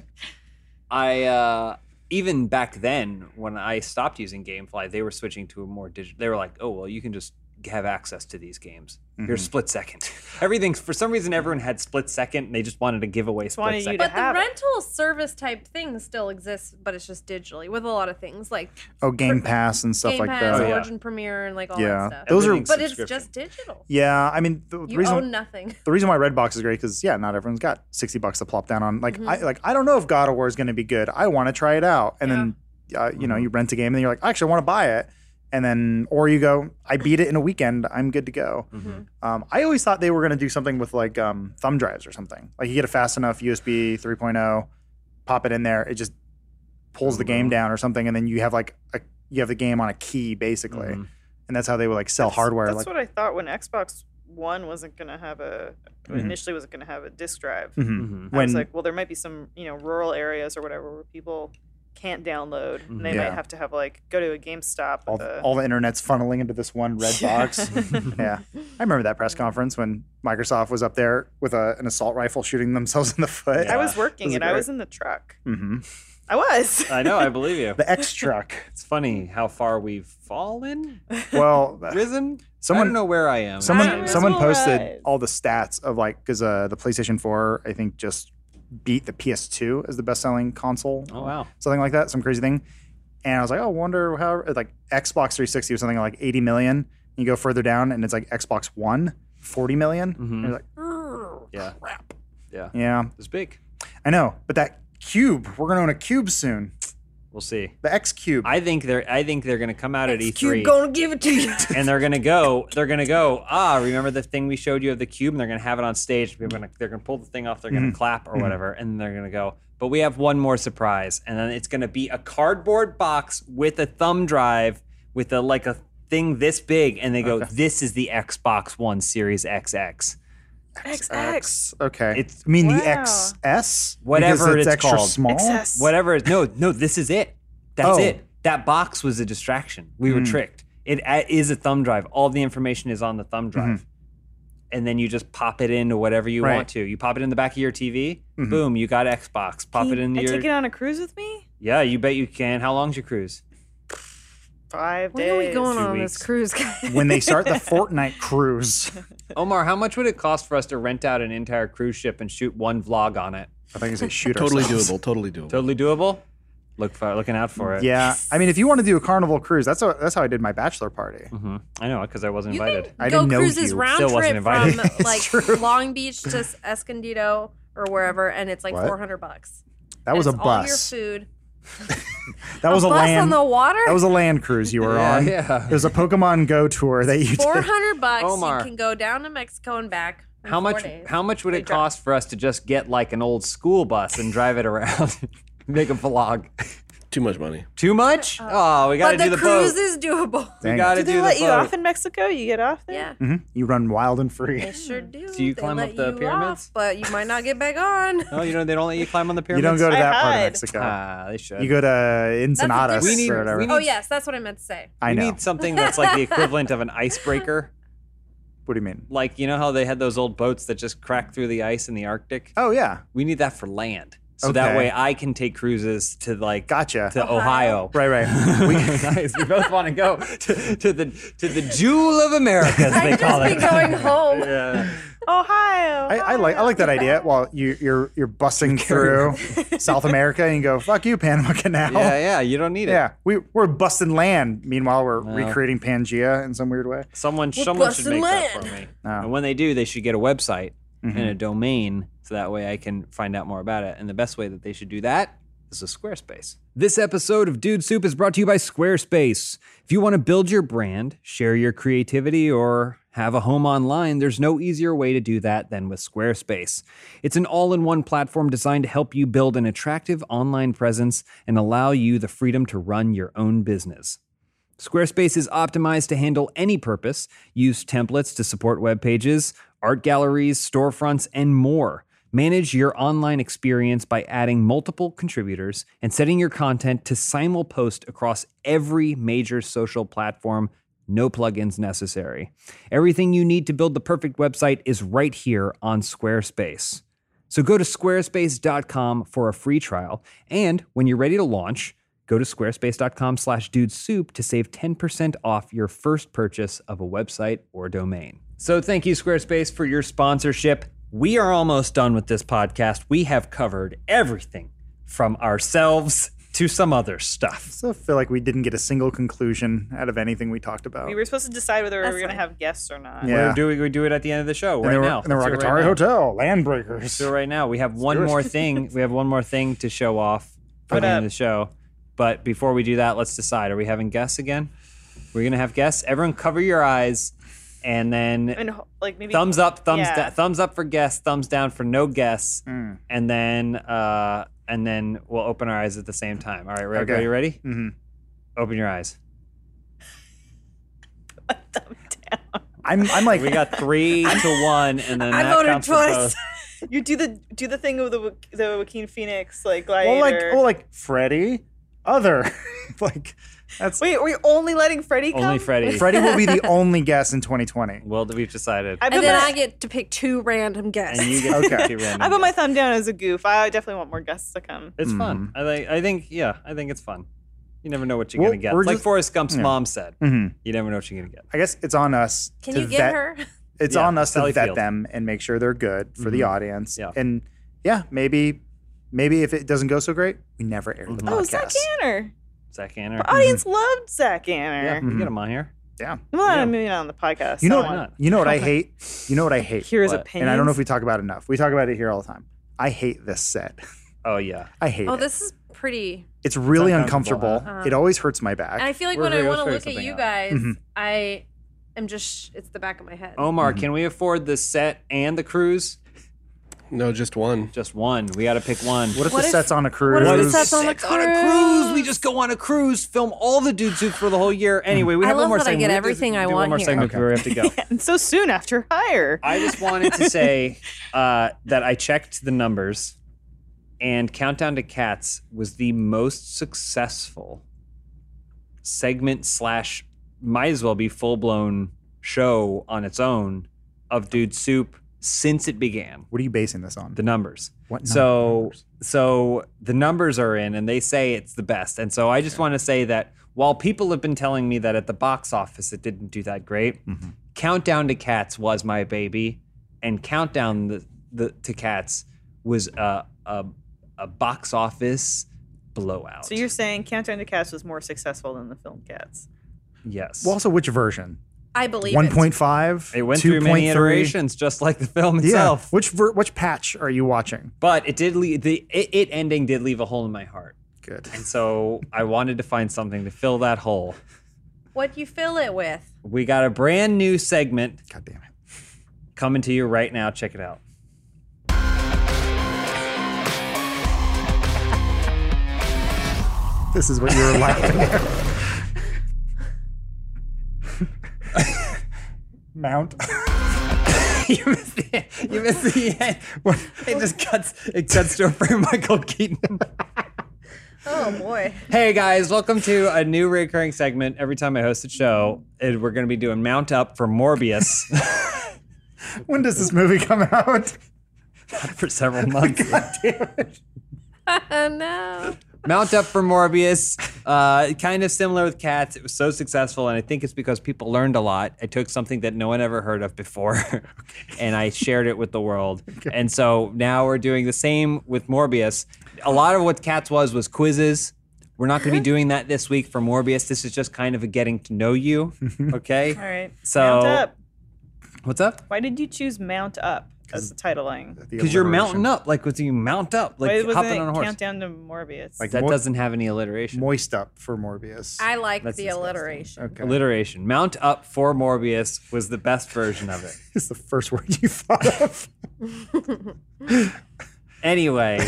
[SPEAKER 1] I uh even back then when I stopped using GameFly, they were switching to a more digital they were like, "Oh, well, you can just have access to these games.
[SPEAKER 2] Mm-hmm.
[SPEAKER 1] Here's split second. (laughs) Everything for some reason everyone had split second and they just wanted to give away
[SPEAKER 3] wanted
[SPEAKER 1] split
[SPEAKER 3] you
[SPEAKER 1] second.
[SPEAKER 3] to
[SPEAKER 4] But the
[SPEAKER 3] have it.
[SPEAKER 4] rental service type thing still exists, but it's just digitally with a lot of things like
[SPEAKER 2] Oh, Game Pass and stuff
[SPEAKER 4] Game
[SPEAKER 2] like
[SPEAKER 4] Pass,
[SPEAKER 2] that.
[SPEAKER 1] Oh, yeah.
[SPEAKER 4] Origin Premiere, and like all
[SPEAKER 2] Yeah.
[SPEAKER 4] that stuff.
[SPEAKER 2] Those are-
[SPEAKER 1] Everything's
[SPEAKER 4] But it's
[SPEAKER 1] subscription.
[SPEAKER 4] just digital.
[SPEAKER 2] Yeah, I mean the, the
[SPEAKER 4] You
[SPEAKER 2] reason (laughs)
[SPEAKER 4] own nothing.
[SPEAKER 2] the reason why Redbox is great because yeah, not everyone's got sixty bucks to plop down on. Like I like I don't know if God of War is going to be good. I want to try it out, and then uh, you
[SPEAKER 3] Mm-hmm.
[SPEAKER 2] know you rent a game, and then you're like, actually, I want to buy it, and then or you go, I beat it in a weekend, I'm good to go.
[SPEAKER 3] Mm-hmm.
[SPEAKER 1] Mhm.
[SPEAKER 2] Um, I always thought they were going to do something with like um, thumb drives or something. Like you get a fast enough USB 3.0, oh, pop it in there, it just pulls the
[SPEAKER 3] Mm-hmm.
[SPEAKER 2] game down or something, and then you have like a you have the game on a key basically,
[SPEAKER 1] Mhm.
[SPEAKER 2] and that's how they would like sell
[SPEAKER 3] Mm-hmm. That's-
[SPEAKER 2] hardware.
[SPEAKER 3] That's
[SPEAKER 2] like
[SPEAKER 3] what I thought when Xbox One wasn't going to have a
[SPEAKER 2] Mhm.
[SPEAKER 3] initially wasn't going to have a disk
[SPEAKER 2] (laughs)
[SPEAKER 3] drive.
[SPEAKER 2] Mhm.
[SPEAKER 1] Mhm.
[SPEAKER 3] I
[SPEAKER 2] when
[SPEAKER 3] was like, well, there might be some you know rural areas or whatever where people can't download,
[SPEAKER 1] Mhm.
[SPEAKER 3] and they
[SPEAKER 2] Mm-hmm. Yeah.
[SPEAKER 3] might have to have like go to a GameStop.
[SPEAKER 2] all,
[SPEAKER 3] with a,
[SPEAKER 2] all the internet's funneling into this one
[SPEAKER 3] (laughs)
[SPEAKER 2] red
[SPEAKER 3] Yeah.
[SPEAKER 2] box. (laughs) yeah, I remember that press conference when Microsoft was up there with a, an assault rifle shooting themselves in the foot.
[SPEAKER 3] I
[SPEAKER 1] Yeah.
[SPEAKER 3] was working
[SPEAKER 2] Those are
[SPEAKER 3] and I
[SPEAKER 2] great.
[SPEAKER 3] was in the truck.
[SPEAKER 1] (laughs)
[SPEAKER 2] hmm
[SPEAKER 3] I was.
[SPEAKER 1] I know, I believe you.
[SPEAKER 2] The X truck.
[SPEAKER 1] It's funny how far we've fallen, (laughs)
[SPEAKER 2] Well,
[SPEAKER 1] risen. Someone, I
[SPEAKER 2] someone
[SPEAKER 1] don't know where I am.
[SPEAKER 2] someone
[SPEAKER 3] I don't know.
[SPEAKER 2] someone
[SPEAKER 3] It's all
[SPEAKER 2] posted
[SPEAKER 3] right.
[SPEAKER 2] all the stats of like because uh, the PlayStation 4 I think just beat the PS2 as the best selling console.
[SPEAKER 1] Oh wow.
[SPEAKER 2] something like that, some crazy thing. And I was like, oh, wonder how like Xbox 360 was something like 80 million. You go further down and it's like Xbox One 40 million.
[SPEAKER 1] Mm-hmm.
[SPEAKER 2] And you're like, "Oh,
[SPEAKER 1] Yeah.
[SPEAKER 2] crap.
[SPEAKER 1] Yeah.
[SPEAKER 2] Yeah.
[SPEAKER 1] It's big.
[SPEAKER 2] I know, but that cube, we're gonna own a cube soon.
[SPEAKER 1] We'll see.
[SPEAKER 2] The X Cube.
[SPEAKER 1] I think they're I think they're gonna come out at E
[SPEAKER 4] Cube
[SPEAKER 1] three
[SPEAKER 4] gonna give it to
[SPEAKER 1] (laughs)
[SPEAKER 4] you.
[SPEAKER 1] and they're gonna go they're gonna go ah remember the thing we showed you of the cube and they're gonna have it on stage they're gonna they're gonna pull the thing off they're gonna clap or whatever and they're gonna go but we have one more surprise and then it's gonna be a cardboard box with a thumb drive with a like a thing this big and they go this is the Xbox One Series XX
[SPEAKER 3] XX.
[SPEAKER 2] Okay.
[SPEAKER 1] It's-
[SPEAKER 2] I mean the
[SPEAKER 3] Wow.
[SPEAKER 2] XS.
[SPEAKER 1] Whatever
[SPEAKER 2] because
[SPEAKER 1] it's
[SPEAKER 2] extra
[SPEAKER 1] called.
[SPEAKER 2] small.
[SPEAKER 3] XS.
[SPEAKER 1] whatever it- no no this is it that's
[SPEAKER 2] Oh. Mm-hmm.
[SPEAKER 1] it that box was a distraction we were tricked it a- is a thumb drive all the information is on the thumb
[SPEAKER 2] Mm-hmm.
[SPEAKER 1] drive and then you just pop it into whatever you
[SPEAKER 2] Right. Mm-hmm.
[SPEAKER 1] want to you pop it in the back of your tv boom you got xbox pop
[SPEAKER 3] Can
[SPEAKER 1] it in
[SPEAKER 3] I
[SPEAKER 1] your
[SPEAKER 3] take it on a cruise with me?
[SPEAKER 1] yeah you bet you can how long's your
[SPEAKER 2] (laughs)
[SPEAKER 1] cruise
[SPEAKER 3] Five
[SPEAKER 4] When
[SPEAKER 3] days.
[SPEAKER 4] are we going
[SPEAKER 1] Two
[SPEAKER 4] on
[SPEAKER 1] weeks.
[SPEAKER 4] this cruise, (laughs) guys?
[SPEAKER 2] when they start the Fortnite
[SPEAKER 4] (laughs)
[SPEAKER 2] cruise,
[SPEAKER 1] omar how much would it cost for us to rent out an entire cruise ship and shoot one vlog on it
[SPEAKER 2] I think it's a shoot.
[SPEAKER 5] Totally
[SPEAKER 2] ourselves.
[SPEAKER 5] doable. Totally doable.
[SPEAKER 1] totally doable look for looking out for it
[SPEAKER 2] (laughs) Yeah, I mean, if you want to do a carnival cruise, that's how, that's how I did my bachelor party.
[SPEAKER 1] Mhm. i know because i wasn't
[SPEAKER 4] You
[SPEAKER 1] invited
[SPEAKER 4] can
[SPEAKER 2] I
[SPEAKER 4] go
[SPEAKER 2] didn't know
[SPEAKER 4] cruises
[SPEAKER 2] you.
[SPEAKER 4] round
[SPEAKER 1] Still wasn't
[SPEAKER 4] trip
[SPEAKER 1] invited.
[SPEAKER 4] from
[SPEAKER 2] (laughs)
[SPEAKER 4] (laughs) like Long Beach to S- Escondido or wherever, and it's like
[SPEAKER 2] What?
[SPEAKER 4] four hundred bucks.
[SPEAKER 2] That was a
[SPEAKER 4] And it's all
[SPEAKER 2] bus.
[SPEAKER 4] your food.
[SPEAKER 2] That was a,
[SPEAKER 4] bus
[SPEAKER 2] land.
[SPEAKER 4] on the water.
[SPEAKER 2] that was a land cruise you were
[SPEAKER 1] Yeah,
[SPEAKER 2] on.
[SPEAKER 1] yeah.
[SPEAKER 2] It was a Pokemon Go tour that (laughs) you
[SPEAKER 4] four
[SPEAKER 2] did.
[SPEAKER 4] hundred bucks.
[SPEAKER 1] Omar.
[SPEAKER 4] You can go down to Mexico and back. in
[SPEAKER 1] How
[SPEAKER 4] four
[SPEAKER 1] much?
[SPEAKER 4] days.
[SPEAKER 1] How much would
[SPEAKER 4] They
[SPEAKER 1] it
[SPEAKER 4] drive.
[SPEAKER 1] cost for us to just get like an old school bus and drive it around, (laughs) make a vlog?
[SPEAKER 5] Too much money.
[SPEAKER 1] Too much? Oh, we gotta
[SPEAKER 4] But
[SPEAKER 1] do
[SPEAKER 4] the,
[SPEAKER 1] the
[SPEAKER 4] cruise
[SPEAKER 1] boat.
[SPEAKER 4] is doable.
[SPEAKER 1] we
[SPEAKER 2] Dang
[SPEAKER 1] gotta do
[SPEAKER 3] Do they let
[SPEAKER 1] the
[SPEAKER 3] you
[SPEAKER 1] boat.
[SPEAKER 3] off in Mexico? You get off there?
[SPEAKER 4] (laughs) Yeah,
[SPEAKER 2] Mhm. You run wild and free.
[SPEAKER 4] they sure do.
[SPEAKER 1] Do you
[SPEAKER 4] They
[SPEAKER 1] climb
[SPEAKER 4] let
[SPEAKER 1] up the
[SPEAKER 4] you off,
[SPEAKER 1] pyramids?
[SPEAKER 4] but you might not get back on. (laughs)
[SPEAKER 1] No, you know they don't let you climb on the
[SPEAKER 2] You
[SPEAKER 1] pyramids.
[SPEAKER 2] don't go to
[SPEAKER 3] I
[SPEAKER 2] that part of
[SPEAKER 3] hide.
[SPEAKER 2] Mexico.
[SPEAKER 1] Ah, they should.
[SPEAKER 2] you go to Ensenadas
[SPEAKER 4] different- We
[SPEAKER 1] need-
[SPEAKER 2] or whatever.
[SPEAKER 1] we need-
[SPEAKER 4] oh yes, that's what I meant to say.
[SPEAKER 2] I
[SPEAKER 1] We
[SPEAKER 2] know.
[SPEAKER 1] need something that's like the equivalent of an icebreaker.
[SPEAKER 2] what do you mean?
[SPEAKER 1] Like you know how they had those old boats that just crack through the ice in the Arctic.
[SPEAKER 2] Oh yeah,
[SPEAKER 1] We need that for land, so that
[SPEAKER 2] Okay.
[SPEAKER 1] way I can take cruises to like
[SPEAKER 2] gotcha.
[SPEAKER 1] to Ohio.
[SPEAKER 4] Ohio.
[SPEAKER 2] Right, (laughs) right. We,
[SPEAKER 1] nice. We (laughs) both want to go to, to the to the jewel of America, as
[SPEAKER 4] I
[SPEAKER 1] they
[SPEAKER 4] would
[SPEAKER 1] call
[SPEAKER 4] just
[SPEAKER 1] it.
[SPEAKER 4] be
[SPEAKER 1] (laughs)
[SPEAKER 4] going home.
[SPEAKER 1] Yeah.
[SPEAKER 3] Ohio.
[SPEAKER 2] I, I like I like that idea. Well, you, you're you're busing through (laughs) South America and you go fuck you Panama Canal.
[SPEAKER 1] yeah, yeah. You don't need it.
[SPEAKER 2] Yeah, we we're busting land. Meanwhile, we're
[SPEAKER 1] No.
[SPEAKER 2] recreating Pangea in some weird way.
[SPEAKER 1] Someone, someone should make
[SPEAKER 4] busting
[SPEAKER 1] that
[SPEAKER 4] land.
[SPEAKER 1] for me.
[SPEAKER 2] No. Mm-hmm.
[SPEAKER 1] And when they do, they should get a website and a domain, so that way I can find out more about it. And the best way that they should do that is with Squarespace. This episode of Dude Soup is brought to you by Squarespace. If you want to build your brand, share your creativity, or have a home online, there's no easier way to do that than with Squarespace. It's an all in one platform designed to help you build an attractive online presence and allow you the freedom to run your own business. Squarespace is optimized to handle any purpose. Use templates to support web pages, art galleries, storefronts, and more. Manage your online experience by adding multiple contributors and setting your content to simul post across every major social platform. No plugins necessary. Everything you need to build the perfect website is right here on Squarespace. So go to squarespace.com for a free trial. And when you're ready to launch, go to squarespace.com slash dudesoup to save 10% off your first purchase of a website or domain. So thank you, Squarespace, for your sponsorship. We are almost done with this podcast. We have covered everything from ourselves to some other stuff.
[SPEAKER 2] So I feel like we didn't get a single conclusion out of anything we talked about.
[SPEAKER 3] We were supposed to decide whether we
[SPEAKER 4] That's
[SPEAKER 3] were going to
[SPEAKER 4] fine.
[SPEAKER 3] have guests or not.
[SPEAKER 2] Yeah.
[SPEAKER 1] We're doing, we do it at the end of the show
[SPEAKER 2] and
[SPEAKER 1] right
[SPEAKER 2] they were,
[SPEAKER 1] now.
[SPEAKER 2] And they were
[SPEAKER 1] Let's do
[SPEAKER 2] like
[SPEAKER 1] it right
[SPEAKER 2] Atari
[SPEAKER 1] now.
[SPEAKER 2] Hotel, Land
[SPEAKER 1] So
[SPEAKER 2] Breakers.
[SPEAKER 1] right now we have one
[SPEAKER 2] do it.
[SPEAKER 1] more
[SPEAKER 3] (laughs)
[SPEAKER 1] thing. We have one more thing to show off for
[SPEAKER 3] What
[SPEAKER 1] the end of
[SPEAKER 3] up?
[SPEAKER 1] the show. But before we do that, let's decide: Are we having guests again? We're gonna have guests. Everyone, cover your eyes, and then
[SPEAKER 3] And ho- like maybe
[SPEAKER 1] thumbs up, thumbs da-
[SPEAKER 3] Yeah.
[SPEAKER 1] thumbs up for guests, thumbs down for no guests,
[SPEAKER 2] Mm.
[SPEAKER 1] and then uh, and then we'll open our eyes at the same time. All right, everybody,
[SPEAKER 2] Okay.
[SPEAKER 1] you ready?
[SPEAKER 2] Mhm.
[SPEAKER 1] Open your eyes.
[SPEAKER 2] I'm I'm like
[SPEAKER 1] We got
[SPEAKER 3] (laughs)
[SPEAKER 1] three to one, and then
[SPEAKER 4] I
[SPEAKER 1] that
[SPEAKER 4] voted
[SPEAKER 1] counts for
[SPEAKER 4] twice.
[SPEAKER 1] both.
[SPEAKER 3] You do the do the thing with the Wa- the Joaquin Phoenix like glider.
[SPEAKER 2] well like well like Freddy, other (laughs) like that's
[SPEAKER 3] Wait, are we only letting Freddy (laughs) come?
[SPEAKER 1] Only Freddie.
[SPEAKER 2] Freddy will be the
[SPEAKER 1] (laughs)
[SPEAKER 2] only guest in 2020.
[SPEAKER 1] Well, we've decided.
[SPEAKER 3] I put,
[SPEAKER 4] And then I
[SPEAKER 3] my,
[SPEAKER 4] get to pick two random guests.
[SPEAKER 1] and you get to
[SPEAKER 2] Okay.
[SPEAKER 1] two random
[SPEAKER 3] I put my
[SPEAKER 1] guests.
[SPEAKER 3] thumb down as a goof. I definitely want more guests to come.
[SPEAKER 1] It's fun. I think. I think. Yeah, I think it's fun. You never know what you're
[SPEAKER 2] Well,
[SPEAKER 1] gonna get.
[SPEAKER 2] we're
[SPEAKER 1] Like
[SPEAKER 2] just-
[SPEAKER 1] Forrest Gump's
[SPEAKER 2] yeah.
[SPEAKER 1] mom said,
[SPEAKER 2] Mhm.
[SPEAKER 1] you never know what you're gonna get.
[SPEAKER 2] I guess it's on us.
[SPEAKER 4] (laughs) Can
[SPEAKER 2] to
[SPEAKER 4] you get
[SPEAKER 2] vet-
[SPEAKER 4] her?
[SPEAKER 2] It's
[SPEAKER 1] Yeah,
[SPEAKER 2] on us
[SPEAKER 1] Sally
[SPEAKER 2] to vet
[SPEAKER 1] Field. Mm-hmm.
[SPEAKER 2] them and make sure they're good for the audience.
[SPEAKER 1] Yeah.
[SPEAKER 2] And yeah, maybe maybe if it doesn't go so great, we never air the
[SPEAKER 1] Mhm.
[SPEAKER 2] podcast.
[SPEAKER 3] Oh, Zach Anner.
[SPEAKER 1] Zach Anner.
[SPEAKER 3] Our audience loved Zach
[SPEAKER 1] Mm-hmm. Yeah,
[SPEAKER 3] Anner.
[SPEAKER 1] we
[SPEAKER 2] Mhm.
[SPEAKER 1] get him on here.
[SPEAKER 3] Well,
[SPEAKER 1] Yeah.
[SPEAKER 3] I mean, not on the podcast.
[SPEAKER 2] You know,
[SPEAKER 1] Why
[SPEAKER 3] I
[SPEAKER 1] not?
[SPEAKER 2] what, you know what I hate? You know what I hate?
[SPEAKER 3] hear his
[SPEAKER 1] What?
[SPEAKER 3] opinion.
[SPEAKER 2] and I don't know if we talk about it enough. We talk about it here all the time. I hate this set. (laughs)
[SPEAKER 1] Oh yeah.
[SPEAKER 2] I hate
[SPEAKER 4] Oh,
[SPEAKER 2] it.
[SPEAKER 4] this is pretty.
[SPEAKER 2] It's really
[SPEAKER 1] It's
[SPEAKER 2] uncomfortable.
[SPEAKER 1] uncomfortable,
[SPEAKER 4] huh?
[SPEAKER 2] It always hurts my back.
[SPEAKER 4] And I feel like
[SPEAKER 1] We're
[SPEAKER 4] when I
[SPEAKER 1] very-
[SPEAKER 4] want to
[SPEAKER 1] let's
[SPEAKER 4] look
[SPEAKER 1] figure
[SPEAKER 4] at you
[SPEAKER 1] something Mm-hmm.
[SPEAKER 2] Mhm.
[SPEAKER 4] guys, I am just it's the back of my head.
[SPEAKER 1] Omar, can we afford the set and the cruise?
[SPEAKER 5] No, just one.
[SPEAKER 1] Just one. We got to pick one.
[SPEAKER 2] what if
[SPEAKER 4] What
[SPEAKER 2] the
[SPEAKER 4] if-
[SPEAKER 2] set's on a
[SPEAKER 4] what
[SPEAKER 2] cruise?
[SPEAKER 4] if the set's on a
[SPEAKER 1] It's on a cruise. We just go on a cruise, film all the dude suits for the whole year. Anyway, we
[SPEAKER 4] I
[SPEAKER 1] have
[SPEAKER 4] love
[SPEAKER 1] one more
[SPEAKER 4] that I
[SPEAKER 1] segment.
[SPEAKER 4] get
[SPEAKER 1] We have to
[SPEAKER 4] everything I
[SPEAKER 1] do
[SPEAKER 4] want
[SPEAKER 1] One more
[SPEAKER 4] here.
[SPEAKER 1] segment
[SPEAKER 2] Okay.
[SPEAKER 1] before we have to go.
[SPEAKER 3] and so soon after hire.
[SPEAKER 1] I just wanted to say uh, that I checked the numbers, and Countdown to Cats was the most successful segment slash might as well be full blown show on its own of Dude Soup since it began.
[SPEAKER 2] What are you basing this on?
[SPEAKER 1] The numbers.
[SPEAKER 2] What
[SPEAKER 1] so
[SPEAKER 2] numbers?
[SPEAKER 1] so the numbers are in and they say it's the best and so i just want to say that while people have been telling me that at the box office it didn't do that great
[SPEAKER 2] Mm-hmm.
[SPEAKER 1] countdown to cats was my baby and countdown the, the, to cats was a, a, a box office blowout
[SPEAKER 3] So you're saying Countdown to Cats was more successful than the film Cats?
[SPEAKER 1] yes
[SPEAKER 2] well, also which version?
[SPEAKER 4] I believe
[SPEAKER 2] One
[SPEAKER 4] it.
[SPEAKER 2] point five.
[SPEAKER 1] it went through many iterations just like the film
[SPEAKER 2] Yeah.
[SPEAKER 1] itself
[SPEAKER 2] Which ver- which patch are you watching?
[SPEAKER 1] but it did leave the it, it ending did leave a hole in my heart
[SPEAKER 2] Good.
[SPEAKER 1] and so i wanted to find something to fill that hole
[SPEAKER 4] What you fill it with?
[SPEAKER 1] We got a brand new segment
[SPEAKER 2] God damn it.
[SPEAKER 1] coming to you right now. Check it out. (laughs)
[SPEAKER 2] This is what you were laughing at.
[SPEAKER 1] (laughs)
[SPEAKER 2] Mount.
[SPEAKER 1] you missed the you missed the end. (laughs) It just cuts it cuts to a frame Michael Keaton.
[SPEAKER 4] Oh boy.
[SPEAKER 1] (laughs) hey guys, welcome to a new recurring segment. Every time I host a show, and we're gonna be doing Mount Up for Morbius
[SPEAKER 2] (laughs) when does this movie come out?
[SPEAKER 1] for several months.
[SPEAKER 2] (laughs)
[SPEAKER 1] (laughs)
[SPEAKER 4] Oh no.
[SPEAKER 1] Mount Up for Morbius, uh, kind of similar with Cats. It was so successful, and I think it's because people learned a lot. I took something that no one ever heard of before, (laughs) and I shared it with the world. And so now we're doing the same with Morbius. A lot of what Cats was was quizzes. We're not going to be doing that this week for Morbius. This is just kind of a getting to know you. Okay.
[SPEAKER 3] (laughs) All right.
[SPEAKER 1] So-
[SPEAKER 3] Mount Up.
[SPEAKER 1] What's up?
[SPEAKER 3] Why did you choose Mount Up as the title line?
[SPEAKER 1] Because you're mounting up, like with you mount up,
[SPEAKER 3] Why
[SPEAKER 1] like
[SPEAKER 3] wasn't
[SPEAKER 1] hopping
[SPEAKER 3] it
[SPEAKER 1] on a horse.
[SPEAKER 3] Countdown to Morbius?
[SPEAKER 2] Like-
[SPEAKER 1] That
[SPEAKER 2] Mor-
[SPEAKER 1] doesn't have any alliteration.
[SPEAKER 2] Moist up for Morbius.
[SPEAKER 4] I like
[SPEAKER 1] That's
[SPEAKER 4] the
[SPEAKER 1] disgusting.
[SPEAKER 4] alliteration.
[SPEAKER 2] okay.
[SPEAKER 1] Alliteration. Mount up for Morbius was the best version of it.
[SPEAKER 2] It's the first word you thought
[SPEAKER 1] (laughs)
[SPEAKER 2] of. (laughs)
[SPEAKER 1] Anyway,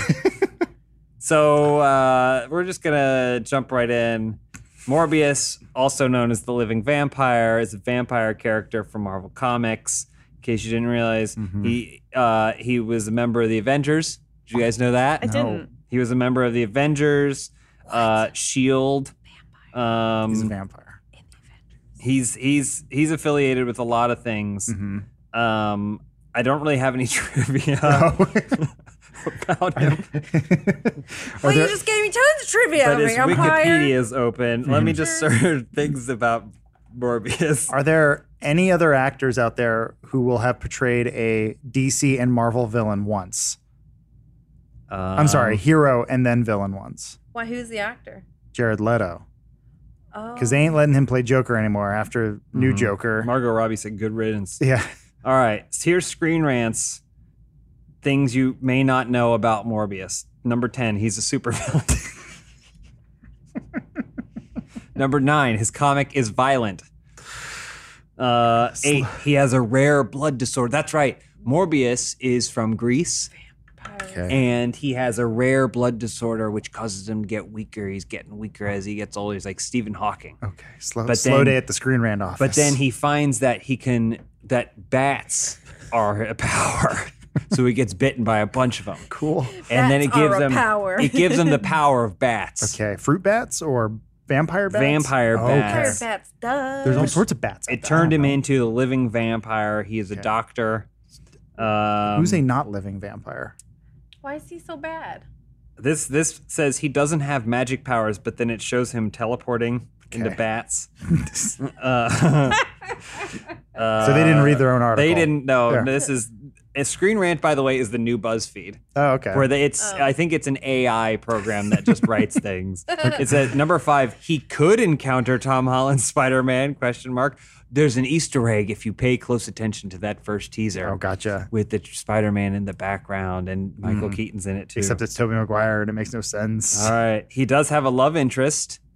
[SPEAKER 1] so uh, we're just gonna jump right in. Morbius, also known as the Living Vampire, is a vampire character from Marvel Comics. In case you didn't realize,
[SPEAKER 2] Mm-hmm.
[SPEAKER 1] he uh, he was a member of the Avengers. Did you guys know that?
[SPEAKER 3] I didn't.
[SPEAKER 1] He was a member of the Avengers, uh, Shield. Um,
[SPEAKER 2] He's a vampire.
[SPEAKER 1] he's he's he's affiliated with a lot of things.
[SPEAKER 2] Mm-hmm.
[SPEAKER 1] Um, I don't really have any (laughs) trivia (laughs) about him,
[SPEAKER 2] (laughs) Are
[SPEAKER 4] Well, you
[SPEAKER 2] there,
[SPEAKER 4] just gave me tons of trivia.
[SPEAKER 1] but
[SPEAKER 4] I
[SPEAKER 1] his
[SPEAKER 4] mean, I'm
[SPEAKER 1] Wikipedia
[SPEAKER 4] hired.
[SPEAKER 1] is open. Let me just (laughs) search things about Morbius.
[SPEAKER 2] are there any other actors out there who will have portrayed a DC and Marvel villain once?
[SPEAKER 1] Uh,
[SPEAKER 2] I'm sorry, hero and then villain once.
[SPEAKER 4] Why? Who's the actor?
[SPEAKER 2] Jared Leto.
[SPEAKER 4] Oh.
[SPEAKER 2] Because they ain't letting him play Joker anymore after New Joker.
[SPEAKER 1] Margot Robbie said, "Good riddance."
[SPEAKER 2] yeah.
[SPEAKER 1] All right, so here's Screen Rants. Things you may not know about Morbius. Number 10, he's a supervillain. (laughs) Number 9, his comic is violent. Uh, 8, he has a rare blood disorder. That's right. Morbius is from Greece and he has a rare blood disorder which causes him to get weaker. He's getting weaker as he gets older. He's like Stephen Hawking.
[SPEAKER 2] Okay. Slow,
[SPEAKER 1] But
[SPEAKER 2] slow
[SPEAKER 1] then-
[SPEAKER 2] day at the screen rant office.
[SPEAKER 1] But then he finds that he can that bats are a power.
[SPEAKER 2] (laughs)
[SPEAKER 1] so he gets bitten by a bunch of them.
[SPEAKER 2] Cool.
[SPEAKER 1] And then it
[SPEAKER 4] Bats are
[SPEAKER 1] gives
[SPEAKER 4] a
[SPEAKER 1] them
[SPEAKER 4] power.
[SPEAKER 1] it gives
[SPEAKER 4] (laughs)
[SPEAKER 1] them the power of bats.
[SPEAKER 2] Okay. Fruit bats or vampire bats?
[SPEAKER 1] Vampire
[SPEAKER 2] Okay.
[SPEAKER 1] bats.
[SPEAKER 4] Vampire bats, duh.
[SPEAKER 2] There's all sorts of bats. out
[SPEAKER 1] It
[SPEAKER 2] there.
[SPEAKER 1] turned
[SPEAKER 2] I don't
[SPEAKER 1] him
[SPEAKER 2] know.
[SPEAKER 1] into the living vampire. He is a doctor. Um,
[SPEAKER 2] Who's a not living vampire?
[SPEAKER 4] Why is he so bad?
[SPEAKER 1] this this says he doesn't have magic powers, but then it shows him teleporting into
[SPEAKER 2] Okay. (laughs)
[SPEAKER 1] bats. (laughs) uh,
[SPEAKER 2] So uh, they didn't read their own article.
[SPEAKER 1] They didn't know.
[SPEAKER 2] Fair.
[SPEAKER 1] This is A Screen Rant, by the way, is the new BuzzFeed,
[SPEAKER 2] Oh, okay.
[SPEAKER 1] where the, it's
[SPEAKER 4] Oh.
[SPEAKER 1] I think it's an AI program that just writes things. It's at number five. He could encounter Tom Holland's (laughs) Spider Man? Question mark. There's an Easter egg if you pay close attention to that first teaser.
[SPEAKER 2] oh, gotcha.
[SPEAKER 1] With the Spider Man in the background and Michael
[SPEAKER 2] Mhm.
[SPEAKER 1] Keaton's in it too.
[SPEAKER 2] Except it's Toby Maguire and it makes no sense.
[SPEAKER 1] All right. He does have a love interest.
[SPEAKER 2] (sighs)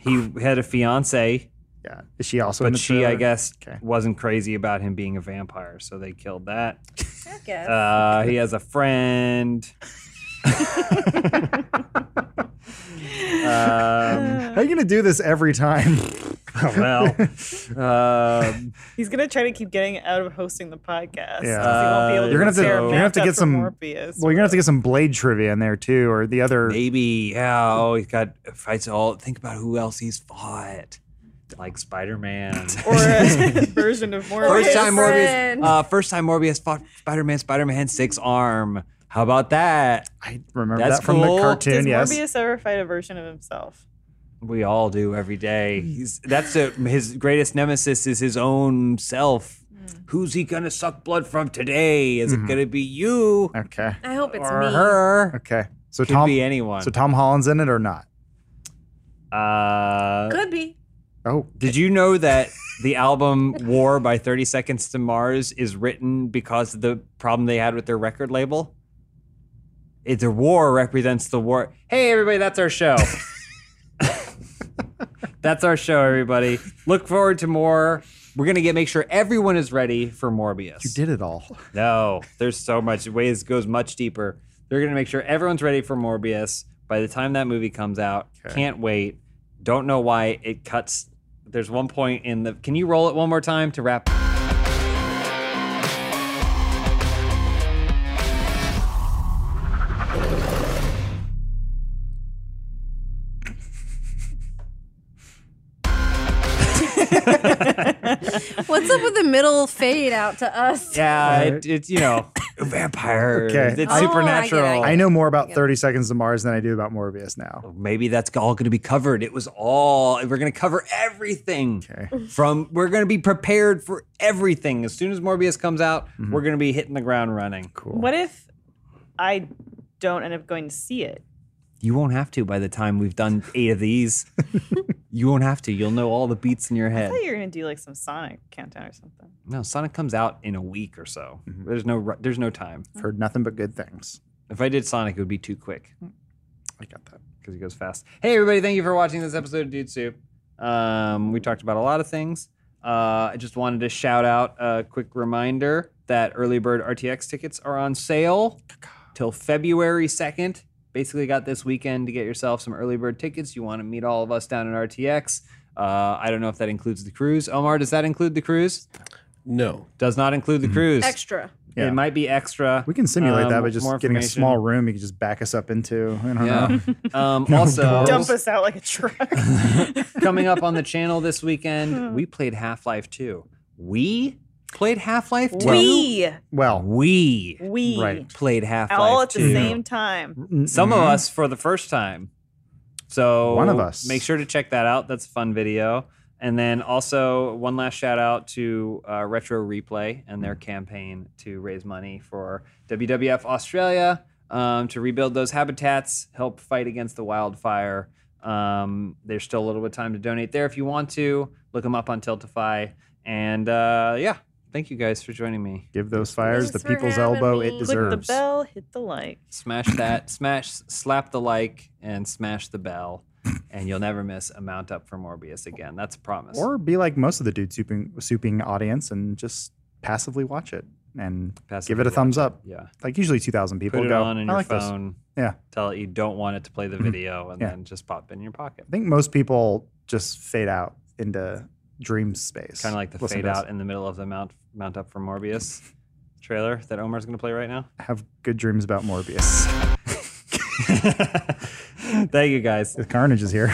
[SPEAKER 1] He had a fiance,
[SPEAKER 2] Yeah. Is she also in
[SPEAKER 1] but
[SPEAKER 2] the
[SPEAKER 1] she, I
[SPEAKER 2] trailer?
[SPEAKER 1] guess,
[SPEAKER 2] Okay.
[SPEAKER 1] wasn't crazy about him being a vampire, so they killed that.
[SPEAKER 4] I guess.
[SPEAKER 1] Uh, he has a friend. um,
[SPEAKER 2] How are you going to do this every (laughs) time?
[SPEAKER 1] well, um,
[SPEAKER 3] He's gonna try to keep getting out of hosting the podcast. 'cause
[SPEAKER 2] Yeah.
[SPEAKER 3] he won't be able
[SPEAKER 1] Uh,
[SPEAKER 3] to
[SPEAKER 1] you're
[SPEAKER 2] gonna have to-
[SPEAKER 3] compare
[SPEAKER 2] you're gonna have to
[SPEAKER 3] Mapcap
[SPEAKER 2] get
[SPEAKER 3] from
[SPEAKER 2] some-
[SPEAKER 3] Morpheus.
[SPEAKER 2] well, you're going to have to get some Blade trivia in there too, or the other.
[SPEAKER 1] maybe yeah. Oh, he's got fights all. Think about who else he's fought, like Spider Man.
[SPEAKER 3] (laughs) or
[SPEAKER 2] (laughs)
[SPEAKER 3] a version of Morpheus.
[SPEAKER 1] First time Morbius.
[SPEAKER 4] friend.
[SPEAKER 1] Uh, first time Morbius fought Spider-Man. Spider-Man had six arm. How about that?
[SPEAKER 2] I remember
[SPEAKER 1] That's
[SPEAKER 2] that from
[SPEAKER 1] cool.
[SPEAKER 2] the cartoon.
[SPEAKER 3] Does
[SPEAKER 2] yes.
[SPEAKER 3] Morbius ever fight a version of himself?
[SPEAKER 1] We all do every day. He's that's a, his greatest nemesis is his own self.
[SPEAKER 2] Mm.
[SPEAKER 1] Who's he gonna suck blood from today?
[SPEAKER 2] Mm-hmm.
[SPEAKER 1] Is it gonna be you
[SPEAKER 2] Okay.
[SPEAKER 4] I hope it's
[SPEAKER 1] or
[SPEAKER 4] me.
[SPEAKER 1] her?
[SPEAKER 2] Okay. So
[SPEAKER 1] Could
[SPEAKER 2] Tom.
[SPEAKER 1] be anyone.
[SPEAKER 2] So Tom Holland's in it or not?
[SPEAKER 1] uh, (laughs)
[SPEAKER 4] Could be.
[SPEAKER 2] Oh,
[SPEAKER 1] Did you know that the album War by 30 Seconds to Mars is written because of the problem they had with their record label? It, the war represents the war. Hey, everybody, that's our show. that's our show, everybody. Look forward to more. We're going to get make sure everyone is ready for Morbius.
[SPEAKER 2] you did it all.
[SPEAKER 1] No, there's so much. Ways goes much deeper. They're gonna make sure everyone's ready for Morbius by the time that movie comes out.
[SPEAKER 2] Okay.
[SPEAKER 1] Can't wait. Don't know why it cuts. There's one point in the. Can you roll it one more time to wrap?
[SPEAKER 4] What's up with the middle fade out to us?
[SPEAKER 1] Yeah,
[SPEAKER 2] Alright.
[SPEAKER 1] it, it's you (coughs) know vampire.
[SPEAKER 2] Okay.
[SPEAKER 1] It's
[SPEAKER 4] Oh, I get it, I
[SPEAKER 1] supernatural.
[SPEAKER 4] get it.
[SPEAKER 2] I know more about
[SPEAKER 4] Yeah.
[SPEAKER 2] 30 Seconds to Mars than I do about Morbius now.
[SPEAKER 1] Maybe that's all going to be covered. It was all we're going to cover everything
[SPEAKER 2] Okay.
[SPEAKER 1] from. We're going to be prepared for everything. As soon as Morbius comes out, we're going to be hitting the ground running.
[SPEAKER 2] Cool.
[SPEAKER 3] What if I don't end up going to see it?
[SPEAKER 1] You won't have to by the time we've done eight of
[SPEAKER 3] (laughs)
[SPEAKER 1] these. you won't have to. You'll know all the beats in your
[SPEAKER 3] I
[SPEAKER 1] head.
[SPEAKER 3] thought you were gonna do like some Sonic countdown or something.
[SPEAKER 1] No, Sonic comes out in a week or so.
[SPEAKER 3] Mm-hmm.
[SPEAKER 1] There's no. ru- There's no time.
[SPEAKER 2] I've heard nothing but good things.
[SPEAKER 1] If I did Sonic, it would be too quick.
[SPEAKER 2] I got that.
[SPEAKER 1] because he goes fast. Hey, everybody, thank you for watching this episode of Dude Soup. Um, we talked about a lot of things. Uh, I just wanted to shout out a quick reminder that early bird RTX tickets are on sale till February 2nd. Basically, got this weekend to get yourself some early bird tickets. You want to meet all of us down in RTX. Uh, I don't know if that includes the cruise. Omar, does that include the cruise?
[SPEAKER 5] No.
[SPEAKER 1] Does not include the cruise.
[SPEAKER 4] Extra.
[SPEAKER 2] Yeah.
[SPEAKER 1] It might be extra.
[SPEAKER 2] We can simulate
[SPEAKER 1] Um,
[SPEAKER 2] that by just
[SPEAKER 1] more
[SPEAKER 2] getting a
[SPEAKER 1] information.
[SPEAKER 2] small room you can just back us up into. I don't
[SPEAKER 1] Yeah.
[SPEAKER 3] (laughs)
[SPEAKER 2] know.
[SPEAKER 1] um, also,
[SPEAKER 3] Dump us out like
[SPEAKER 2] (laughs)
[SPEAKER 3] a truck.
[SPEAKER 1] (laughs) coming up on the channel this
[SPEAKER 3] (laughs)
[SPEAKER 1] weekend, we played Half Life 2. We played Half Life 2.
[SPEAKER 3] we
[SPEAKER 2] Well,
[SPEAKER 1] We
[SPEAKER 3] we
[SPEAKER 2] Right.
[SPEAKER 1] played Half Life 2.
[SPEAKER 3] all at the same time.
[SPEAKER 1] Some of us for the first time. So
[SPEAKER 2] Mm-hmm. One of us.
[SPEAKER 1] Make sure to check that out. That's a fun video. And then also one last shout out to uh, Retro Replay and their campaign to raise money for WWF Australia um, to rebuild those habitats, help fight against the wildfire. Um, there's still a little bit of time to donate there if you want to. Look them up on Tiltify. And uh, yeah, thank you guys for joining me.
[SPEAKER 2] give those fires the
[SPEAKER 4] Thanks for
[SPEAKER 2] people's
[SPEAKER 4] having
[SPEAKER 2] elbow
[SPEAKER 4] me.
[SPEAKER 2] it
[SPEAKER 4] Click
[SPEAKER 3] Click the
[SPEAKER 2] deserves.
[SPEAKER 3] bell, hit the like.
[SPEAKER 1] smash that smash slap the like and smash the bell and you'll never miss a mount up for morbius again that's a promise
[SPEAKER 2] Or be like most of the dude souping, souping audience and just passively watch it and give
[SPEAKER 1] Passively
[SPEAKER 2] it a
[SPEAKER 1] watch
[SPEAKER 2] thumbs up.
[SPEAKER 1] yeah
[SPEAKER 2] Like usually 2,000 people
[SPEAKER 1] put it
[SPEAKER 2] go.
[SPEAKER 1] on in
[SPEAKER 2] I
[SPEAKER 1] your
[SPEAKER 2] like this.
[SPEAKER 1] phone
[SPEAKER 2] Yeah. Mm-hmm.
[SPEAKER 1] tell it you don't want it to play the video and
[SPEAKER 2] Yeah.
[SPEAKER 1] then just pop it in your pocket
[SPEAKER 2] I think most people just fade out into dream space.
[SPEAKER 1] kind of like the
[SPEAKER 2] Listen
[SPEAKER 1] fade
[SPEAKER 2] to us.
[SPEAKER 1] out in the middle of the mount mount up for morbius
[SPEAKER 2] (laughs)
[SPEAKER 1] trailer that omar's going to play right now (laughs)
[SPEAKER 2] Have good dreams about Morbius.
[SPEAKER 1] thank you guys
[SPEAKER 2] The carnage is here.